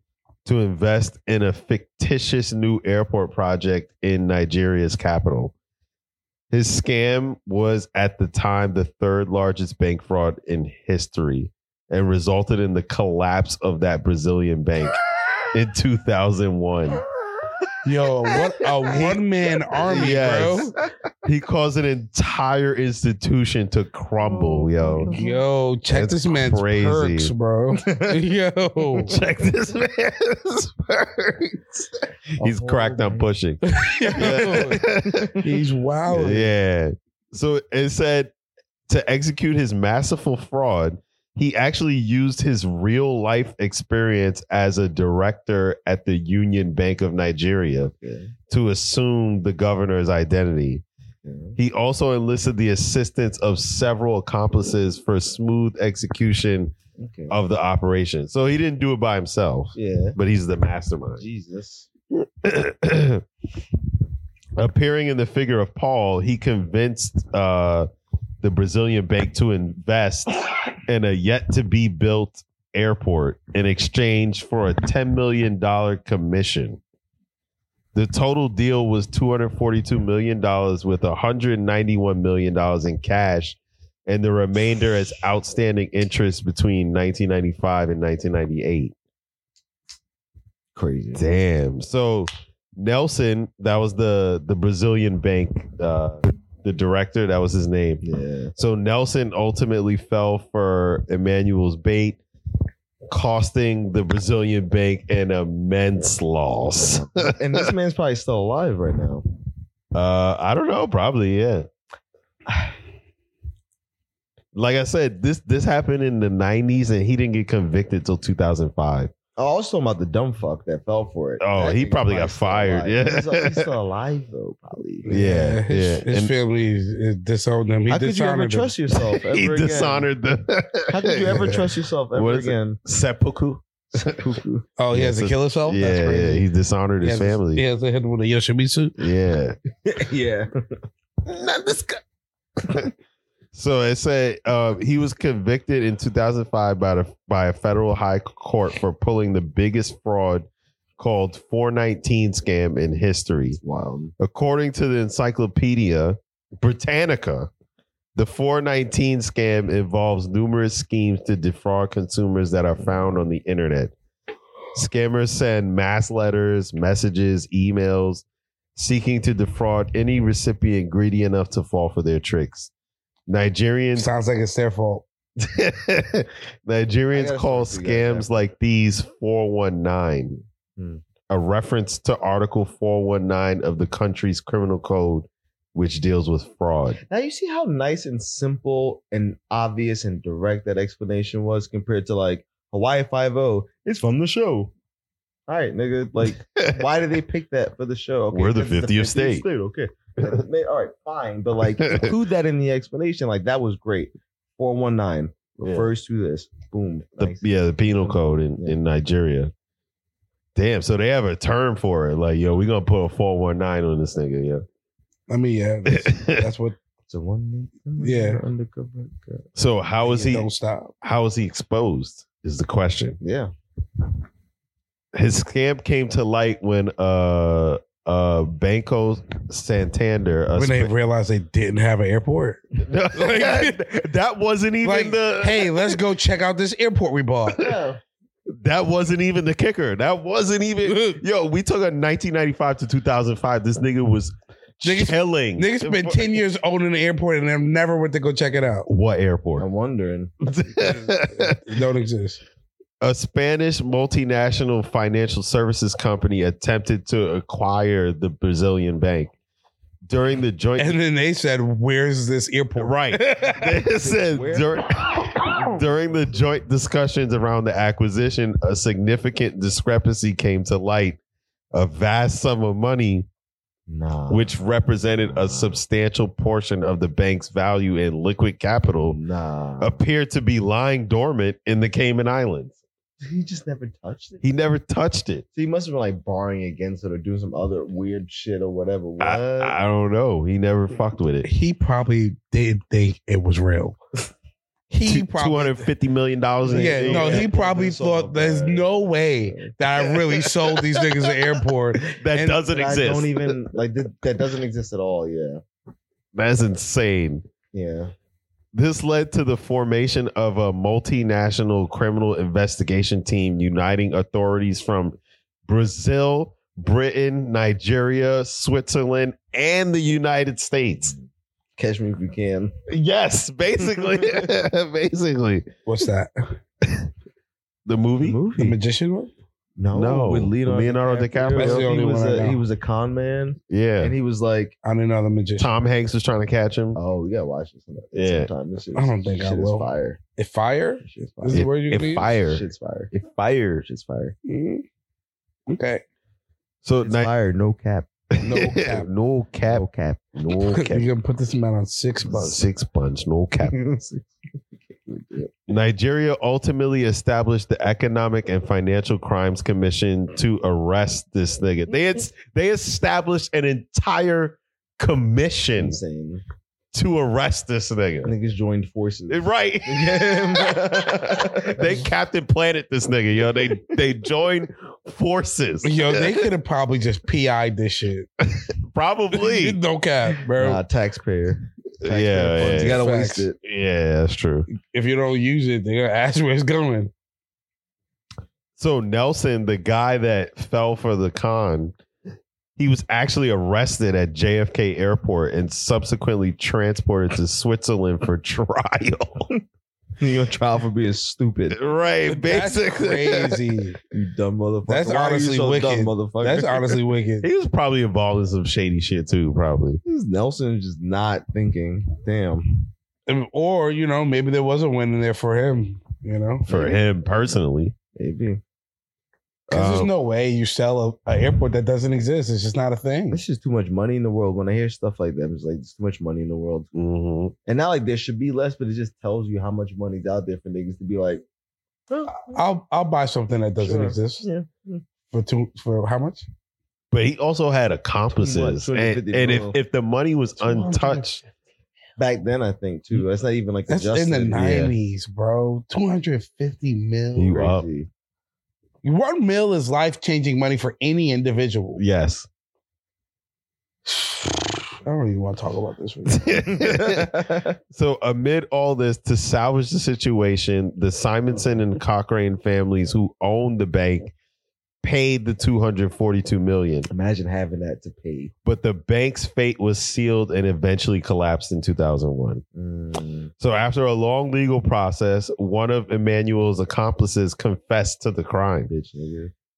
Speaker 5: to invest in a fictitious new airport project in Nigeria's capital. His scam was at the time the third largest bank fraud in history and resulted in the collapse of that Brazilian bank in 2001.
Speaker 6: Yo, what a one man army,
Speaker 5: Yes.
Speaker 6: bro.
Speaker 5: He caused an entire institution to crumble,
Speaker 6: Oh,
Speaker 5: yo.
Speaker 4: Mm-hmm.
Speaker 6: Yo, check
Speaker 5: That's
Speaker 6: this man's
Speaker 5: crazy.
Speaker 6: perks, bro. Yo.
Speaker 5: Check this man's words. He's cracked on pushing.
Speaker 6: Yo. He's wild.
Speaker 5: Yeah. So it said to execute his masterful fraud, he actually used his real life experience as a director at the Union Bank of Nigeria to assume the governor's identity. He also enlisted the assistance of several accomplices for smooth execution
Speaker 4: Okay.
Speaker 5: of the operation. So he didn't do it by himself,
Speaker 4: Yeah.
Speaker 5: but he's the mastermind.
Speaker 4: Jesus.
Speaker 5: appearing in the figure of Paul, he convinced uh, the Brazilian bank to invest in a yet to be built airport in exchange for a $10 million commission. The total deal was $242 million with $191 million in cash, and the remainder as outstanding interest between 1995 and 1998.
Speaker 4: Crazy.
Speaker 5: Damn. So Nelson, that was the the Brazilian bank, uh, the director. That was his name.
Speaker 4: Yeah.
Speaker 5: So Nelson ultimately fell for Emmanuel's bait, costing the Brazilian bank an immense loss.
Speaker 4: And this man's probably still alive right now.
Speaker 5: Uh, I don't know. Probably yeah. Like I said, this this happened in the '90s, and he didn't get convicted till 2005.
Speaker 4: Oh, I was talking about the dumb fuck that fell for it.
Speaker 5: Oh,
Speaker 4: That
Speaker 5: he
Speaker 4: nigga
Speaker 5: probably got
Speaker 4: still
Speaker 5: fired,
Speaker 4: alive.
Speaker 5: yeah.
Speaker 4: he's, uh, he's still alive though, probably.
Speaker 5: Yeah,
Speaker 6: His,
Speaker 5: yeah.
Speaker 6: his
Speaker 5: And-
Speaker 6: family is- disowned him. He
Speaker 4: How could you ever
Speaker 6: dishonored him.
Speaker 4: trust yourself? Ever
Speaker 5: he
Speaker 4: again?
Speaker 5: dishonored the.
Speaker 4: How could you ever trust yourself ever
Speaker 5: What is it?
Speaker 4: again?
Speaker 5: seppuku?
Speaker 4: Cuckoo.
Speaker 6: Oh, he
Speaker 5: Yeah,
Speaker 6: has
Speaker 5: so-
Speaker 6: to kill himself?
Speaker 5: Yeah,
Speaker 6: That's crazy.
Speaker 5: yeah, he dishonored
Speaker 6: He
Speaker 5: his
Speaker 6: has to-
Speaker 5: family.
Speaker 6: He has to hit him with a Yoshimitsu.
Speaker 5: Yeah.
Speaker 4: yeah.
Speaker 5: So it said uh, he was convicted in 2005 by the by a federal high court for pulling the biggest fraud called 419 scam in history.
Speaker 4: Wild.
Speaker 5: According to the Encyclopedia Britannica, the 419 scam involves numerous schemes to defraud consumers that are found on the internet. Scammers send mass letters, messages, emails seeking to defraud any recipient greedy enough to fall for their tricks. Nigerians
Speaker 6: Sounds like it's their fault.
Speaker 5: Nigerians
Speaker 4: gotta
Speaker 5: call
Speaker 4: start to get
Speaker 5: scams
Speaker 4: that.
Speaker 5: like these 419,
Speaker 4: Hmm.
Speaker 5: a reference to Article 419 of the country's criminal code, which deals with fraud.
Speaker 4: Now you see how nice and simple and obvious and direct that explanation was compared to like Hawaii Five O. It's from the show. All right, nigga. Like, why did they pick that for the show?
Speaker 5: We're the
Speaker 4: this is
Speaker 5: 50th state.
Speaker 4: Okay. Ma- All right, fine. But like, include that in the explanation. Like, that was great. Four one nine
Speaker 5: Yeah.
Speaker 4: refers to this. Boom.
Speaker 5: The,
Speaker 4: Nice.
Speaker 5: Yeah, the penal code in,
Speaker 4: Yeah.
Speaker 5: in Nigeria. Damn, so they have a term for it. Like, yo, we're going to put a 419 on this nigga, yo.
Speaker 6: I mean, yeah, that's, that's what.
Speaker 4: It's a one.
Speaker 6: Yeah.
Speaker 4: Undercover. girl.
Speaker 5: So how was
Speaker 6: yeah,
Speaker 5: he
Speaker 6: Don't stop.
Speaker 5: how was he exposed is the question.
Speaker 4: Yeah.
Speaker 5: his scam came to light when uh uh Banco Santander a
Speaker 6: When they
Speaker 5: Sp-
Speaker 6: realized they didn't have an airport.
Speaker 5: that, that wasn't even
Speaker 6: Like,
Speaker 5: the
Speaker 6: hey, let's go check out this airport we bought.
Speaker 4: Yeah.
Speaker 5: that wasn't even the kicker that wasn't even yo we took a 1995 to 2005 this nigga was
Speaker 6: Niggas-
Speaker 5: chilling
Speaker 6: Niggas spent 10 years owning the airport and then never went to go check it out.
Speaker 5: what
Speaker 4: I'm
Speaker 6: Oh
Speaker 5: airport
Speaker 4: wondering.
Speaker 6: It don't exist.
Speaker 5: a Spanish multinational financial services company attempted to acquire the Brazilian bank during the joint
Speaker 6: And then they said, Where's this airport?
Speaker 5: Right. They said
Speaker 4: Where-
Speaker 5: dur- during the joint discussions around the acquisition, a significant discrepancy came to light. A vast sum of money,
Speaker 4: Nah.
Speaker 5: which represented a substantial portion of the bank's value in liquid capital,
Speaker 4: Nah.
Speaker 5: appeared to be lying dormant in the Cayman Islands.
Speaker 4: He just never touched it.
Speaker 5: He never touched it.
Speaker 4: So he must have been like borrowing against it or doing some other weird shit or whatever. What?
Speaker 5: I, I don't know. Uh, He never fucked with it.
Speaker 6: He probably did think it was real. He
Speaker 5: Two
Speaker 6: probably.
Speaker 5: hundred fifty million dollars.
Speaker 6: Yeah, no, he
Speaker 4: Yeah.
Speaker 6: probably
Speaker 4: It's so
Speaker 6: thought there's
Speaker 4: bad.
Speaker 6: no way that I really sold these niggas the airport.
Speaker 5: that
Speaker 6: and
Speaker 5: doesn't
Speaker 4: I
Speaker 5: exist.
Speaker 4: don't even like th- that doesn't exist at all. Yeah,
Speaker 5: That's insane.
Speaker 4: yeah.
Speaker 5: This led to the formation of a multinational criminal investigation team uniting authorities from Brazil, Britain, Nigeria, Switzerland, and the United States.
Speaker 4: Catch me if you can.
Speaker 5: Yes, basically. basically.
Speaker 6: What's that?
Speaker 5: The movie?
Speaker 6: The
Speaker 4: movie.
Speaker 6: magician one?
Speaker 4: No,
Speaker 5: No,
Speaker 4: with Leonardo,
Speaker 5: Leonardo DiCaprio.
Speaker 6: That's the
Speaker 4: He
Speaker 6: only
Speaker 4: was,
Speaker 6: one I
Speaker 4: a,
Speaker 6: know.
Speaker 4: he was a con man,
Speaker 5: Yeah.
Speaker 4: and he was like,
Speaker 6: I didn't know the magician.
Speaker 5: Tom Hanks was trying to catch him.
Speaker 4: "Oh, we gotta watch this sometime.
Speaker 5: Yeah.
Speaker 4: sometime. This shit,
Speaker 6: I don't think
Speaker 4: this
Speaker 6: I
Speaker 4: shit
Speaker 6: will.
Speaker 4: Is fire.
Speaker 6: If fire
Speaker 4: This Shit's
Speaker 6: is the
Speaker 4: fire.
Speaker 6: word you
Speaker 5: It
Speaker 6: can
Speaker 5: fire.
Speaker 4: Shit's fire.
Speaker 5: It fire.
Speaker 4: Shit's fire.
Speaker 6: use? Mhm. Okay.
Speaker 5: So
Speaker 4: It's
Speaker 5: Ni-
Speaker 4: fire. No cap.
Speaker 6: No cap.
Speaker 5: no cap.
Speaker 4: No cap.
Speaker 5: No
Speaker 6: You're
Speaker 5: cap.
Speaker 6: gonna put this amount on six bucks.
Speaker 5: Six bunch. No cap. Nigeria ultimately established the Economic and Financial Crimes Commission to arrest this nigga. They it's they established an entire commission
Speaker 4: Insane.
Speaker 5: to arrest this nigga.
Speaker 4: Niggas joined forces.
Speaker 5: Right. they Captain Planet this nigga, yo. They they joined forces.
Speaker 6: Yo, they could have probably just PI'd this shit.
Speaker 5: probably.
Speaker 6: no cap, bro.
Speaker 4: Nah, taxpayer.
Speaker 5: yeah,
Speaker 4: Taxpayer funds.
Speaker 5: yeah,
Speaker 4: You gotta
Speaker 6: Facts.
Speaker 4: waste it.
Speaker 5: yeah, that's true.
Speaker 6: if you don't use it, they're gonna ask where it's going.
Speaker 5: So Nelson, the guy that fell for the con, he was actually arrested at JFK Airport and subsequently transported to Switzerland for trial.
Speaker 4: You're gonna trial for being stupid.
Speaker 5: right,
Speaker 6: That's
Speaker 5: basically.
Speaker 6: crazy.
Speaker 4: You dumb motherfucker.
Speaker 6: That's
Speaker 4: Why are you
Speaker 6: honestly
Speaker 4: so
Speaker 6: wicked.
Speaker 4: Dumb, motherfucker.
Speaker 6: That's honestly wicked.
Speaker 5: He was probably involved in some shady shit too, probably.
Speaker 4: This Nelson is just not thinking. Damn.
Speaker 6: Or, you know, maybe there was a win in there for him, you know?
Speaker 5: For him personally.
Speaker 4: Maybe.
Speaker 6: Because there's
Speaker 4: Oh.
Speaker 5: Um,
Speaker 6: no way you sell a, a airport that doesn't exist. It's just not a thing.
Speaker 4: It's just too much money in the world. When I hear stuff like that, it's like there's too much money in the world.
Speaker 5: Mhm.
Speaker 4: And not like there should be less, but it just tells you how much money's out there for niggas to be like,
Speaker 6: I'll I'll buy something that doesn't
Speaker 4: Sure.
Speaker 6: exist
Speaker 4: yeah. Mm.
Speaker 6: for two for how much?
Speaker 5: But he also had accomplices.
Speaker 4: Twenty one,
Speaker 5: And,
Speaker 4: $250
Speaker 5: and if,
Speaker 4: bill.
Speaker 5: if the money was untouched,
Speaker 4: Back then, I think too. That's not even like
Speaker 6: Mm, That's
Speaker 4: adjusted.
Speaker 6: in the
Speaker 5: yeah.
Speaker 6: nineties, bro. Two hundred fifty mil.
Speaker 5: You up.
Speaker 4: Crazy.
Speaker 6: One mil is life changing money for any individual.
Speaker 5: yes.
Speaker 6: I don't even want to talk about this. Right
Speaker 5: so amid all this to salvage the situation the simonson and cochrane families who owned the bank paid the 242 million
Speaker 4: Imagine having that to pay.
Speaker 5: but the bank's fate was sealed and eventually collapsed in 2001
Speaker 4: Mm.
Speaker 5: so after a long legal process one of emmanuel's accomplices confessed to the crime
Speaker 4: Bitch,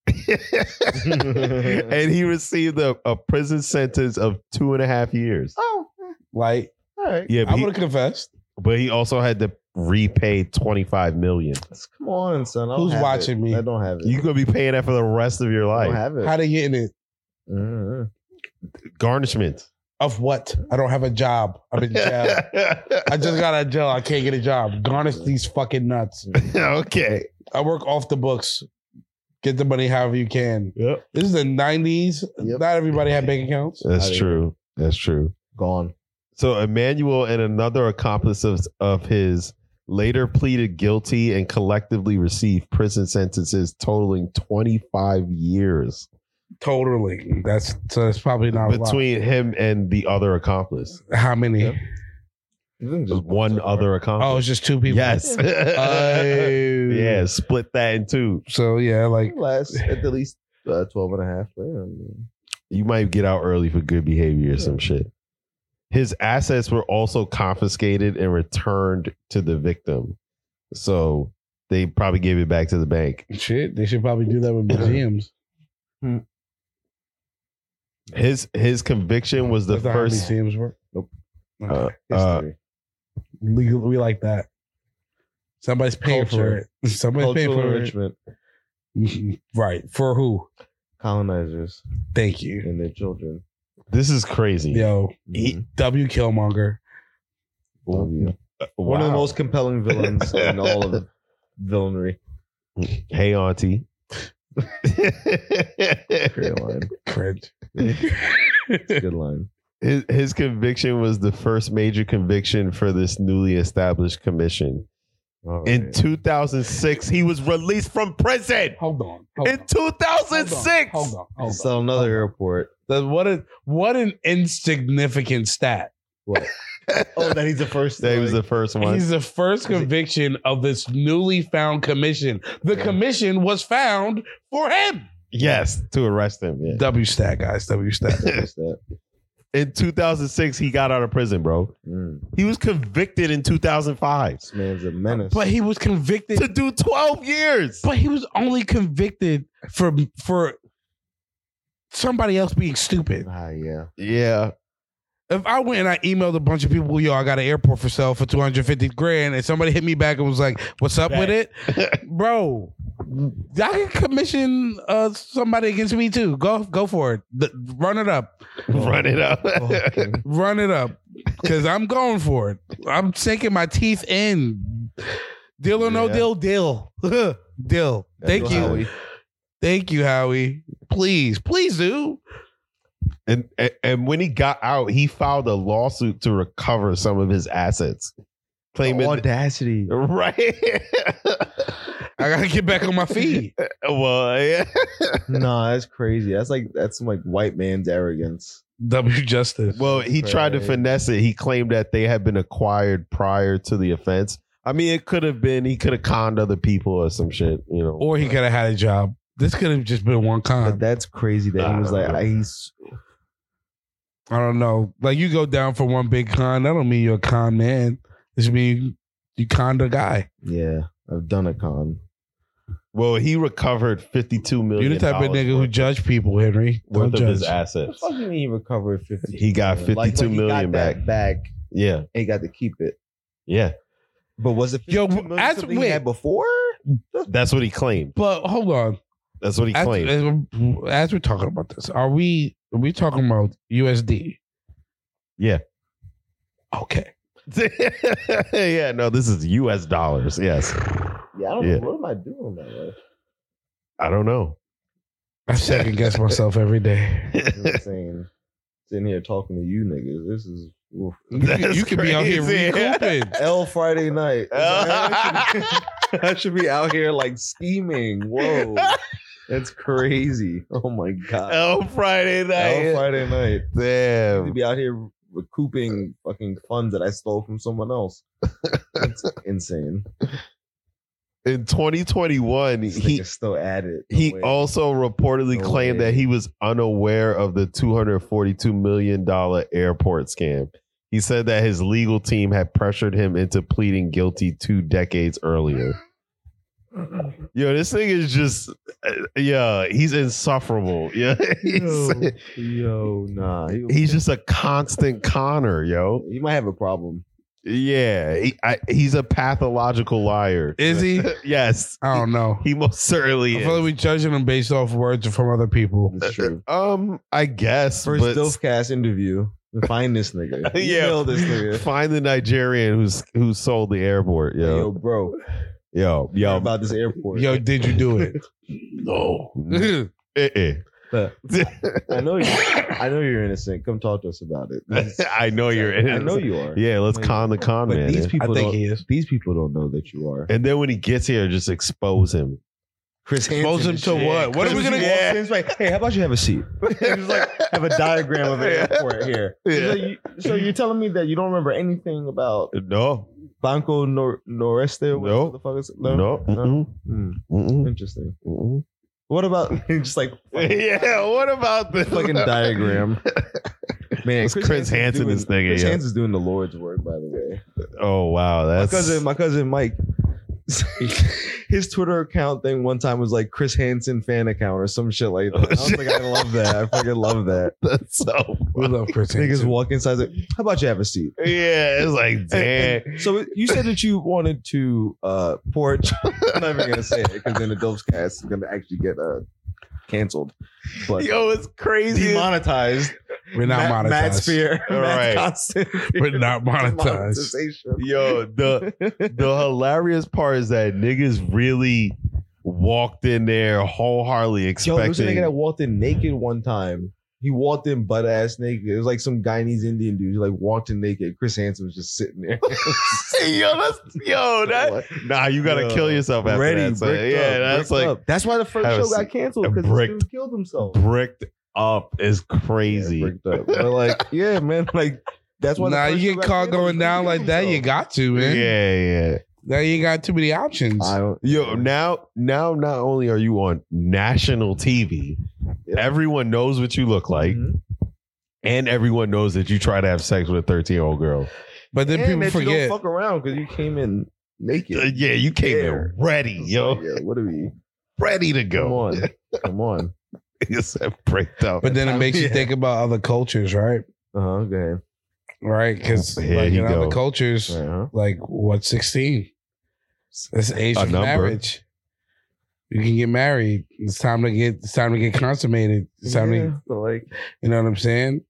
Speaker 4: nigga.
Speaker 5: and he received a, a prison sentence of two and a half years
Speaker 4: Oh.
Speaker 6: like
Speaker 4: All right.
Speaker 5: yeah
Speaker 6: I
Speaker 5: but he,
Speaker 6: would have confessed.
Speaker 5: but he also had to repay 25 million
Speaker 4: Let's- Come on, son. I don't
Speaker 6: Who's
Speaker 4: have
Speaker 6: watching
Speaker 4: it.
Speaker 6: me?
Speaker 4: I don't have it.
Speaker 5: You're gonna be paying that for the rest of your
Speaker 4: I don't
Speaker 5: life.
Speaker 4: have it.
Speaker 6: How they get in it?
Speaker 4: Mm.
Speaker 5: Garnishment.
Speaker 6: Of what? I don't have a job. I'm in jail. I just got out of jail. I can't get a job. Garnish these fucking nuts.
Speaker 5: okay.
Speaker 6: I work off the books. Get the money however you can.
Speaker 5: Yep.
Speaker 6: This is the 90s.
Speaker 4: Yep.
Speaker 6: Not everybody had bank accounts.
Speaker 5: That's
Speaker 4: Outta
Speaker 5: true. That's true.
Speaker 4: Gone.
Speaker 5: So Emmanuel and another accomplice of, of his later pleaded guilty and collectively received prison sentences totaling 25 years
Speaker 6: Totally. That's so that's probably not Between
Speaker 5: between him and the other accomplice.
Speaker 6: How many?
Speaker 4: Yep. This
Speaker 5: Just one other
Speaker 6: Oh,
Speaker 5: accomplice.
Speaker 6: it's just two people. Uh,
Speaker 5: yes. yeah,
Speaker 6: yes.
Speaker 5: split that in two.
Speaker 6: So yeah, like
Speaker 4: last at the least uh, 12 and a half. Yeah, I mean,
Speaker 5: you might get out early for good behavior or some shit. His assets were also confiscated and returned to the victim. So they probably gave it back to the bank.
Speaker 6: shit, they should probably do that with museums.
Speaker 5: His his conviction was the
Speaker 6: That's not how
Speaker 5: first
Speaker 6: museums work.
Speaker 4: Nope.
Speaker 6: Okay.
Speaker 5: Uh,
Speaker 4: history.
Speaker 6: Legal, we like that. Somebody's paying
Speaker 4: Culture.
Speaker 6: for it. Somebody's paying
Speaker 4: Cultural
Speaker 6: for it.
Speaker 4: enrichment.
Speaker 6: Mhm. right. For who?
Speaker 4: Colonizers
Speaker 6: Thank you.
Speaker 4: and their children.
Speaker 5: this is crazy.
Speaker 6: Yo, E- W. Killmonger.
Speaker 4: Love you.
Speaker 5: Wow.
Speaker 4: One of the most compelling villains in all of villainry.
Speaker 5: Hey auntie.
Speaker 4: Great line.
Speaker 6: Cringe.
Speaker 4: Good line.
Speaker 5: his, his conviction was the first major conviction for this newly established commission.
Speaker 4: All right.
Speaker 5: In 2006, he was released from prison.
Speaker 6: Hold on. Hold
Speaker 5: In
Speaker 6: on.
Speaker 5: 2006.
Speaker 6: Hold on. Hold on. Hold on.
Speaker 4: Sell another airport.
Speaker 6: That- what a what an insignificant stat.
Speaker 4: Oh, that he's the first.
Speaker 5: That
Speaker 4: like,
Speaker 5: was the first one.
Speaker 6: He's the first conviction of this newly found commission. The commission was found for him.
Speaker 5: Yes, to arrest him. Yeah.
Speaker 6: W stat, guys. W stat.
Speaker 4: Just that.
Speaker 5: In 2006, he got out of prison, bro.
Speaker 4: Mm,
Speaker 5: He was convicted in 2005
Speaker 4: this man's a menace.
Speaker 6: but he was convicted.
Speaker 5: to do 12 years.
Speaker 6: But he was only convicted for for somebody else being stupid.
Speaker 4: ah, yeah.
Speaker 5: Yeah.
Speaker 6: If I went and I emailed a bunch of people, yo, I got an airport for sale for 250 grand, and somebody hit me back and was like, what's up with it? Bro, I can commission uh, somebody against me too. Go go for it. Th- run it up.
Speaker 5: Run it up.
Speaker 6: Run it up. Because I'm going for it. I'm sinking my teeth in. Deal or no
Speaker 5: Yeah.
Speaker 6: deal, deal. deal. Thank you.
Speaker 5: Howie.
Speaker 6: Thank you, Howie. Please, please do.
Speaker 5: And, and and when he got out, he filed a lawsuit to recover some of his assets, claiming
Speaker 4: Audacity.
Speaker 5: right.
Speaker 6: I gotta get back on my feet.
Speaker 5: well, yeah.
Speaker 4: nah, that's crazy. That's like that's some like white man's arrogance.
Speaker 6: W Justice.
Speaker 5: well, he tried to
Speaker 4: Right.
Speaker 5: finesse it. He claimed that they had been acquired prior to the offense. I mean, it could have been he could have conned other people or some shit, you know.
Speaker 6: or he could have had a job. This could have just been one
Speaker 4: But
Speaker 6: con.
Speaker 4: that's crazy that he was like,
Speaker 5: Nah.
Speaker 4: I, he's
Speaker 6: I don't know. Like you go down for one big con, that don't mean you're a con man. It just mean you conned a guy.
Speaker 4: yeah. I've done a con.
Speaker 5: well, he recovered fifty two
Speaker 6: You're
Speaker 5: million.
Speaker 6: the type of
Speaker 5: dollars
Speaker 6: nigga who
Speaker 5: worth-
Speaker 6: judge people, Henry.
Speaker 5: worth
Speaker 6: Don't
Speaker 5: of his
Speaker 6: judge.
Speaker 4: What the
Speaker 5: assets.
Speaker 4: fuck do you mean he recovered fifty?
Speaker 5: He got
Speaker 4: fifty-two
Speaker 5: 52
Speaker 4: million
Speaker 5: million
Speaker 4: that back.
Speaker 5: Yeah,
Speaker 4: and he got to keep it.
Speaker 5: yeah.
Speaker 4: But was it
Speaker 6: Yo,
Speaker 4: 52 million
Speaker 6: as-
Speaker 4: something
Speaker 6: wait.
Speaker 4: he had before?
Speaker 5: That's what he claimed.
Speaker 6: But hold on.
Speaker 5: That's what he
Speaker 6: As,
Speaker 5: claimed.
Speaker 6: as we're- as we're talking about this, are we are we talking about USD?
Speaker 5: Yeah.
Speaker 6: Okay.
Speaker 5: yeah, no, this is U.S. dollars. Yes,
Speaker 4: Yeah, I don't
Speaker 5: Yeah.
Speaker 4: know. What am I doing, man?
Speaker 5: I don't know.
Speaker 6: I second guess myself every day.
Speaker 4: It's insane. Sitting here talking to you niggas. This is oof.
Speaker 5: That's
Speaker 6: you could be out here
Speaker 5: crazy.
Speaker 6: recouping.
Speaker 4: L Friday night. I should, I should be out here like scheming. Whoa. That's crazy. Oh my god. L,
Speaker 5: El Friday night.
Speaker 4: Friday night. To
Speaker 5: Damn.
Speaker 4: be out here recouping fucking funds that I stole from someone else. That's insane.
Speaker 5: In 2021,
Speaker 4: This
Speaker 5: he
Speaker 4: nigga's still at it. No
Speaker 5: he
Speaker 4: way.
Speaker 5: also reportedly
Speaker 4: No
Speaker 5: claimed
Speaker 4: way.
Speaker 5: that he was unaware of the 242 million dollar airport scam. He said that his legal team had pressured him into pleading guilty two decades earlier.
Speaker 4: Oh,
Speaker 5: Yo, this thing is just, uh, yeah, he's insufferable. Yeah, he's,
Speaker 4: Yo, nah. He,
Speaker 5: he's just a constant conner, yo.
Speaker 4: he might have a problem.
Speaker 5: Yeah, he, I, he's a pathological liar.
Speaker 6: Is he?
Speaker 5: yes,
Speaker 6: I don't know.
Speaker 5: he most certainly
Speaker 6: I
Speaker 5: is.
Speaker 6: feel like we judging them based off words from other people.
Speaker 4: It's true.
Speaker 5: um, I guess,
Speaker 4: First
Speaker 5: but
Speaker 4: Dilfcast interview. Find this nigga.
Speaker 5: Yeah.
Speaker 4: Email this nigga.
Speaker 5: find the Nigerian who's who sold the airport.
Speaker 4: Hey, yo,
Speaker 5: Yo,
Speaker 4: bro.
Speaker 5: yo,
Speaker 4: Yo,
Speaker 5: yo,
Speaker 4: about this airport.
Speaker 6: Yo, did you do it?
Speaker 5: eh,
Speaker 4: Look,
Speaker 5: eh.
Speaker 4: I know you. I know you're innocent. Come talk to us about it. This is-
Speaker 5: I know you're.
Speaker 4: I know you are.
Speaker 5: Yeah, let's
Speaker 4: Like,
Speaker 5: con the con
Speaker 4: But
Speaker 5: man. eh.
Speaker 4: these
Speaker 6: I
Speaker 4: people
Speaker 6: think
Speaker 4: don't.
Speaker 6: he is.
Speaker 4: these people don't know that you are.
Speaker 5: and then when he gets here, just expose him.
Speaker 4: Chris
Speaker 6: Expose him to what? What are we gonna?
Speaker 5: Yeah.
Speaker 4: It's like, hey, how about you have a seat? It's like have a diagram of an
Speaker 5: Yeah.
Speaker 4: airport here. It's like, you- so you're telling me that you don't remember anything about
Speaker 5: No,
Speaker 4: Banco Nor- Noreste? What
Speaker 5: No.
Speaker 4: the fuck is it?
Speaker 5: no, mm-mm,
Speaker 4: Hmm,
Speaker 5: mm-mm,
Speaker 4: Interesting.
Speaker 5: mm-mm.
Speaker 4: What about just like
Speaker 5: yeah, what about the
Speaker 4: fucking diagram? Man,
Speaker 5: It's Chris Hansen
Speaker 4: doing-
Speaker 5: this nigga,
Speaker 4: Chris
Speaker 5: yeah.
Speaker 4: Hansen's doing the Lord's work, by the way.
Speaker 5: Oh wow,
Speaker 4: my
Speaker 5: that's
Speaker 4: cousin, my cousin Mike. His Twitter account thing one time was like Chris Hansen fan account or some shit like that. I was like, I love that. I fucking love that.
Speaker 5: that's so.
Speaker 6: We love Chris
Speaker 4: Niggas
Speaker 6: Hansen.
Speaker 4: walk inside. Like, How about you have a seat?
Speaker 5: Yeah, it's like damn.
Speaker 4: So you said that you wanted to uh porch. I'm not even gonna say it because then the Dope's cast is gonna actually get uh canceled. But
Speaker 5: Yo, it's crazy.
Speaker 4: demonetized.
Speaker 6: We're not
Speaker 4: Matt, Matt
Speaker 6: monetized.
Speaker 4: Spear.
Speaker 5: All
Speaker 4: Matt
Speaker 5: right.
Speaker 4: Constant.
Speaker 6: We're not monetized.
Speaker 4: Monetization.
Speaker 5: Yo, the the hilarious part is that niggas really walked in there wholeheartedly
Speaker 4: Yo, there was a
Speaker 5: expecting.
Speaker 4: nigga that walked in naked one time. He walked in butt ass naked. It was like some Guyanese Indian dude. He like walked in naked. Chris Hansen was just sitting there.
Speaker 5: yo, that's yo, that nah, you gotta
Speaker 4: Yo,
Speaker 5: kill yourself after
Speaker 4: Ready,
Speaker 5: that. son.
Speaker 4: bricked
Speaker 5: yeah,
Speaker 4: up,
Speaker 5: that's
Speaker 4: bricked
Speaker 5: like
Speaker 4: up. that's why the
Speaker 5: have a
Speaker 4: first show
Speaker 5: seat.
Speaker 4: got canceled because this
Speaker 5: Bricked.
Speaker 4: dude killed himself.
Speaker 5: bricked up is crazy.
Speaker 4: Yeah, bricked up. But like, yeah, man, like that's why. the
Speaker 6: Nah,
Speaker 4: first
Speaker 6: you
Speaker 4: show
Speaker 6: get
Speaker 4: got
Speaker 6: caught
Speaker 4: canceled
Speaker 6: going down
Speaker 4: because
Speaker 6: like
Speaker 4: he
Speaker 6: that, you
Speaker 4: killed
Speaker 6: got to,
Speaker 5: Yeah,
Speaker 6: man.
Speaker 5: yeah.
Speaker 6: Now you ain't got too many options.
Speaker 5: Yo, now now not only are you on national TV,
Speaker 4: Yeah.
Speaker 5: everyone knows what you look like,
Speaker 4: Mhm.
Speaker 5: and everyone knows that you try to have sex with a 13 year old girl.
Speaker 6: but then
Speaker 4: And
Speaker 6: people
Speaker 4: that you
Speaker 6: forget.
Speaker 4: don't fuck around because you came in naked.
Speaker 5: Uh, yeah, you came
Speaker 4: There.
Speaker 5: in ready, yo,
Speaker 4: Yeah, what are we?
Speaker 5: ready to
Speaker 4: Come
Speaker 5: go.
Speaker 4: on, come on.
Speaker 5: Yes, breaked up.
Speaker 6: But then it makes you
Speaker 5: Yeah.
Speaker 6: think about other cultures, right?
Speaker 4: Uh huh. Okay.
Speaker 6: Right?
Speaker 4: Oh,
Speaker 6: Because
Speaker 5: Here
Speaker 6: like
Speaker 5: he
Speaker 6: in other
Speaker 5: go.
Speaker 6: cultures,
Speaker 4: Right, huh?
Speaker 6: like what sixteen? It's age
Speaker 5: A
Speaker 6: of
Speaker 5: number.
Speaker 6: marriage. You can get married. It's time to get. It's time to get consummated. It's time
Speaker 4: yeah,
Speaker 6: to.
Speaker 4: but like,
Speaker 6: You know what I'm saying?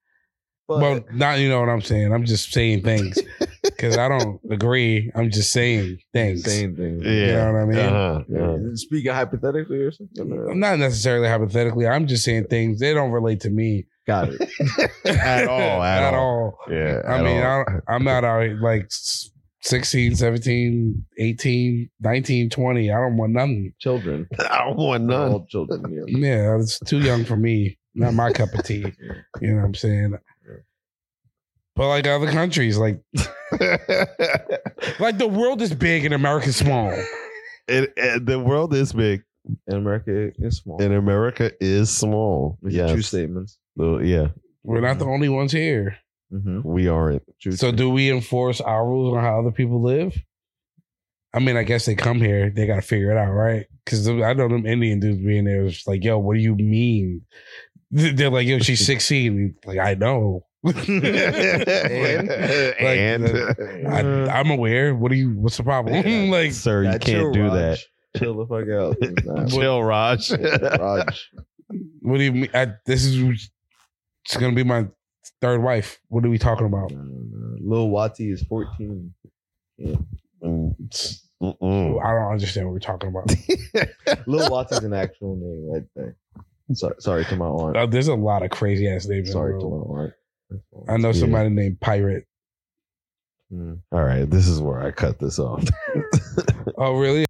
Speaker 4: but
Speaker 6: well, not you know what I'm saying. I'm just saying things because I don't agree. I'm just saying things.
Speaker 4: same thing.
Speaker 6: You
Speaker 5: yeah,
Speaker 6: know what I mean?
Speaker 5: uh-huh.
Speaker 4: Yeah. Speaking hypothetically or something. or-
Speaker 6: Not necessarily hypothetically. I'm just saying things. They don't relate to me
Speaker 4: Got it.
Speaker 5: at all, at, all. yeah.
Speaker 6: I
Speaker 5: at
Speaker 6: mean,
Speaker 5: all.
Speaker 6: I don't, I'm not out here like s- 16, 17, 18, 19, 20. I don't want nothing.
Speaker 4: Children.
Speaker 5: I don't want none.
Speaker 4: All children. Yeah.
Speaker 6: Yeah, it's too young for me. Not my cup of tea. You know what I'm saying? But like other countries, like like the world is big and America's small.
Speaker 5: It- it- the world is big,
Speaker 4: And America is small.
Speaker 5: and America is small.
Speaker 4: These are
Speaker 5: Yes.
Speaker 4: True statements.
Speaker 5: Well, yeah,
Speaker 6: We're not the only ones here.
Speaker 4: Mm-hmm.
Speaker 5: we aren't.
Speaker 4: True.
Speaker 6: So do we enforce our rules on how other people live? I mean, I guess they come here, they got to figure it out, right? Because I know them Indian dudes being there was like, "Yo, what do you mean?" Th- They're like, "Yo, she's 16." Like, I know.
Speaker 5: and
Speaker 6: I,
Speaker 5: Uh.
Speaker 6: I'm aware. What do you? What's the problem? like,
Speaker 5: sir, you can't do that.
Speaker 4: Chill the fuck out. It's not-
Speaker 5: Chill, Raj.
Speaker 4: Raj.
Speaker 6: what do you mean? I, this is it's gonna be my third wife. What are we talking about?
Speaker 4: Lil Wati is 14.
Speaker 5: Mm-mm.
Speaker 6: I don't understand what we're talking about.
Speaker 4: Lil Wati's an actual name, I think. So, sorry to my aunt.
Speaker 6: Uh, there's a lot of crazy ass names. in the
Speaker 4: Sorry to
Speaker 6: world.
Speaker 4: my aunt. That's all.
Speaker 6: I know
Speaker 5: Yeah.
Speaker 6: somebody named Pirate.
Speaker 4: Mm. Mm-hmm.
Speaker 5: All right, this is where I cut this off.
Speaker 6: Oh, really?